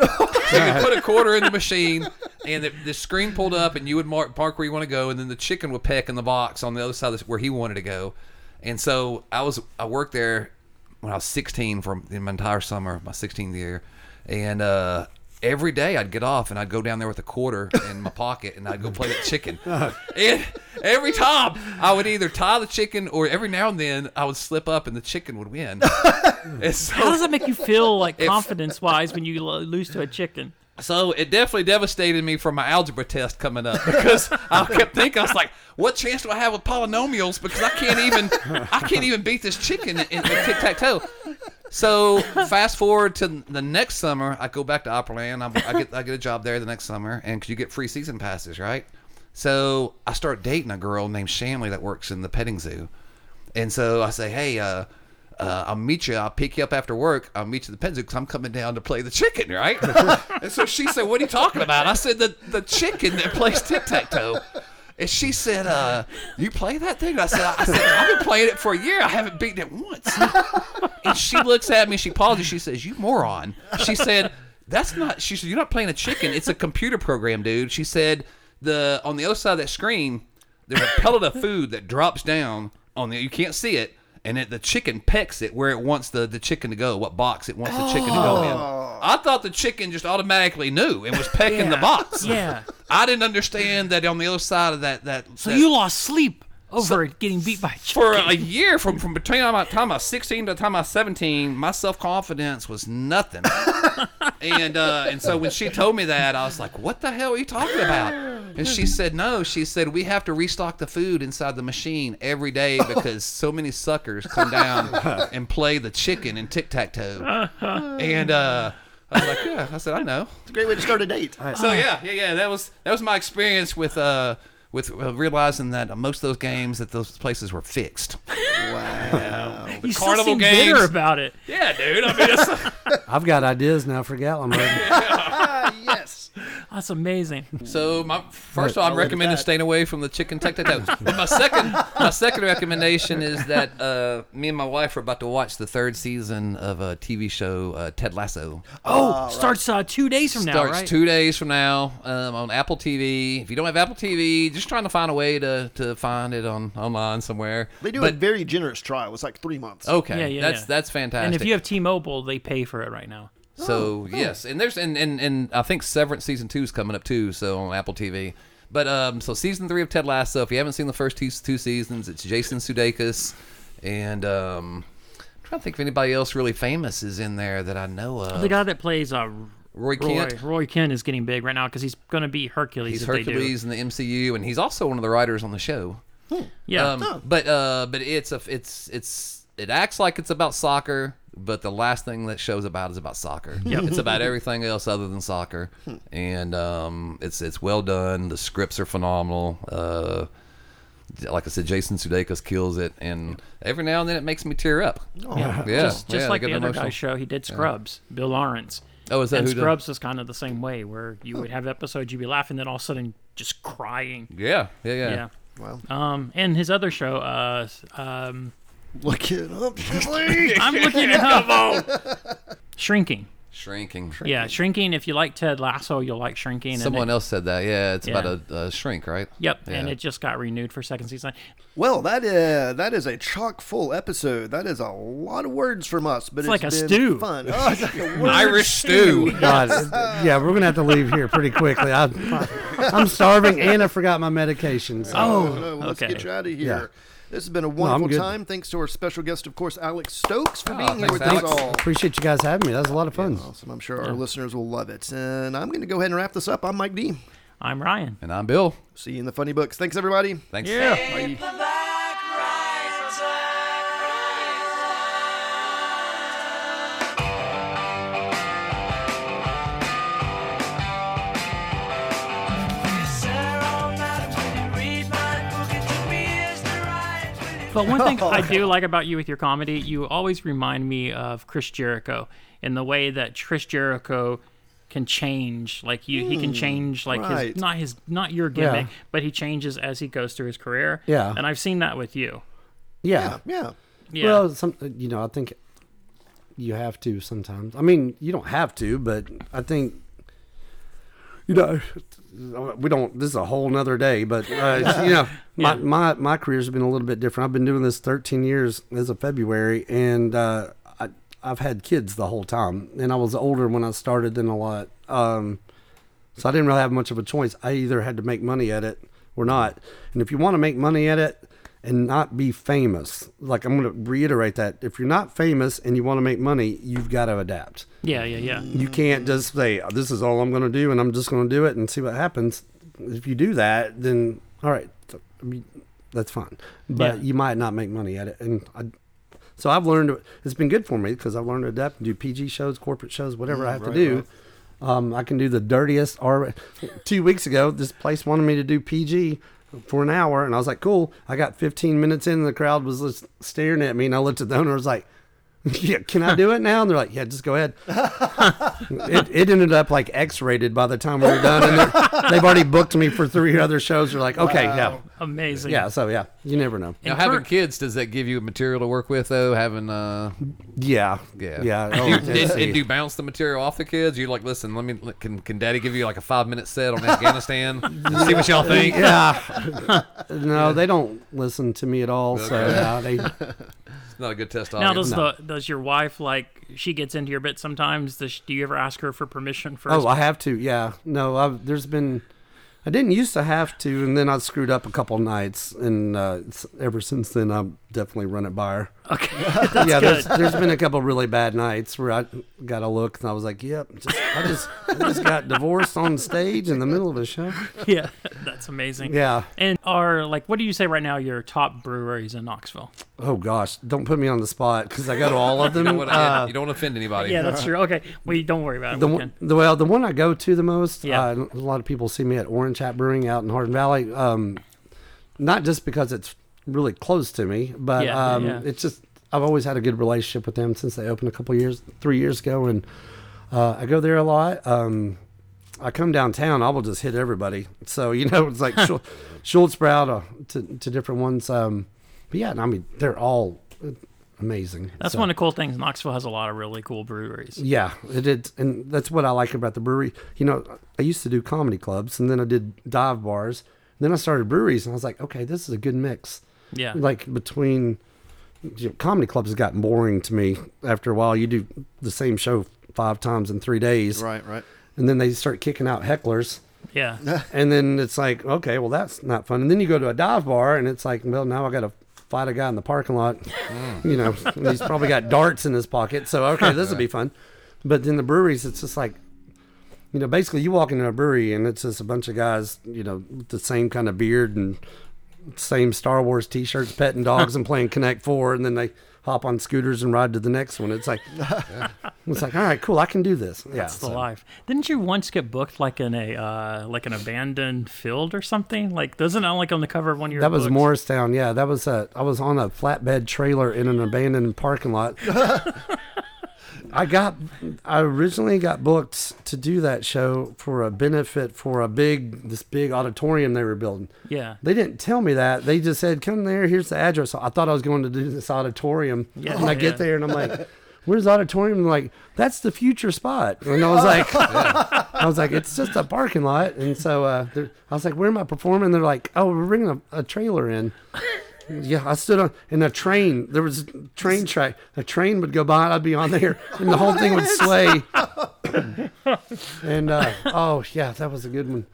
Speaker 3: so you put a quarter in the machine, and the, the screen pulled up, and you would mark park where you want to go, and then the chicken would peck in the box on the other side of the, where he wanted to go. And so I was I worked there when I was 16 for my entire summer, my 16th year, and uh, every day I'd get off and I'd go down there with a quarter in my pocket and I'd go play that chicken. And every time I would either tie the chicken or every now and then I would slip up and the chicken would win. and
Speaker 2: How
Speaker 3: so,
Speaker 2: does that make you feel, like confidence wise, when you lo- lose to a chicken?
Speaker 3: so it definitely devastated me for my algebra test coming up because I kept thinking I was like, what chance do I have with polynomials because I can't even I can't even beat this chicken in, in tic tac toe. So fast forward to the next summer, I go back to Opryland. I, I get I get a job there the next summer, and 'cause you get free season passes, right? So I start dating a girl named Shanley that works in the petting zoo, and so I say, hey, uh, uh, I'll meet you. I'll pick you up after work. I'll meet you at the petting zoo because I'm coming down to play the chicken, right? and so she said, what are you talking about? I said the the chicken that plays tic tac toe. And she said, uh, "You play that thing?" And I said, "I said I've been playing it for a year. I haven't beaten it once." and she looks at me. She pauses. She says, "You moron." She said, "That's not." She said, "You're not playing a chicken. It's a computer program, dude." She said, "The on the other side of that screen, there's a pellet of food that drops down on the. You can't see it." And it, the chicken pecks it where it wants the, the chicken to go, what box it wants the chicken to go in. I thought the chicken just automatically knew and was pecking the
Speaker 2: Yeah.
Speaker 3: box.
Speaker 2: Yeah.
Speaker 3: I didn't understand that on the other side of that that.
Speaker 2: So
Speaker 3: that-
Speaker 2: you lost sleep over getting beat by a chicken.
Speaker 3: for a year from from between my time I was 16 to the time I was 17, my self confidence was nothing. and uh, and so when she told me that, I was like, "What the hell are you talking about?" And she said, "No." She said, "We have to restock the food inside the machine every day because so many suckers come down and play the chicken and tic tac toe." And uh, I was like, "Yeah," I said, "I know."
Speaker 1: It's a great way to start a date.
Speaker 3: So yeah, yeah, yeah. That was that was my experience with uh with uh, realizing that most of those games that those places were fixed.
Speaker 2: you still
Speaker 3: carnival
Speaker 2: seem bitter
Speaker 3: games.
Speaker 2: about it.
Speaker 3: Yeah, dude. I mean, it's
Speaker 4: I've got ideas now for Gallimard.
Speaker 1: yes.
Speaker 2: That's amemaising.
Speaker 3: so my first of all, I'm
Speaker 1: leave it at
Speaker 3: recommending
Speaker 1: that.
Speaker 3: staying away from the chicken tic tac toe. But my second, my second recommendation is that uh, me and my wife are about to watch the third season of a TV show, uh, Ted Lasso.
Speaker 2: Oh, starts uh, two days from now,
Speaker 3: Starts
Speaker 2: right?
Speaker 3: two days from now um, on Apple TV. If you don't have Apple TV, just trying to find a way to, to find it on online somewhere.
Speaker 1: They do
Speaker 3: but, Oh.
Speaker 1: a very generous trial. It's like three months.
Speaker 3: Okay,
Speaker 2: Yeah, yeah,
Speaker 3: that's
Speaker 2: yeah.
Speaker 3: that's fantastic.
Speaker 2: and if you have T-Mobile, they pay for it right now.
Speaker 3: So yes, and there's and, and and I think Severance season two is coming up too. So on Apple TV. But um, so season three of Ted Lasso. If you haven't seen the first two two seasons, it's Jason Sudeikis, and um, I'm trying to think if anybody else really famous is in there that I know of.
Speaker 2: The guy that plays uh, Roy,
Speaker 3: Roy Kent.
Speaker 2: Roy Kent is getting big right now because he's going to be Hercules.
Speaker 3: He's
Speaker 2: if
Speaker 3: Hercules in the MCU, and he's also one of the writers on the show.
Speaker 1: Hmm.
Speaker 2: They do. Yeah. Oh,
Speaker 3: Um, But uh, but it's a it's it's it acts like it's about soccer, but the last thing that shows about is about soccer. Yeah, it's about everything else other than soccer, and um, it's it's well done. The scripts are phenomenal. Uh, like I said, Jason Sudeikis kills it, and every now and then it makes me tear up.
Speaker 2: yeah.
Speaker 3: yeah,
Speaker 2: Just,
Speaker 3: yeah,
Speaker 2: just
Speaker 3: they
Speaker 2: like
Speaker 3: get
Speaker 2: the other
Speaker 3: emotional.
Speaker 2: guy's show, he did Scrubs. Bill Lawrence.
Speaker 3: Oh, is that
Speaker 2: and
Speaker 3: who done-
Speaker 2: Scrubs is kind of the same way, where you would have episodes, you'd be laughing, then all of a sudden just crying.
Speaker 3: Yeah, yeah, yeah.
Speaker 2: Yeah.
Speaker 1: Wow.
Speaker 2: Um, and his other show, uh, um,
Speaker 1: Look it up, Shirley.
Speaker 2: I'm looking it up. Shrinking.
Speaker 3: Shrinking.
Speaker 2: Yeah, Shrinking. If you like Ted Lasso, you'll like Shrinking. and
Speaker 3: Someone
Speaker 2: it-
Speaker 3: else said that. Yeah, it's
Speaker 2: Yeah.
Speaker 3: about a, a shrink, right?
Speaker 2: Yep, and
Speaker 3: Yeah.
Speaker 2: it just got renewed for second season.
Speaker 1: well, that is, that is a chock full episode. That is a lot of words from us, but it's,
Speaker 2: like a
Speaker 1: been
Speaker 2: stew.
Speaker 1: fun. Oh, it's like a word
Speaker 3: Irish stew.
Speaker 4: God, it- yeah, we're gonna have to leave here pretty quickly. I, I'm starving, and I forgot my medication. So.
Speaker 1: Oh, no, let's
Speaker 2: okay.
Speaker 1: get you out of here.
Speaker 4: Yeah.
Speaker 1: This has been a wonderful
Speaker 4: good.
Speaker 1: time. Thanks to our special guest, of course, Alex Stokes, for
Speaker 3: Oh,
Speaker 1: being here
Speaker 3: thanks,
Speaker 1: with
Speaker 3: Alex.
Speaker 1: us all.
Speaker 4: Appreciate you guys having me. That was a lot of fun.
Speaker 1: Awesome. I'm sure our listeners will love it. And I'm going to go ahead and wrap this up. I'm Mike D.
Speaker 2: I'm Ryan.
Speaker 3: And I'm Bill.
Speaker 1: See you in the funny books. Thanks, everybody.
Speaker 3: Thanks.
Speaker 2: But one thing I do like about you with your comedy, you always remind me of Chris Jericho in the way that Chris Jericho can change. Like you, he can change like
Speaker 1: right.
Speaker 2: his not his not your gimmick,
Speaker 4: Hmm. Yeah.
Speaker 2: but he changes as he goes through his career.
Speaker 4: Yeah.
Speaker 2: and I've seen that with you.
Speaker 4: Yeah.
Speaker 1: Yeah.
Speaker 2: Yeah.
Speaker 4: Well, some you know, I think you have to sometimes. I mean, you don't have to, but I think you know we don't. This is a whole nother day, but uh, it's, you know, my, my my career's been a little bit different. I've been doing this 13 years as of February, and uh, I I've had kids the whole time, and I was older when I started than a lot. Um, so I didn't really have much of a choice. I either had to make money at it or not. And if you want to make money at it and not be famous, like I'm going to reiterate that, if you're not famous and you want to make money, you've got to adapt.
Speaker 2: Yeah, yeah, yeah.
Speaker 4: You can't just say this is all I'm going to do and I'm just going to do it and see what happens. If you do that, then all right, th- I mean, that's fine. But
Speaker 2: Yeah.
Speaker 4: you might not make money at it, and I, so I've learned it's been good for me because I've learned to adapt and do PG shows, corporate shows, whatever I have to do. Um, I can do the dirtiest. R- two weeks ago, this place wanted me to do PG for an hour, and I was like, "Cool." I got 15 minutes in, and the crowd was just staring at me, and I looked at the owner. I was like, "Yeah, can I do it now?" And they're like, "Yeah, just go ahead." it, it ended up like X-rated by the time we were done, and they're- they've already booked me for three other shows. They're like, "Okay, yeah,
Speaker 2: Amazing.
Speaker 4: yeah." So yeah, you never know.
Speaker 3: Now,
Speaker 2: And
Speaker 3: having
Speaker 2: Kirk-
Speaker 3: kids, does that give you material to work with, though? Having, uh,
Speaker 4: Yeah,
Speaker 3: yeah.
Speaker 4: yeah.
Speaker 3: Do,
Speaker 4: Oh,
Speaker 3: and, and
Speaker 4: Tennessee.
Speaker 3: do you bounce the material off the kids? You're like, listen, let me, can, can daddy give you like a five minute set on Afghanistan? and see what y'all think.
Speaker 4: yeah. No, they don't listen to me at all. So
Speaker 3: Okay.
Speaker 4: yeah, they,
Speaker 3: It's not a good test
Speaker 2: Now,
Speaker 3: audience.
Speaker 2: does the does your wife like she gets into your bit sometimes? Does she, do you ever ask her for permission first?
Speaker 4: oh, I have to. Yeah, no, I've, there's been. I didn't used to have to, and then I screwed up a couple nights, and uh, it's- ever since then, I've definitely run it by her.
Speaker 2: okay. good.
Speaker 4: yeah, there's, there's been a couple really bad nights where I got a look, and I was like, "Yep, just, I just I just got divorced on stage in the middle of a show."
Speaker 2: yeah, that's amazing.
Speaker 4: Yeah.
Speaker 2: And are like, what do you say right now? Your top breweries in Knoxville?
Speaker 4: Oh gosh, don't put me on the spot because I go to all of them.
Speaker 3: You don't wanna-
Speaker 4: Uh,
Speaker 3: you don't want to offend anybody.
Speaker 2: Yeah, that's true. Okay, we don't worry about it.
Speaker 4: the
Speaker 2: we
Speaker 4: one,
Speaker 2: can-
Speaker 4: the, well, the one I go to the most.
Speaker 2: Yeah.
Speaker 4: Uh, a lot of people see me at Orange Hat Brewing out in Hardin Valley. Um, not just because it's really close to me, but
Speaker 2: Yeah, yeah,
Speaker 4: um,
Speaker 2: yeah.
Speaker 4: it's just I've always had a good relationship with them since they opened a couple years, three years ago, and uh, I go there a lot. Um, I come downtown, I will just hit everybody. So you know, it's like Schul- Schultz Brown uh, to to different ones. Um, but yeah, and I mean, they're all uh, amazing.
Speaker 2: That's
Speaker 4: So-
Speaker 2: one of the cool things. Knoxville has a lot of really cool breweries.
Speaker 4: yeah, it did, and that's what I like about the brewery. You know, I used to do comedy clubs, and then I did dive bars, and then I started breweries, and I was like, okay, this is a good mix.
Speaker 2: Yeah.
Speaker 4: Like between you know, comedy clubs has gotten boring to me after a while. You do the same show five times in three days,
Speaker 1: Right, right.
Speaker 4: and then they start kicking out hecklers.
Speaker 2: Yeah.
Speaker 4: And then it's like, okay, well, that's not fun. And then you go to a dive bar, and it's like, well, now I got to fight a guy in the parking lot. You know, and he's probably got darts in his pocket. So, okay, this will be fun. But then the breweries, it's just like, you know, basically you walk into a brewery, and it's just a bunch of guys, you know, with the same kind of beard and same Star Wars t shirts, petting dogs, and playing Connect Four. And then they hop on scooters and ride to the next one. It's like, it's like, all right, cool, I can do this. Yeah.
Speaker 2: It's the
Speaker 4: so-
Speaker 2: life. Didn't you once get booked like in a uh, like an abandoned field or something? Like doesn't that like on the cover of one of your
Speaker 4: That was
Speaker 2: books?
Speaker 4: Morristown. Yeah, that was a. I was on a flatbed trailer in an abandoned parking lot. I got. I originally got booked to do that show for a benefit for a big this big auditorium they were building.
Speaker 2: Yeah.
Speaker 4: They didn't tell me that. They just said, "Come there. Here's the address." So I thought I was going to do this auditorium.
Speaker 2: Yeah,
Speaker 4: and I
Speaker 2: yeah.
Speaker 4: get there and I'm like, "Where's the auditorium?" And like, "That's the future spot." And I was like, "I was like, it's just a parking lot." And so uh, they're- I was like, "Where am I performing?" They're like, "Oh, we're bringing a, a trailer in." Yeah, I stood on in a train. There was a train track. A train would go by. and I'd be on there, and the whole thing would sway. and uh, oh yeah, that was a good one.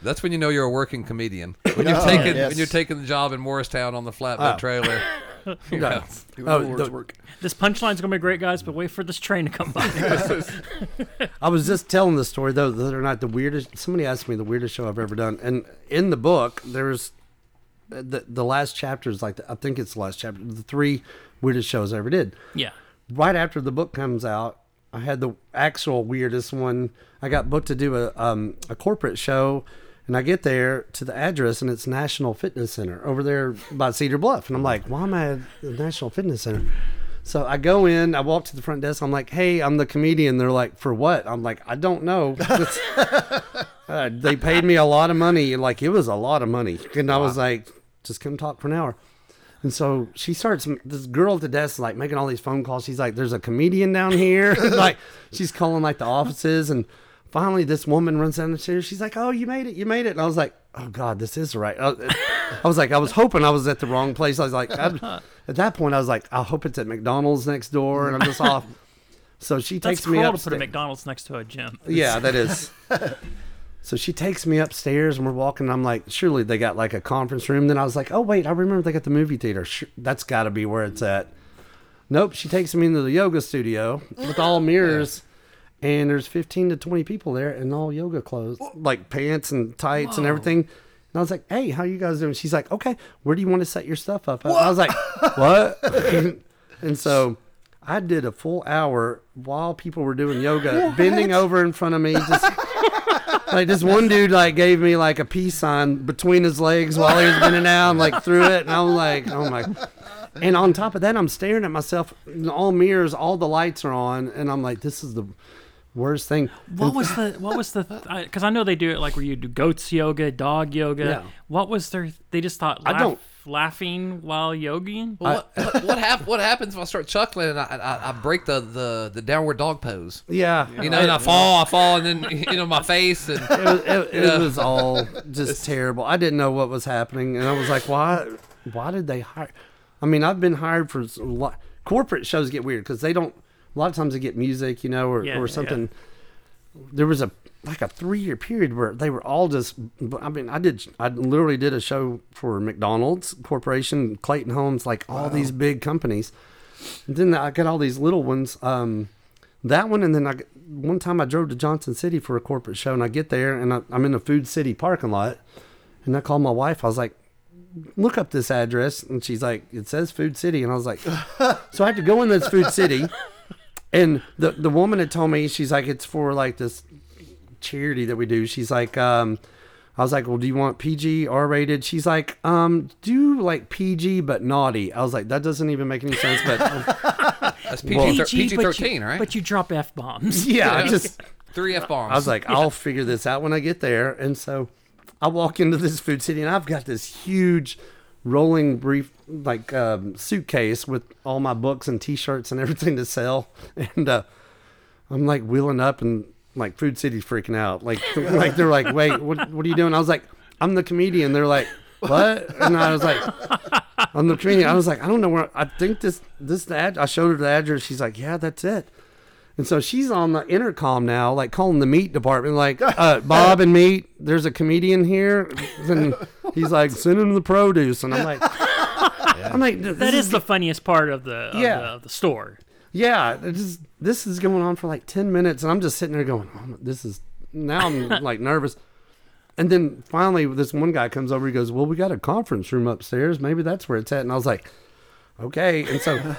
Speaker 3: That's when you know you're a working comedian. When
Speaker 4: Oh,
Speaker 3: you're taking
Speaker 1: yes.
Speaker 3: when you're taking the job in Morristown on the flatbed trailer. you know, it's-
Speaker 1: Oh,
Speaker 4: Oh,
Speaker 1: Lord's
Speaker 4: the-
Speaker 1: work.
Speaker 2: This punchline's gonna be great, guys. But wait for this train to come by.
Speaker 4: I was just telling the story though that they're not the weirdest. Somebody asked me the weirdest show I've ever done, and in the book there's the the last chapter is like the, I think it's the last chapter. The three weirdest shows I ever did.
Speaker 2: yeah.
Speaker 4: Right after the book comes out, I had the actual weirdest one. I got booked to do a um, a corporate show, and I get there to the address, and it's National Fitness Center over there by Cedar Bluff, and I'm like, why am I at the National Fitness Center? So I go in, I walk to the front desk. I'm like, "Hey, I'm the comedian." They're like, "For what?" I'm like, "I don't know." Uh, they paid me a lot of money, and like it was a lot of money, and I was like, "Just come talk for an hour." And so she starts. This girl at the desk is like making all these phone calls. She's like, "There's a comedian down here." like she's calling like the offices, and finally this woman runs down the stairs. She's like, "Oh, you made it! You made it!" And I Uh, was like, "Oh God, this is right." I, I was like, I was hoping I was at the wrong place. I was like, I, At that point, I was like, I hope it's at McDonald's next door, and I'm just off. So she
Speaker 8: That's
Speaker 4: takes
Speaker 8: cool
Speaker 4: me
Speaker 8: to
Speaker 4: up.
Speaker 8: put a McDonald's next to a gym.
Speaker 4: Yeah, that is. so she takes me upstairs and we're walking. And I'm like, surely they got like a conference room. Then I was like, oh, wait, I remember they got the movie theater. Sure, that's got to be where it's at. Nope. She takes me into the yoga studio with all mirrors. And there's 15 to 20 people there in all yoga clothes, like pants and tights and everything. And I was like, hey, how you guys doing? She's like, okay, where do you want to set your stuff up? at?" I was like, what? and so I did a full hour while people were doing yoga, bending over in front of me, just like this one dude like gave me like a peace sign between his legs while he was bending down like through it and i'm like oh my and on top of that i'm staring at myself in all mirrors all the lights are on and i'm like this is the worst thing
Speaker 8: What was the what was the because I, know they do it like where you do goats yoga, dog yoga.
Speaker 4: Yeah.
Speaker 8: What was their? They just thought laugh,
Speaker 4: don't-
Speaker 8: laughing while yogiing.
Speaker 3: Well, what, what, what, hap- what happens if I start chuckling and I, I, I break the, the, the downward dog pose?
Speaker 4: yeah
Speaker 3: You know, and I fall, I fall, and then, you know, my face. And
Speaker 4: it was, it, it was all just terrible. I didn't know what was happening, and I was like, "Why? Why did they hire?" I mean, I've been hired for s- a lot. Corporate shows get weird because they don't. A lot of times they get music, you know, or,
Speaker 8: Yeah,
Speaker 4: or
Speaker 8: yeah.
Speaker 4: something. There was a like a three year period where they were all just. I mean, I did. I literally did a show for McDonald's Corporation, Clayton Homes, like all these big companies. And then I got all these little ones. Um, that one, and then I g- one time I drove to Johnson City for a corporate show, and I get there and I, I'm in the Food City parking lot, and I called my wife. I was like, "Look up this address," and she's like, "It says Food City," and I was like, "So I had to go in this Food City." And the the woman had told me she's like, "It's for like this charity that we do." She's like, um, "I was like, well, do you want PG R rated?" She's like, um, "Do like PG but naughty." I was like, "That doesn't even make any sense," but.
Speaker 3: that's PG,
Speaker 8: PG,
Speaker 3: PG
Speaker 8: but you-
Speaker 3: 13, right?
Speaker 8: But you drop f bombs.
Speaker 4: Yeah, I just
Speaker 3: Three F bombs.
Speaker 4: I was like, I'll figure this out when I get there. And so I walk into this food city and I've got this huge rolling brief like um, suitcase with all my books and t-shirts and everything to sell. And uh, I'm like wheeling up and like food city's freaking out. Like like they're like, wait, what what are you doing? I was like, I'm the comedian. They're like, what? And I was like, I'm the comedian. I was like, I don't know where I think this this the ad I showed her the address. She's like, Yeah, that's it. And so she's on the intercom now, like calling the meat department, like uh, Bob and meat. There's a comedian here, and he's like, send him the produce, and I'm like, I'm like, this
Speaker 8: That is the funniest part of the of
Speaker 4: Yeah.
Speaker 8: the, of the store.
Speaker 4: yeah, it is- this is going on for like 10 minutes. And I'm just sitting there going, oh, this is, now I'm like nervous. And then finally, this one guy comes over. He goes, well, we got a conference room upstairs. Maybe that's where it's at. And I was like, okay. And so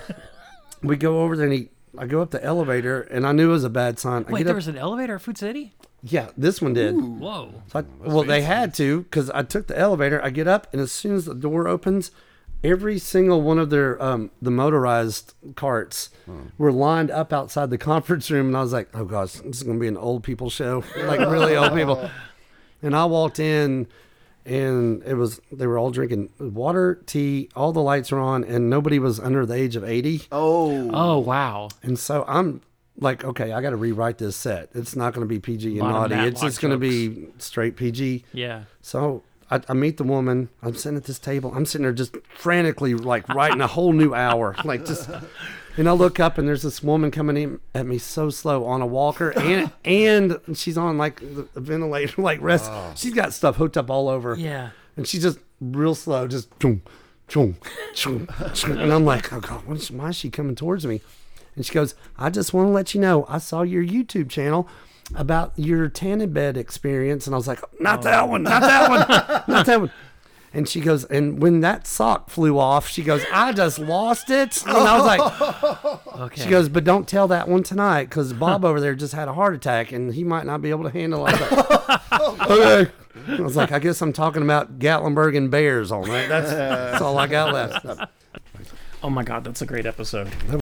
Speaker 4: we go over there and he, I go up the elevator and I knew it was a bad sign. I
Speaker 8: Wait,
Speaker 4: get
Speaker 8: there
Speaker 4: up-
Speaker 8: was an elevator at Food City.
Speaker 4: yeah, this one did.
Speaker 8: Whoa.
Speaker 4: So I- well, they had to because I took the elevator. I get up, and as soon as the door opens, every single one of their um, the motorized carts were lined up outside the conference room, and I was like, "Oh gosh, this is gonna be an old people show, like really old people." And I walked in, and it was they were all drinking water, tea. All the lights were on, and nobody was under the age of eighty.
Speaker 1: Oh,
Speaker 8: Oh wow.
Speaker 4: And so I'm like, okay, I got to rewrite this set. It's not going to be PG and
Speaker 8: Bottom
Speaker 4: naughty.
Speaker 8: Matlock
Speaker 4: It's just going to be straight PG.
Speaker 8: Yeah.
Speaker 4: So I, I meet the woman. I'm sitting at this table. I'm sitting there just frantically, like writing a whole new hour, like just. And I look up and there's this woman coming in at me so slow on a walker, and and she's on like the ventilator, like rest. She's got stuff hooked up all over.
Speaker 8: Yeah.
Speaker 4: And she's just real slow, just chung, chung, chung, chung. and I'm like, oh god, what is, why is she coming towards me? And she goes, I just want to let you know, I saw your YouTube channel about your tanning bed experience, and I was like, not that one, not that one, not that one. And she goes, and when that sock flew off, she goes, I just lost it. And I was like,
Speaker 8: Okay.
Speaker 4: she goes, but don't tell that one tonight because Bob over there just had a heart attack and he might not be able to handle it. I was like, okay. I was like, I guess I'm talking about Gatlinburg and bears all night. That's, that's all I got left.
Speaker 8: Oh my god, that's a great episode.